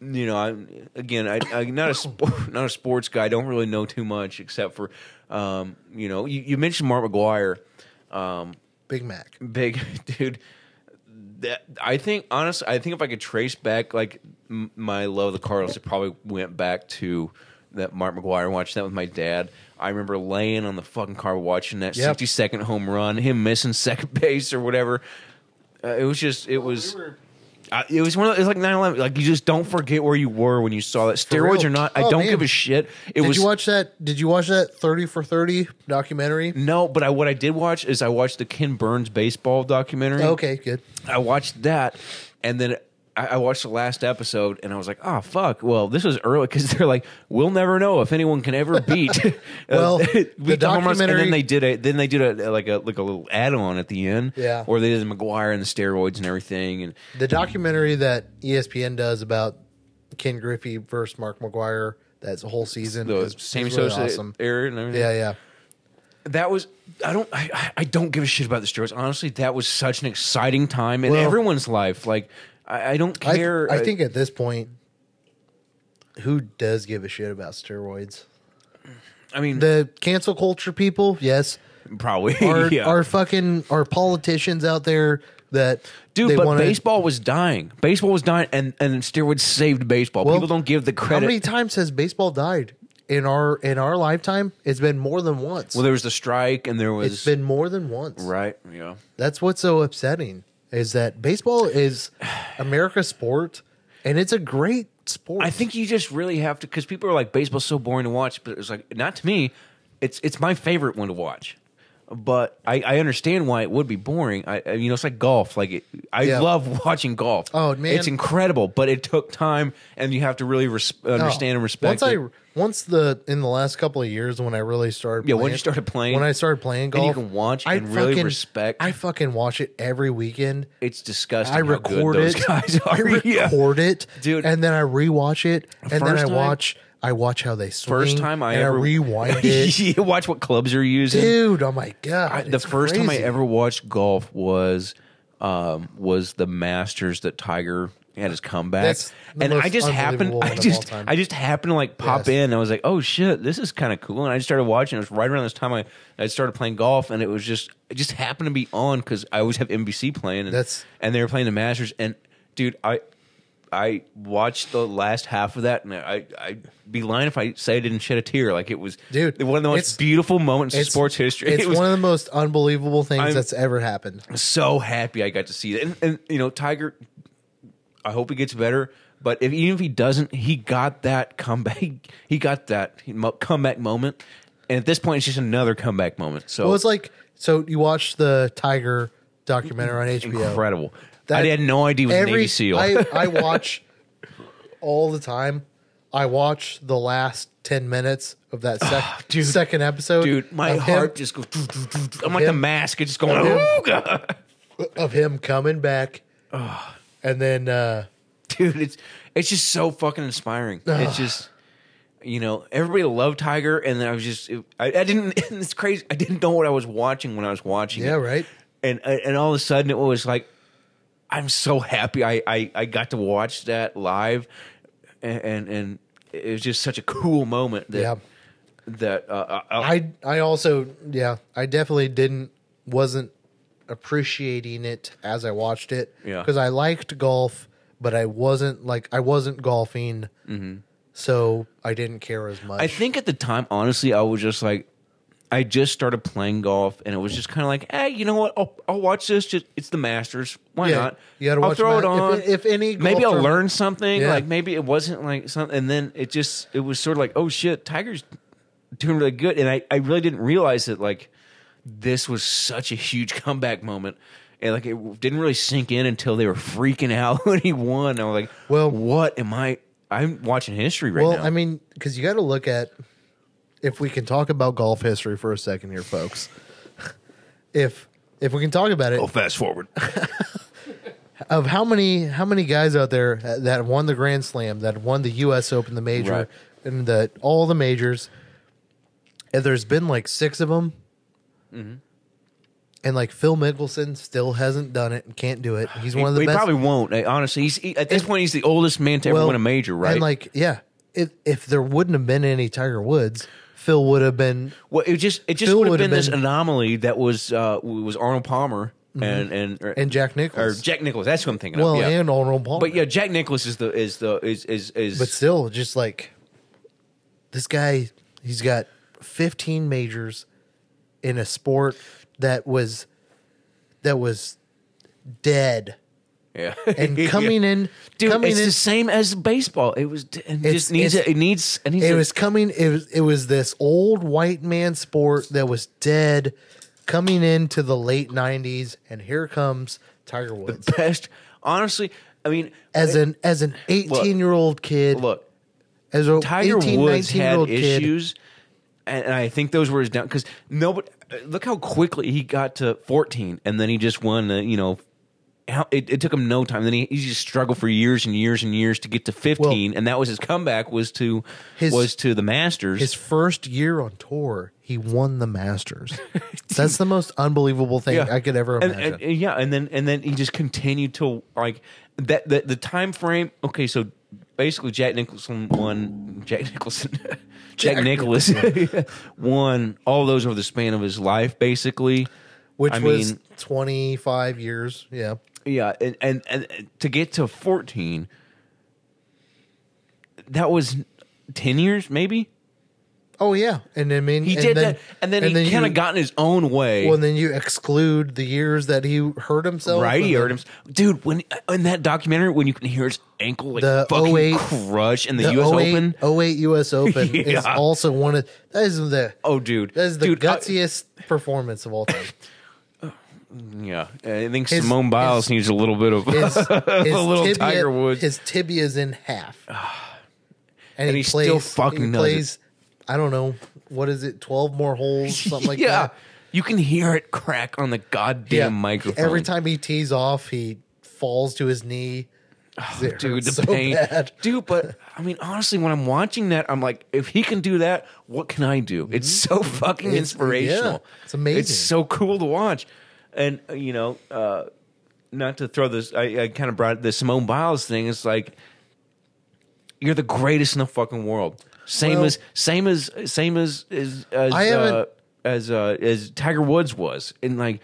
Speaker 2: you know, I'm again. I, I'm not a sport, not a sports guy. I don't really know too much except for, um, you know, you, you mentioned Mark McGuire, um,
Speaker 1: Big Mac.
Speaker 2: big dude. That I think, honestly, I think if I could trace back like m- my love of the Cardinals, it probably went back to that Mark McGuire watching that with my dad. I remember laying on the fucking car watching that
Speaker 1: Yep.
Speaker 2: sixty second home run, him missing second base or whatever. Uh, it was just, it was. I, it was one of the, it's like 9-11. Like you just don't forget where you were when you saw that. Steroids
Speaker 1: real.
Speaker 2: or not, I
Speaker 1: Oh,
Speaker 2: don't
Speaker 1: man.
Speaker 2: give a shit. It
Speaker 1: Did
Speaker 2: was
Speaker 1: you watch that? Did you watch that Thirty for Thirty documentary?
Speaker 2: no, but I, what I did watch is I watched the Ken Burns baseball documentary.
Speaker 1: Okay, good.
Speaker 2: I watched that, and then I, I watched the last episode, and I was like, "Oh fuck!" Well, this was early because they're like, "We'll never know if anyone can ever beat." uh,
Speaker 1: Well, the
Speaker 2: beat the home runs. and then
Speaker 1: documentary-
Speaker 2: they did a then they did a like a like a little add on at the end,
Speaker 1: Yeah.
Speaker 2: where they did the McGuire and the steroids and everything, and
Speaker 1: E The documentary that ESPN does about Ken Griffey versus Mark McGuire, That whole season.
Speaker 2: the
Speaker 1: It was- it was
Speaker 2: same
Speaker 1: really
Speaker 2: associate area and everything.
Speaker 1: Yeah, yeah.
Speaker 2: that was I don't I- I, I don't give a shit about the Steelers. Honestly, that was such an exciting time in
Speaker 1: Well-
Speaker 2: everyone's life. Like I, I don't
Speaker 1: I, th-
Speaker 2: care.
Speaker 1: I think at this point, who does give a shit about steroids?
Speaker 2: I mean
Speaker 1: The cancel culture people, yes.
Speaker 2: probably
Speaker 1: Our,
Speaker 2: yeah.
Speaker 1: our fucking our politicians out there that
Speaker 2: Dude,
Speaker 1: they
Speaker 2: but
Speaker 1: wanna-
Speaker 2: baseball was dying. Baseball was dying, and and steroids saved baseball.
Speaker 1: Well,
Speaker 2: People don't give the
Speaker 1: How
Speaker 2: credit.
Speaker 1: many times has baseball died in our in our lifetime? It's been more than once.
Speaker 2: well, there was the strike, and there was
Speaker 1: it's been more than once.
Speaker 2: right. Yeah,
Speaker 1: That's what's so upsetting is that baseball is America's sport, and it's a great sport.
Speaker 2: I think you just really have to because people are like baseball's so boring to watch, but it's like not to me. It's it's my favorite one to watch, but I, I understand why it would be boring. I, I you know it's like golf. Like it, I
Speaker 1: Yeah.
Speaker 2: love watching golf.
Speaker 1: Oh, man.
Speaker 2: it's incredible, but it took time, and you have to really res- understand and
Speaker 1: Once
Speaker 2: respect.
Speaker 1: I
Speaker 2: it.
Speaker 1: once the in the last couple of years when I really started
Speaker 2: Yeah,
Speaker 1: playing,
Speaker 2: when you started playing.
Speaker 1: when I started playing
Speaker 2: And
Speaker 1: golf
Speaker 2: you can watch
Speaker 1: I
Speaker 2: and really
Speaker 1: fucking-
Speaker 2: respect.
Speaker 1: I fucking watch it every weekend.
Speaker 2: it's disgusting.
Speaker 1: I
Speaker 2: how good
Speaker 1: record
Speaker 2: those
Speaker 1: it.
Speaker 2: Guys
Speaker 1: I
Speaker 2: are. Yeah.
Speaker 1: record it,
Speaker 2: Dude.
Speaker 1: and then I rewatch it, and then
Speaker 2: First
Speaker 1: I
Speaker 2: time-
Speaker 1: watch. I watch how they swing.
Speaker 2: First time I
Speaker 1: and
Speaker 2: ever
Speaker 1: I rewind it,
Speaker 2: Yeah, watch what clubs are using.
Speaker 1: dude. Oh my god!
Speaker 2: I- the
Speaker 1: it's
Speaker 2: first time I
Speaker 1: crazy.
Speaker 2: ever watched golf was um, was the Masters that Tiger had his comeback,
Speaker 1: That's the
Speaker 2: and I
Speaker 1: most
Speaker 2: just happened,
Speaker 1: unbelievable
Speaker 2: I
Speaker 1: one of all
Speaker 2: just,
Speaker 1: time.
Speaker 2: I just happened to like pop
Speaker 1: Yes.
Speaker 2: in. And I was like, oh shit, this is kind of cool, and I just started watching. It was right around this time I, I started playing golf, and it was just it just happened to be on because I always have NBC playing, and
Speaker 1: That's-
Speaker 2: and they were playing the Masters, and dude, I. I watched the last half of that, and I I'd be lying if I say I didn't shed a tear. Like it was,
Speaker 1: Dude,
Speaker 2: one of the most
Speaker 1: it's-
Speaker 2: beautiful moments in
Speaker 1: It's-
Speaker 2: sports history.
Speaker 1: It's
Speaker 2: It was
Speaker 1: one of the most unbelievable things
Speaker 2: I'm-
Speaker 1: that's ever happened.
Speaker 2: so happy I got to see that. And, and you know, Tiger, I hope he gets better. But if, even if he doesn't, he got that comeback. He got that mo- comeback moment. And at this point, it's just another comeback moment. So
Speaker 1: Well, it's like so you watch the Tiger documentary on HBO.
Speaker 2: incredible.
Speaker 1: That-
Speaker 2: I had no idea he was a
Speaker 1: Every
Speaker 2: Navy SEAL.
Speaker 1: I, I watch all the time. I watch the last ten minutes of that sec-
Speaker 2: Oh, dude.
Speaker 1: second episode.
Speaker 2: Dude, my
Speaker 1: of
Speaker 2: heart
Speaker 1: him,
Speaker 2: just goes. doo, doo, doo, doo. I'm like the
Speaker 1: Him.
Speaker 2: mask. It's just going.
Speaker 1: Him.
Speaker 2: "Ooga."
Speaker 1: of him coming back, and then uh,
Speaker 2: dude it's it's just so fucking inspiring it's just you know everybody loved tiger and i was just it, I, I didn't it's crazy i didn't know what i was watching when i was watching
Speaker 1: yeah,
Speaker 2: it.
Speaker 1: right.
Speaker 2: and and all of a sudden it was like i'm so happy i i, I got to watch that live and and, and it was just such a cool moment that
Speaker 1: Yeah.
Speaker 2: that uh, I, I-
Speaker 1: I I also yeah I definitely didn't wasn't appreciating it as I watched it
Speaker 2: Yeah.
Speaker 1: because I liked golf but I wasn't like I wasn't golfing so I didn't care as much
Speaker 2: Mm-hmm. I think at the time honestly i was just like I just started playing golf, and it was just kind of like, hey, you know what? I'll, I'll watch this. Just, it's the Masters. Why
Speaker 1: Yeah,
Speaker 2: not?
Speaker 1: you gotta
Speaker 2: I'll
Speaker 1: watch
Speaker 2: throw it
Speaker 1: Ma-
Speaker 2: on.
Speaker 1: if- if any
Speaker 2: maybe
Speaker 1: golf
Speaker 2: I'll
Speaker 1: tourna-
Speaker 2: learn something.
Speaker 1: Yeah.
Speaker 2: Like maybe it wasn't like something. And then it just it was sort of like, oh shit, Tiger's doing really good. And I I really didn't realize that like this was such a huge comeback moment. And like it didn't really sink in until they were freaking out when he won. I was like,
Speaker 1: Well-
Speaker 2: what am I? I'm watching history right
Speaker 1: well
Speaker 2: now.
Speaker 1: I mean because you got to look at if we can talk about golf history for a second here folks if if we can talk about it
Speaker 2: oh, fast forward.
Speaker 1: of how many how many guys out there that won the Grand Slam, that won the U.S. Open, the major,
Speaker 2: Right.
Speaker 1: and the all the majors, and there's been like six of them,
Speaker 2: Mm-hmm.
Speaker 1: and like Phil Mickelson still hasn't done it and can't do it. He's one of the
Speaker 2: he
Speaker 1: best.
Speaker 2: probably won't. I- honestly, he's he, at this point he's the oldest man to ever
Speaker 1: Well,
Speaker 2: win a major, right?
Speaker 1: And like, yeah, if if there wouldn't have been any Tiger Woods, Phil would have been
Speaker 2: well, it just it just
Speaker 1: Phil
Speaker 2: would have
Speaker 1: would
Speaker 2: been,
Speaker 1: have
Speaker 2: this
Speaker 1: been- Mm-hmm.
Speaker 2: anomaly that was uh was Arnold Palmer and and er, or,
Speaker 1: and Jack
Speaker 2: or
Speaker 1: Nicklaus.
Speaker 2: Jack Nicholas. That's what I'm thinking
Speaker 1: well,
Speaker 2: of. Yeah.
Speaker 1: and Arnold Palmer.
Speaker 2: but yeah, Jack Nicholas is the is the is is is
Speaker 1: but still just like this guy he's got 15 majors in a sport that was that was dead
Speaker 2: yeah.
Speaker 1: and
Speaker 2: Yeah.
Speaker 1: coming in
Speaker 2: Dude,
Speaker 1: coming
Speaker 2: it's
Speaker 1: in
Speaker 2: the same as baseball. It was it
Speaker 1: It's-
Speaker 2: just needs
Speaker 1: it's-
Speaker 2: a, it needs it needs
Speaker 1: it
Speaker 2: a-
Speaker 1: was coming it was, it was this old white man sport that was dead coming into the late 90s and here comes Tiger Woods
Speaker 2: best. Honestly, I mean,
Speaker 1: as an as an 18 year old kid
Speaker 2: look,
Speaker 1: as a
Speaker 2: Tiger
Speaker 1: 18
Speaker 2: Woods
Speaker 1: 19 year
Speaker 2: had
Speaker 1: old kid
Speaker 2: issues, and, and I think those were his down because nobody. uh, Look how quickly he got to fourteen, and then he just won. Uh, you know, how- it, it took him no time. Then he, he just struggled for years and years and years to get to fifteen, and that was his comeback was to
Speaker 1: His-
Speaker 2: was to the Masters.
Speaker 1: His first year on tour, he won the Masters. That's the most unbelievable thing I could ever
Speaker 2: And-
Speaker 1: imagine.
Speaker 2: and- and yeah, and then and then he just continued to like that. The, the time frame. Okay, so basically, Jack Nicholson won. Jack Nicholson. Jack,
Speaker 1: Jack
Speaker 2: Nicholas won all those over the span of his life, basically.
Speaker 1: which
Speaker 2: I
Speaker 1: was
Speaker 2: mean-
Speaker 1: 25 years. Yeah.
Speaker 2: Yeah, and, and and to get to fourteen, that was ten years, maybe.
Speaker 1: Oh, yeah. And I mean,
Speaker 2: He
Speaker 1: and
Speaker 2: did
Speaker 1: then,
Speaker 2: that, and then he
Speaker 1: you-
Speaker 2: kind of got in his own way.
Speaker 1: Well, and then you exclude the years that he hurt himself.
Speaker 2: Right,
Speaker 1: and
Speaker 2: he hurt
Speaker 1: then
Speaker 2: him, dude. When in that documentary, when you can hear his ankle like
Speaker 1: The
Speaker 2: fucking
Speaker 1: 08
Speaker 2: crush in the,
Speaker 1: The
Speaker 2: U.S.
Speaker 1: 08,
Speaker 2: Open,
Speaker 1: 08 US Open is
Speaker 2: Yeah.
Speaker 1: also one of that is the
Speaker 2: oh, dude,
Speaker 1: that is the
Speaker 2: dude, I-
Speaker 1: gutsiest performance of all time.
Speaker 2: yeah, I think
Speaker 1: His-
Speaker 2: Simone Biles
Speaker 1: his-
Speaker 2: needs a little bit of
Speaker 1: His, his
Speaker 2: a little
Speaker 1: tibia,
Speaker 2: Tiger Woods.
Speaker 1: His tibia's in half, and,
Speaker 2: he still fucking
Speaker 1: he
Speaker 2: does it.
Speaker 1: plays. I don't know what is it, twelve more holes, something like
Speaker 2: yeah,
Speaker 1: that.
Speaker 2: you can hear it crack on the goddamn microphone
Speaker 1: Every time he tees off, he falls to his knee. It
Speaker 2: Oh, dude.
Speaker 1: hurts
Speaker 2: The
Speaker 1: so
Speaker 2: pain,
Speaker 1: bad.
Speaker 2: dude. But I mean, honestly, when I'm watching that, I'm like, if he can do that, what can I do? It's so fucking
Speaker 1: Mm-hmm. It's-
Speaker 2: inspirational.
Speaker 1: yeah, it's amazing.
Speaker 2: It's so cool to watch, and uh, you know, uh, not to throw this, I, I kind of brought the Simone Biles thing. It's like you're the greatest in the fucking world. Same
Speaker 1: Well-
Speaker 2: as same as same as as as
Speaker 1: I haven't-
Speaker 2: uh, as uh, as Tiger Woods was, and like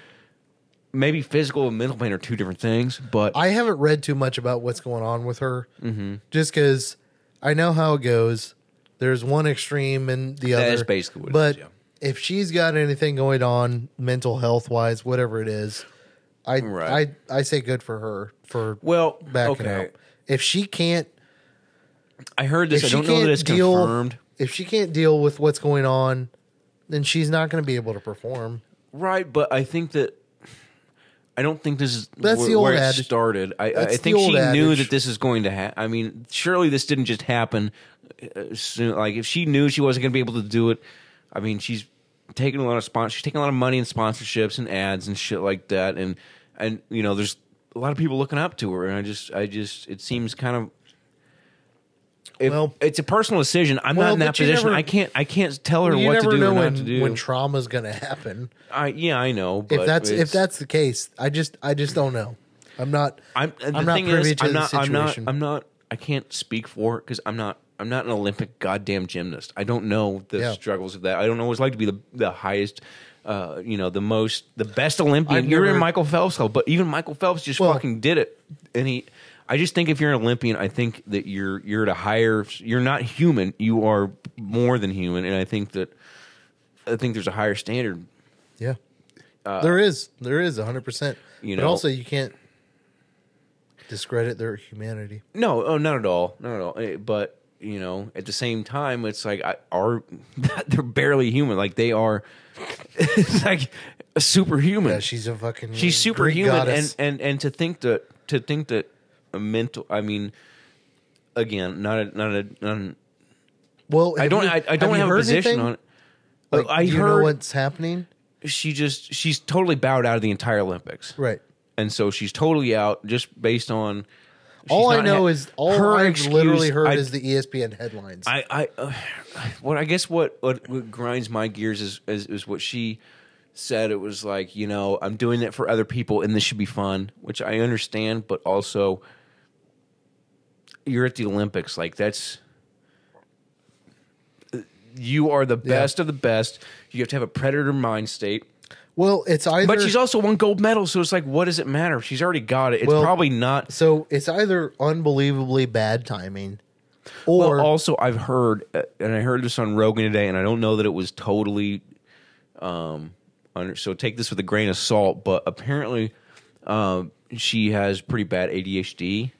Speaker 2: maybe physical and mental pain are two different things, but.
Speaker 1: I haven't read too much about what's going on with her,
Speaker 2: Mm-hmm.
Speaker 1: just because I know how it goes. There's one extreme and the other.
Speaker 2: That is basically what it
Speaker 1: but
Speaker 2: is, yeah.
Speaker 1: if she's got anything going on, mental health wise, whatever it is, I
Speaker 2: Right.
Speaker 1: I I say good for her for
Speaker 2: well,
Speaker 1: backing
Speaker 2: okay.
Speaker 1: out. If she can't,
Speaker 2: I heard
Speaker 1: if
Speaker 2: this. I
Speaker 1: she
Speaker 2: don't know
Speaker 1: can't
Speaker 2: that it's
Speaker 1: deal,
Speaker 2: confirmed.
Speaker 1: if she can't deal with what's going on, then she's not going to be able to perform.
Speaker 2: Right, but I think that I don't think this is
Speaker 1: That's
Speaker 2: where,
Speaker 1: the old
Speaker 2: where it
Speaker 1: adage.
Speaker 2: started. I, I
Speaker 1: That's the
Speaker 2: think she
Speaker 1: old
Speaker 2: knew
Speaker 1: adage.
Speaker 2: that this is going to happen. I mean, surely this didn't just happen. uh, Soon. Like if she knew she wasn't going to be able to do it, I mean, she's taking a lot of sponsors. She's taking a lot of money in sponsorships and ads and shit like that. And and you know, there's a lot of people looking up to her. And I just, I just, it seems kind of. if-
Speaker 1: Well-
Speaker 2: it's a personal decision. I'm not
Speaker 1: Well,
Speaker 2: in that
Speaker 1: but you
Speaker 2: position.
Speaker 1: never-
Speaker 2: I can't. I can't tell her
Speaker 1: you
Speaker 2: what to
Speaker 1: never
Speaker 2: do
Speaker 1: know
Speaker 2: or not
Speaker 1: when
Speaker 2: to do.
Speaker 1: when trauma's going to happen.
Speaker 2: I yeah, I know. But
Speaker 1: if that's if
Speaker 2: it's-
Speaker 1: that's the case, I just I just don't know. I'm not.
Speaker 2: I'm, and the
Speaker 1: not
Speaker 2: thing
Speaker 1: privy
Speaker 2: is,
Speaker 1: to
Speaker 2: I'm
Speaker 1: the
Speaker 2: not, I'm not,
Speaker 1: situation.
Speaker 2: I'm not, I can't speak for it because I'm not, I'm not an Olympic goddamn gymnast. I don't know the
Speaker 1: Yeah.
Speaker 2: struggles of that. I don't know what it's like to be the, the highest, uh, you know, the most, the best Olympian.
Speaker 1: I've
Speaker 2: You're in
Speaker 1: never-
Speaker 2: Michael Phelps' level, but even Michael Phelps just
Speaker 1: Well-
Speaker 2: fucking did it. And he, I just think if you're an Olympian, I think that you're, you're at a higher, you're not human. You are more than human. And I think that, I think there's a higher standard.
Speaker 1: yeah, there is there is 100. percent
Speaker 2: Uh, you
Speaker 1: but
Speaker 2: know-
Speaker 1: also you can't discredit their humanity.
Speaker 2: No, oh, not at all, not at all. Eh, But you know, at the same time, it's like I are they're barely human. Like they are, it's like a superhuman.
Speaker 1: Yeah, she's a fucking
Speaker 2: She's
Speaker 1: Greek
Speaker 2: superhuman, and,
Speaker 1: goddess.
Speaker 2: and and to think that to think that a mental. I mean, again, not a not a. Not an,
Speaker 1: well,
Speaker 2: I
Speaker 1: have
Speaker 2: don't.
Speaker 1: you-
Speaker 2: I, I
Speaker 1: have
Speaker 2: don't
Speaker 1: you
Speaker 2: have a
Speaker 1: heard
Speaker 2: position
Speaker 1: anything?
Speaker 2: on it.
Speaker 1: Like,
Speaker 2: I
Speaker 1: do you
Speaker 2: heard
Speaker 1: know what's happening,
Speaker 2: she just she's totally bowed out of the entire Olympics,
Speaker 1: right?
Speaker 2: and so she's totally out just based on.
Speaker 1: All
Speaker 2: she's
Speaker 1: I
Speaker 2: not
Speaker 1: know
Speaker 2: ha-
Speaker 1: is all
Speaker 2: her
Speaker 1: I've
Speaker 2: excuse-
Speaker 1: literally heard
Speaker 2: I-
Speaker 1: is the E ESPN headlines.
Speaker 2: I, I, uh, what I guess what, what what grinds my gears is, is is what she said. It was like you know I'm doing it for other people and this should be fun, which I understand, but also you're at the Olympics, like that's you are the best of the best. You have to have a predator mind state.
Speaker 1: well, it's either
Speaker 2: But she's also won gold medal, so it's like, what does it matter? She's already got it. It's
Speaker 1: Well,
Speaker 2: probably not.
Speaker 1: so it's either unbelievably bad timing,
Speaker 2: Well,
Speaker 1: or
Speaker 2: also, I've heard, uh, and I heard this on Rogan today, and I don't know that it was totally. Um, under, so take this with a grain of salt, but apparently, um, she has pretty bad ADHD,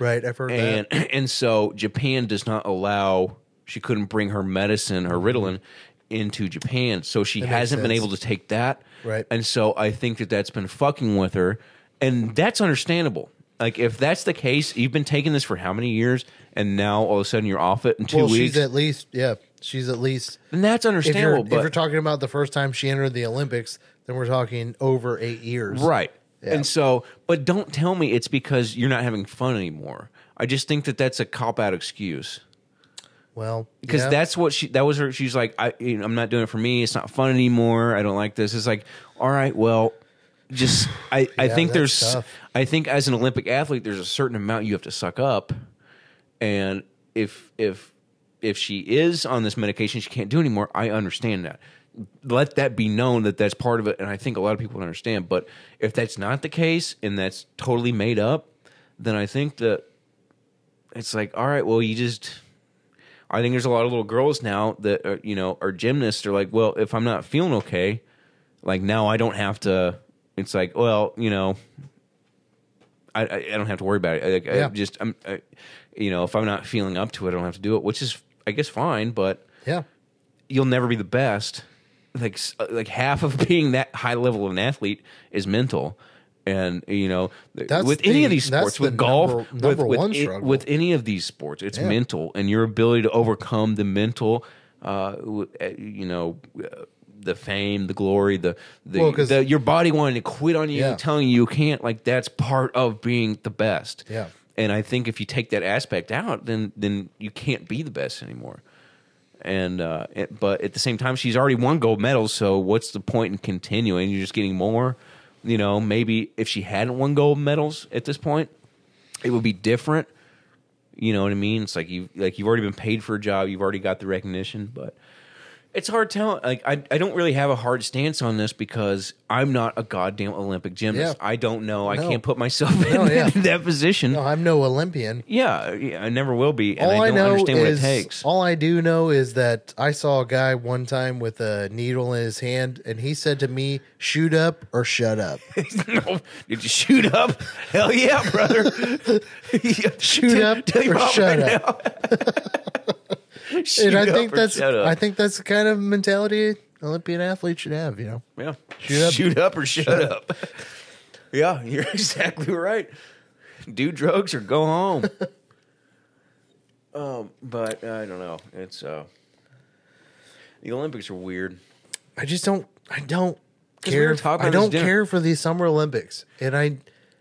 Speaker 1: right. I've heard that.
Speaker 2: and and so Japan does not allow. She couldn't bring her medicine, her Ritalin, into Japan, so she
Speaker 1: Mm-hmm. makes
Speaker 2: hasn't been
Speaker 1: sense.
Speaker 2: able to take that.
Speaker 1: Right.
Speaker 2: and so I think that that's been fucking with her, and that's understandable. Like if that's the case, you've been taking this for how many years, and now all of a sudden you're off it in two
Speaker 1: well,
Speaker 2: weeks,
Speaker 1: she's at least yeah, she's at least
Speaker 2: and that's
Speaker 1: if you're,
Speaker 2: understandable.
Speaker 1: if you're
Speaker 2: but
Speaker 1: talking about the first time she entered the Olympics, then we're talking over eight years.
Speaker 2: right, And so, but don't tell me it's because you're not having fun anymore. I just think that that's a cop out excuse
Speaker 1: Well,
Speaker 2: because
Speaker 1: yeah.
Speaker 2: that's what she that was her she's like I you know, I'm not doing it for me it's not fun anymore I don't like this it's like all right well just I I
Speaker 1: Yeah,
Speaker 2: think
Speaker 1: that's
Speaker 2: there's
Speaker 1: tough.
Speaker 2: I think as an Olympic athlete there's a certain amount you have to suck up and if if if she is on this medication she can't do anymore I understand that let that be known that that's part of it and I think a lot of people understand but if that's not the case and that's totally made up then I think that it's like all right well you just I think there's a lot of little girls now that are, you know are gymnasts. They're like, well, if I'm not feeling okay, like now I don't have to. It's like, well, you know, I I, I don't have to worry about it. I, like, I
Speaker 1: Yeah.
Speaker 2: just I'm, I, you know, if I'm not feeling up to it, I don't have to do it, which is I guess fine, but
Speaker 1: yeah.
Speaker 2: you'll never be the best. Like s- uh, like half of being that high level of an athlete is mental. And you know, th-
Speaker 1: That's
Speaker 2: with any
Speaker 1: the-
Speaker 2: of these
Speaker 1: that's
Speaker 2: sports,
Speaker 1: the
Speaker 2: with golf,
Speaker 1: number-
Speaker 2: with-
Speaker 1: number
Speaker 2: with,
Speaker 1: one
Speaker 2: it-
Speaker 1: struggle.
Speaker 2: with any of these sports, it's
Speaker 1: Yeah.
Speaker 2: mental and your ability to overcome the mental, uh, w- uh, you know, uh, the fame, the glory, the the,
Speaker 1: Well, 'cause-
Speaker 2: the your body wanting to quit on you,
Speaker 1: Yeah.
Speaker 2: telling you you can't. Like that's part of being the best.
Speaker 1: Yeah.
Speaker 2: And I think if you take that aspect out, then then you can't be the best anymore and uh, it, but at the same time, she's already won gold medals. So what's the point in continuing? You're just getting more. You know, maybe if she hadn't won gold medals at this point, it would be different. You know what I mean? It's like you like you've already been paid for a job, you've already got the recognition, but it's hard telling. Like I, I don't really have a hard stance on this because I'm not a goddamn Olympic gymnast.
Speaker 1: Yeah.
Speaker 2: I don't know. I
Speaker 1: No.
Speaker 2: can't put myself in,
Speaker 1: No, yeah.
Speaker 2: that position.
Speaker 1: No, I'm no Olympian.
Speaker 2: Yeah, yeah, I never will be, and
Speaker 1: all I,
Speaker 2: I don't
Speaker 1: know
Speaker 2: understand what it
Speaker 1: is
Speaker 2: takes.
Speaker 1: all I do know is that I saw a guy one time with a needle in his hand, and he said to me, "Shoot up or shut up."
Speaker 2: No. Did you shoot up? Hell yeah, brother. shoot
Speaker 1: up or shut and I think that's I think that's the kind of mentality Olympian athletes should have. You know,
Speaker 2: yeah.
Speaker 1: Shoot up.
Speaker 2: Shoot up or shut, up. yeah, you're exactly right. Do drugs or go home. um, but I don't know. It's uh the Olympics are weird.
Speaker 1: I just don't. I don't.
Speaker 2: 'Cause we were
Speaker 1: Care,
Speaker 2: talking
Speaker 1: I
Speaker 2: about this
Speaker 1: don't
Speaker 2: dinner.
Speaker 1: care for the Summer Olympics, and I,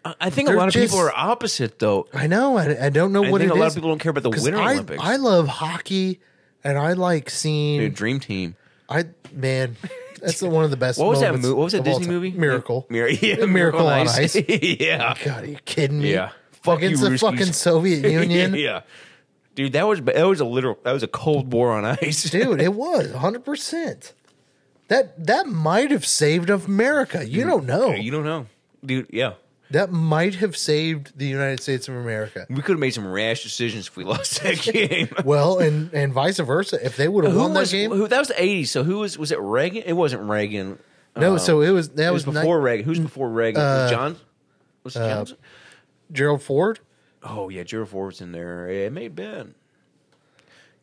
Speaker 2: I, I think a
Speaker 1: They're
Speaker 2: lot of
Speaker 1: just-
Speaker 2: people are opposite though.
Speaker 1: I know, I, I don't know
Speaker 2: I
Speaker 1: what
Speaker 2: think
Speaker 1: it
Speaker 2: a lot
Speaker 1: is.
Speaker 2: of people don't care about the
Speaker 1: 'Cause
Speaker 2: Winter
Speaker 1: I,
Speaker 2: Olympics.
Speaker 1: I love hockey, and I like seeing
Speaker 2: Dude, Dream Team.
Speaker 1: I man, that's one of the best.
Speaker 2: What was that
Speaker 1: moments
Speaker 2: movie? What was that
Speaker 1: of all
Speaker 2: Disney
Speaker 1: time.
Speaker 2: movie?
Speaker 1: Miracle.
Speaker 2: Mir- yeah,
Speaker 1: Miracle on Ice.
Speaker 2: yeah.
Speaker 1: God, are you kidding me?
Speaker 2: Yeah. Fuck
Speaker 1: fuck
Speaker 2: you,
Speaker 1: against the
Speaker 2: Ruskies.
Speaker 1: fucking Soviet Union,
Speaker 2: yeah. Dude, that was that was a literal that was a cold war on ice.
Speaker 1: dude. It was 100. percent That that might have saved America. You don't know.
Speaker 2: Mm. you don't know. Dude, yeah.
Speaker 1: that might have saved the United States of America.
Speaker 2: We could have made some rash decisions if we lost that game.
Speaker 1: Well, and and vice versa. If they would have
Speaker 2: who
Speaker 1: won that
Speaker 2: was
Speaker 1: game,
Speaker 2: who that was the 80s. So who was was it Reagan? It wasn't Reagan.
Speaker 1: no.
Speaker 2: Um,
Speaker 1: so it was that
Speaker 2: it
Speaker 1: was,
Speaker 2: was
Speaker 1: ni-
Speaker 2: before Reagan. Who's before Reagan?
Speaker 1: uh,
Speaker 2: was John? Was it Johnson?
Speaker 1: Gerald Ford.
Speaker 2: Oh yeah, Gerald Ford was in there. It may have been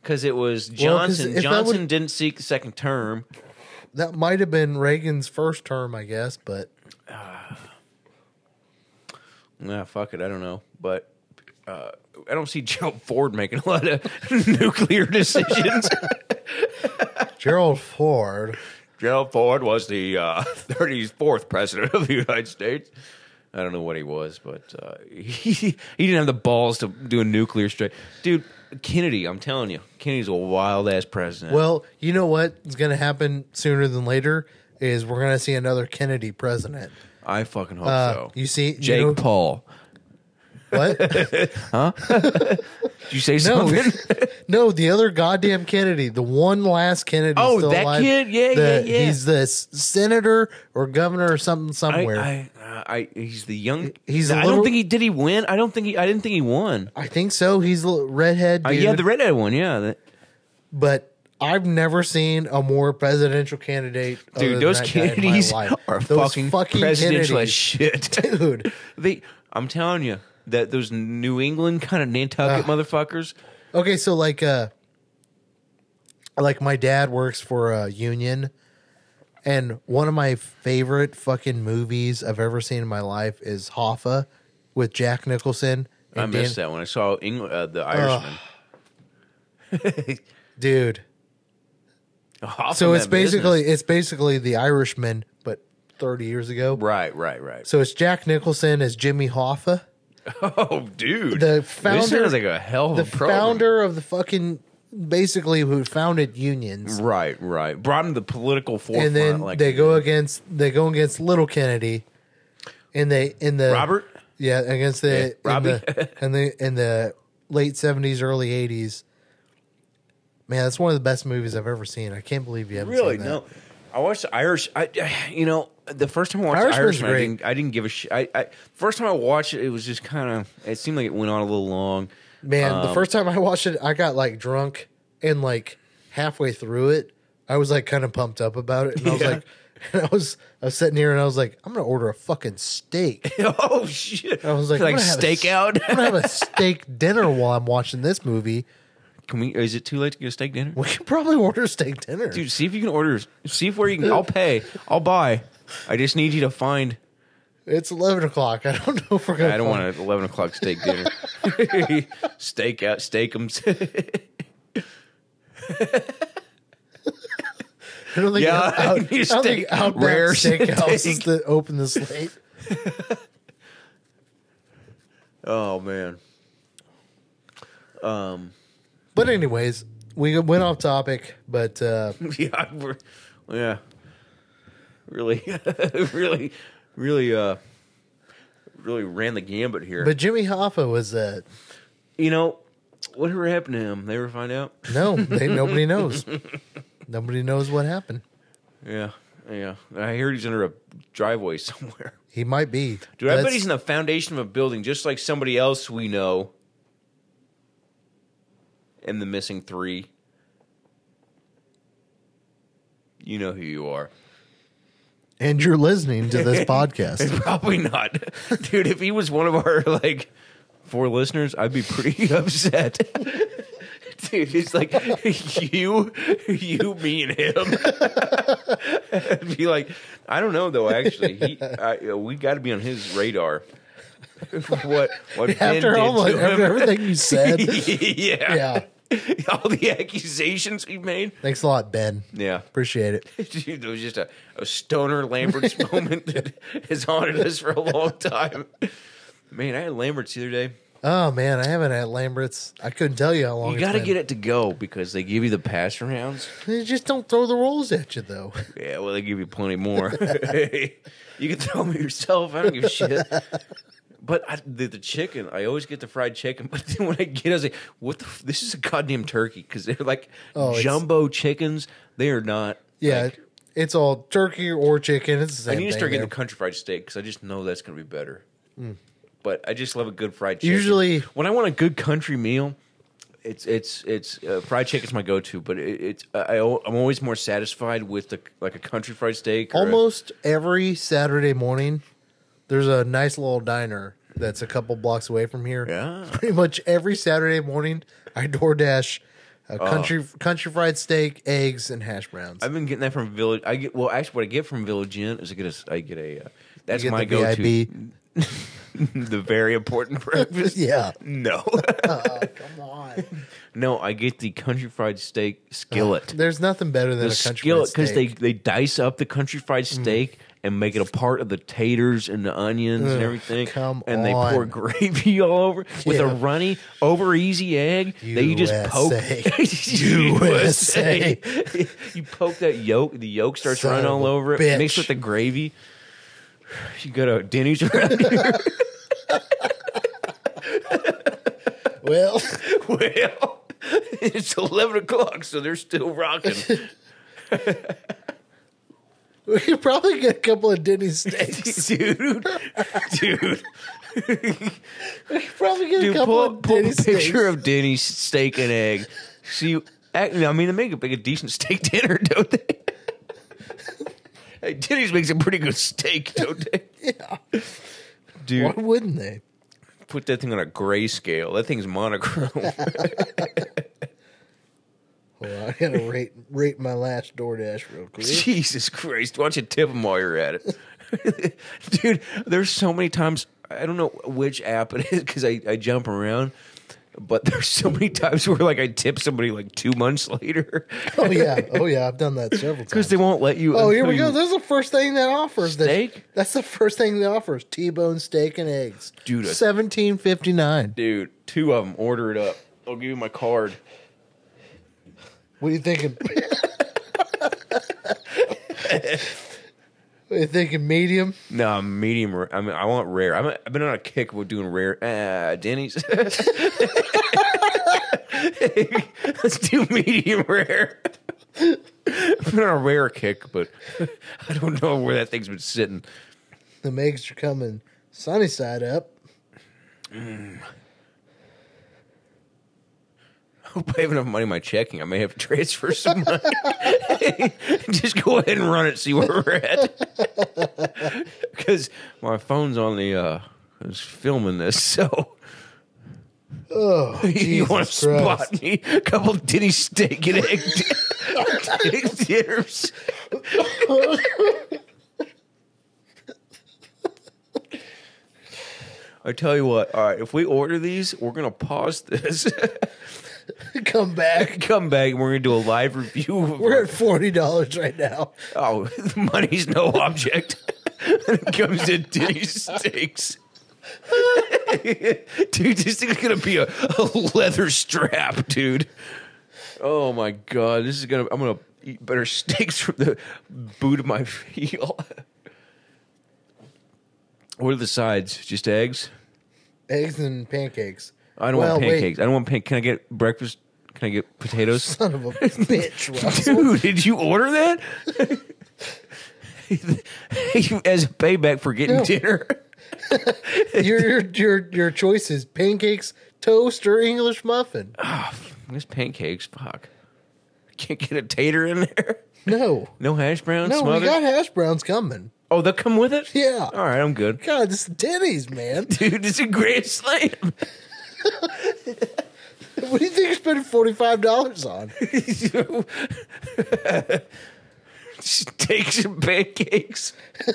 Speaker 2: because it was
Speaker 1: 'cause
Speaker 2: Johnson.
Speaker 1: if that
Speaker 2: Johnson
Speaker 1: would-
Speaker 2: didn't seek the second term.
Speaker 1: That might have been Reagan's first term, I guess. But
Speaker 2: Nah, fuck it. I don't know, but uh, I don't see Gerald Ford making a lot of nuclear decisions.
Speaker 1: Gerald Ford.
Speaker 2: Gerald Ford was the uh, 34th president of the United States. I don't know what he was, but uh, he, he didn't have the balls to do a nuclear strike. Dude, Kennedy, I'm telling you, Kennedy's a wild ass president.
Speaker 1: Well, you know what is going to happen sooner than later is we're going to see another Kennedy president.
Speaker 2: I fucking hope
Speaker 1: Uh,
Speaker 2: so.
Speaker 1: You see, you
Speaker 2: Jake
Speaker 1: know-
Speaker 2: Paul.
Speaker 1: what?
Speaker 2: Did you say
Speaker 1: No,
Speaker 2: something?
Speaker 1: no, the other goddamn Kennedy, the one last Kennedy.
Speaker 2: Oh,
Speaker 1: still
Speaker 2: that
Speaker 1: alive,
Speaker 2: kid? Yeah,
Speaker 1: the-
Speaker 2: yeah, yeah.
Speaker 1: He's the s- senator or governor or something
Speaker 2: I,
Speaker 1: somewhere. I,
Speaker 2: I, uh, I, he's the young.
Speaker 1: He's a
Speaker 2: I don't
Speaker 1: little-
Speaker 2: think he did. He win. I don't think he. I didn't think he won.
Speaker 1: think so. He's a little redhead,
Speaker 2: Uh,
Speaker 1: dude,
Speaker 2: yeah, the redhead one. Yeah, that-
Speaker 1: but. I've never seen a more presidential candidate. other
Speaker 2: dude,
Speaker 1: than
Speaker 2: those
Speaker 1: that guy in my
Speaker 2: Kennedys
Speaker 1: life.
Speaker 2: are
Speaker 1: Those
Speaker 2: fucking, presidential
Speaker 1: Kennedys,
Speaker 2: as shit.
Speaker 1: dude.
Speaker 2: they, I'm telling you that those New England kind of Nantucket motherfuckers.
Speaker 1: Okay, so like uh like my dad works for a union and one of my favorite fucking movies I've ever seen in my life is Hoffa with Jack Nicholson.
Speaker 2: I
Speaker 1: and
Speaker 2: missed
Speaker 1: Dan-
Speaker 2: that one. I saw England, uh, the Irishman.
Speaker 1: Dude.
Speaker 2: Hoff
Speaker 1: So
Speaker 2: in
Speaker 1: it's
Speaker 2: that business.
Speaker 1: basically it's basically the Irishman, but 30 years ago.
Speaker 2: Right, right, right.
Speaker 1: So it's Jack Nicholson as Jimmy Hoffa,
Speaker 2: Oh, dude.
Speaker 1: The
Speaker 2: This
Speaker 1: founder-
Speaker 2: sounds like a hell of
Speaker 1: the
Speaker 2: a program.
Speaker 1: founder of the fucking basically who founded unions.
Speaker 2: Right, right. Brought him to the political forefront.
Speaker 1: and then
Speaker 2: like
Speaker 1: they go against they go against little Kennedy and they in the
Speaker 2: Robert.
Speaker 1: Yeah, against the
Speaker 2: Yeah,
Speaker 1: in the in the in the late seventies, early eighties. Man, that's one of the best movies I've ever seen. I can't believe you haven't
Speaker 2: Really?
Speaker 1: seen that.
Speaker 2: No. I watched Irish. I, you know, the first time I watched
Speaker 1: Irishman's
Speaker 2: Irishman, I
Speaker 1: great.
Speaker 2: didn't, I didn't give a shit. I, I first time I watched it, it was just kind of. It seemed like it went on a little long.
Speaker 1: Man, the
Speaker 2: Um,
Speaker 1: first time I watched it, I got like drunk and like halfway through it, I was like kind of pumped up about it, and I was
Speaker 2: Yeah.
Speaker 1: like, and I was I was sitting here and I was like, I'm gonna order a fucking steak.
Speaker 2: oh shit!
Speaker 1: I was like,
Speaker 2: like
Speaker 1: I'm gonna have a s-
Speaker 2: stakeout.
Speaker 1: I'm gonna have a steak dinner while I'm watching this movie.
Speaker 2: Can we? Is it too late to get a steak dinner?
Speaker 1: We could probably order steak dinner.
Speaker 2: Dude, see if you can order. See if where you can. I'll pay. I'll buy. I just need you to find.
Speaker 1: It's eleven o'clock. I don't know if we're gonna.
Speaker 2: I don't
Speaker 1: find-
Speaker 2: want an eleven o'clock steak dinner. steak out, steak 'em.
Speaker 1: I don't think
Speaker 2: Yeah,
Speaker 1: out,
Speaker 2: I
Speaker 1: out,
Speaker 2: need
Speaker 1: I don't
Speaker 2: steak.
Speaker 1: think Outback
Speaker 2: Rare
Speaker 1: Steakhouse is
Speaker 2: steak.
Speaker 1: the open this late.
Speaker 2: oh man. Um.
Speaker 1: But anyways, we went off topic, but uh,
Speaker 2: yeah, we're, yeah, really, really, really, uh, really ran the gambit here.
Speaker 1: but Jimmy Hoffa was uh,
Speaker 2: you know, whatever happened to him, they ever find out?
Speaker 1: no, they, nobody knows. Nobody knows what happened.
Speaker 2: Yeah, yeah. I hear he's under a driveway somewhere.
Speaker 1: He might be.
Speaker 2: Dude, I bet
Speaker 1: That's-
Speaker 2: he's in the foundation of a building, just like somebody else we know. And the missing three. You know who you are.
Speaker 1: and you're listening to this podcast.
Speaker 2: Probably not, dude. If he was one of our like four listeners, I'd be pretty upset. Dude, it's like you, you, me, and him. I'd be like, I don't know though. Actually, he, I, we got to be on his radar. what? What? Ben
Speaker 1: After
Speaker 2: did
Speaker 1: all, my,
Speaker 2: to
Speaker 1: after
Speaker 2: him.
Speaker 1: everything you said,
Speaker 2: yeah,
Speaker 1: Yeah.
Speaker 2: All the accusations he made.
Speaker 1: thanks a lot, Ben.
Speaker 2: Yeah.
Speaker 1: Appreciate it.
Speaker 2: Dude, it was just a, a stoner Lambert's moment that has haunted us for a long time. Man, I had Lambert's the other day.
Speaker 1: Oh man, I haven't had Lamberts. I couldn't tell you how long.
Speaker 2: You
Speaker 1: it's
Speaker 2: got to
Speaker 1: been.
Speaker 2: get it to go because they give you the pass rounds.
Speaker 1: They just don't throw the rolls at you though.
Speaker 2: Yeah, well, they give you plenty more. you can throw them at yourself. I don't give a shit. But I, the, the chicken, I always get the fried chicken. But then when I get, it, I was like, "What? The, f- this is a goddamn turkey?" Because they're like
Speaker 1: Oh, it's-
Speaker 2: jumbo chickens. They are not.
Speaker 1: Yeah,
Speaker 2: like-
Speaker 1: it's all turkey or chicken. It's the
Speaker 2: I
Speaker 1: same
Speaker 2: need to
Speaker 1: thing
Speaker 2: start
Speaker 1: there.
Speaker 2: getting the country fried steak because I just know that's going to be better. But I just love a good fried chicken.
Speaker 1: Mm. Usually-
Speaker 2: when I want a good country meal, it's it's it's uh, fried chicken's my go-to. But it, it's I, al- I'm always more satisfied with the like a country fried steak. or a-
Speaker 1: Almost every Saturday morning, there's a nice little diner that's a couple blocks away from here.
Speaker 2: Yeah.
Speaker 1: Pretty much every Saturday morning, I DoorDash a
Speaker 2: Oh.
Speaker 1: country country fried steak, eggs, and hash browns.
Speaker 2: I've been getting that from Village. I get well, actually, what I get from Village Inn is I get a I get a uh, that's
Speaker 1: You get
Speaker 2: my
Speaker 1: the
Speaker 2: go-to.
Speaker 1: VIB.
Speaker 2: the very important breakfast.
Speaker 1: Yeah.
Speaker 2: No,
Speaker 1: Oh, come on.
Speaker 2: no, I get the country fried steak skillet.
Speaker 1: There's nothing better than
Speaker 2: the
Speaker 1: a country
Speaker 2: skillet
Speaker 1: fried
Speaker 2: because they
Speaker 1: steak. Mm.
Speaker 2: they dice up the country fried steak and make it a part of the taters and the onions and
Speaker 1: Ugh,
Speaker 2: everything.
Speaker 1: come
Speaker 2: and they pour
Speaker 1: on.
Speaker 2: gravy all over with a
Speaker 1: Yeah.
Speaker 2: runny over easy egg that you just poke.
Speaker 1: USA.
Speaker 2: you poke that yolk. The yolk starts
Speaker 1: Son
Speaker 2: running
Speaker 1: of
Speaker 2: all
Speaker 1: a
Speaker 2: over it. Mixed
Speaker 1: bitch.
Speaker 2: with the gravy. You go to Denny's around here.
Speaker 1: Well,
Speaker 2: well, it's eleven o'clock, so they're still rocking.
Speaker 1: we could probably get a couple of Denny's steaks.
Speaker 2: dude, dude.
Speaker 1: Probably get
Speaker 2: Dude,
Speaker 1: a couple
Speaker 2: pull,
Speaker 1: of
Speaker 2: pull a
Speaker 1: Denny's
Speaker 2: picture
Speaker 1: steaks.
Speaker 2: of Denny's steak and egg. See, act- I mean, they make a, make a decent steak dinner, don't they? hey, Denny's makes a pretty good steak, don't they?
Speaker 1: Yeah.
Speaker 2: Dude,
Speaker 1: Why wouldn't they?
Speaker 2: put that thing on a grayscale. That thing's monochrome.
Speaker 1: Hold on, I gotta rate rate my last DoorDash real quick.
Speaker 2: Jesus Christ! Why don't you tip them while you're at it, dude? There's so many times I don't know which app it is because I, I jump around, But there's so many times where like I tip somebody like two months later
Speaker 1: Oh yeah, oh yeah, I've done that several
Speaker 2: because
Speaker 1: times.
Speaker 2: they won't let you.
Speaker 1: Oh, here we go.
Speaker 2: until you-
Speaker 1: This is the first thing that offers that-
Speaker 2: Steak?
Speaker 1: That's the first thing that offers T-bone steak and eggs.
Speaker 2: Dude, I-
Speaker 1: seventeen fifty nine.
Speaker 2: dude. Two of them. Order it up. I'll give you my card.
Speaker 1: What are you thinking? what are you thinking? Medium?
Speaker 2: No, I'm medium. rare. I mean, I want rare. I'm, I've been on a kick with doing rare. Uh, Denny's. Let's do medium rare. I've been on a rare kick, but I don't know where that thing's been sitting.
Speaker 1: The eggs are coming sunny side up.
Speaker 2: I hope I have enough money in my checking. I may have to transfer some money. Just go ahead and run it, see where we're at. Because my phone's on the, uh, is filming this, so.
Speaker 1: Oh,
Speaker 2: you
Speaker 1: Jesus
Speaker 2: want to
Speaker 1: Christ.
Speaker 2: spot me? A couple Denny's steak and egg, egg dinners. I tell you what. All right, if we order these, we're gonna pause this,
Speaker 1: Come back.
Speaker 2: come back, and we're gonna do a live review. Of
Speaker 1: We're at forty dollars right now.
Speaker 2: oh, the money's no object when it comes to Denny's steaks. dude, this thing's gonna be a, a leather strap, dude. Oh my god, this is gonna. I'm gonna eat better steaks from the boot of my heel. what are the sides? Just eggs?
Speaker 1: Eggs and pancakes.
Speaker 2: I don't
Speaker 1: Well,
Speaker 2: want
Speaker 1: wait.
Speaker 2: pancakes. I don't want pan. Can I get breakfast? Can I get potatoes?
Speaker 1: Son of a bitch, Russell.
Speaker 2: Dude, did you order that? As a payback for getting
Speaker 1: No.
Speaker 2: dinner.
Speaker 1: your, your your your choice is pancakes, toast, or English muffin.
Speaker 2: There's Ah, pancakes. Fuck. Can't get a tater in there.
Speaker 1: No,
Speaker 2: No hash browns.
Speaker 1: no,
Speaker 2: smothered?
Speaker 1: we got hash browns coming.
Speaker 2: oh, they'll come with it?
Speaker 1: Yeah.
Speaker 2: All right, I'm good.
Speaker 1: God, this is Denny's, man.
Speaker 2: Dude, it's a grand slam.
Speaker 1: What do you think you're spending forty five dollars on?
Speaker 2: Steaks and pancakes.
Speaker 1: This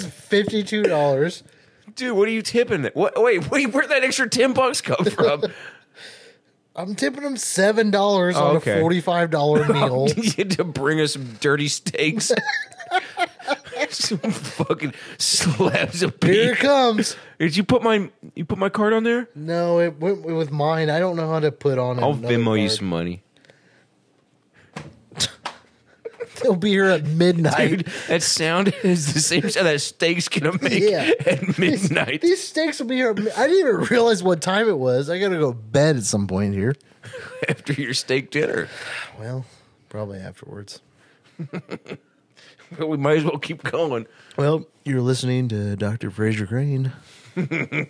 Speaker 1: is fifty two dollars.
Speaker 2: Dude, what are you tipping? it? What, wait, wait, where'd that extra 10 bucks come from?
Speaker 1: I'm tipping them seven dollars on
Speaker 2: Oh, okay. Oh,
Speaker 1: a forty five dollar meal.
Speaker 2: to bring us some dirty steaks. some fucking slabs of
Speaker 1: Here it
Speaker 2: beef.
Speaker 1: comes.
Speaker 2: Did you put my you put my card on there?
Speaker 1: No, it went with mine. I don't know how to put on.
Speaker 2: I'll
Speaker 1: another
Speaker 2: Venmo you
Speaker 1: card.
Speaker 2: some money.
Speaker 1: They'll be here at midnight.
Speaker 2: Dude, that sound is the same sound that steak's gonna make
Speaker 1: Yeah.
Speaker 2: at midnight.
Speaker 1: These steaks will be here. at mi- I didn't even realize what time it was. I gotta go to bed at some point here.
Speaker 2: after your steak dinner.
Speaker 1: Well, probably afterwards.
Speaker 2: But we might as well keep going.
Speaker 1: Well, you're listening to Dr. Fraser Crane.
Speaker 2: All right,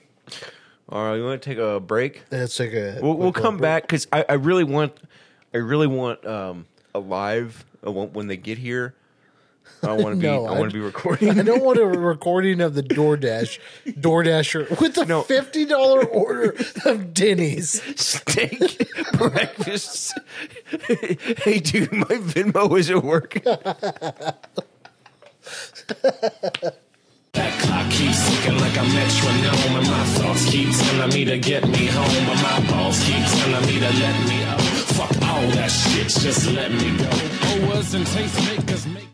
Speaker 2: you want to take a break?
Speaker 1: That's like a.
Speaker 2: We'll, we'll come back because I, I really want I really want um a live I want, when they get here. I want to be
Speaker 1: No,
Speaker 2: I
Speaker 1: I-
Speaker 2: want to be recording.
Speaker 1: I don't want a recording of the DoorDash DoorDasher with a
Speaker 2: No.
Speaker 1: fifty dollar order of Denny's.
Speaker 2: steak breakfast. hey, dude, my Venmo isn't working.
Speaker 3: That clock keeps ticking like a metronome, and my thoughts keep telling me to get me home, and my balls keep telling me to let me out. Fuck all that shit, just let me go. Oh, was and taste makers make.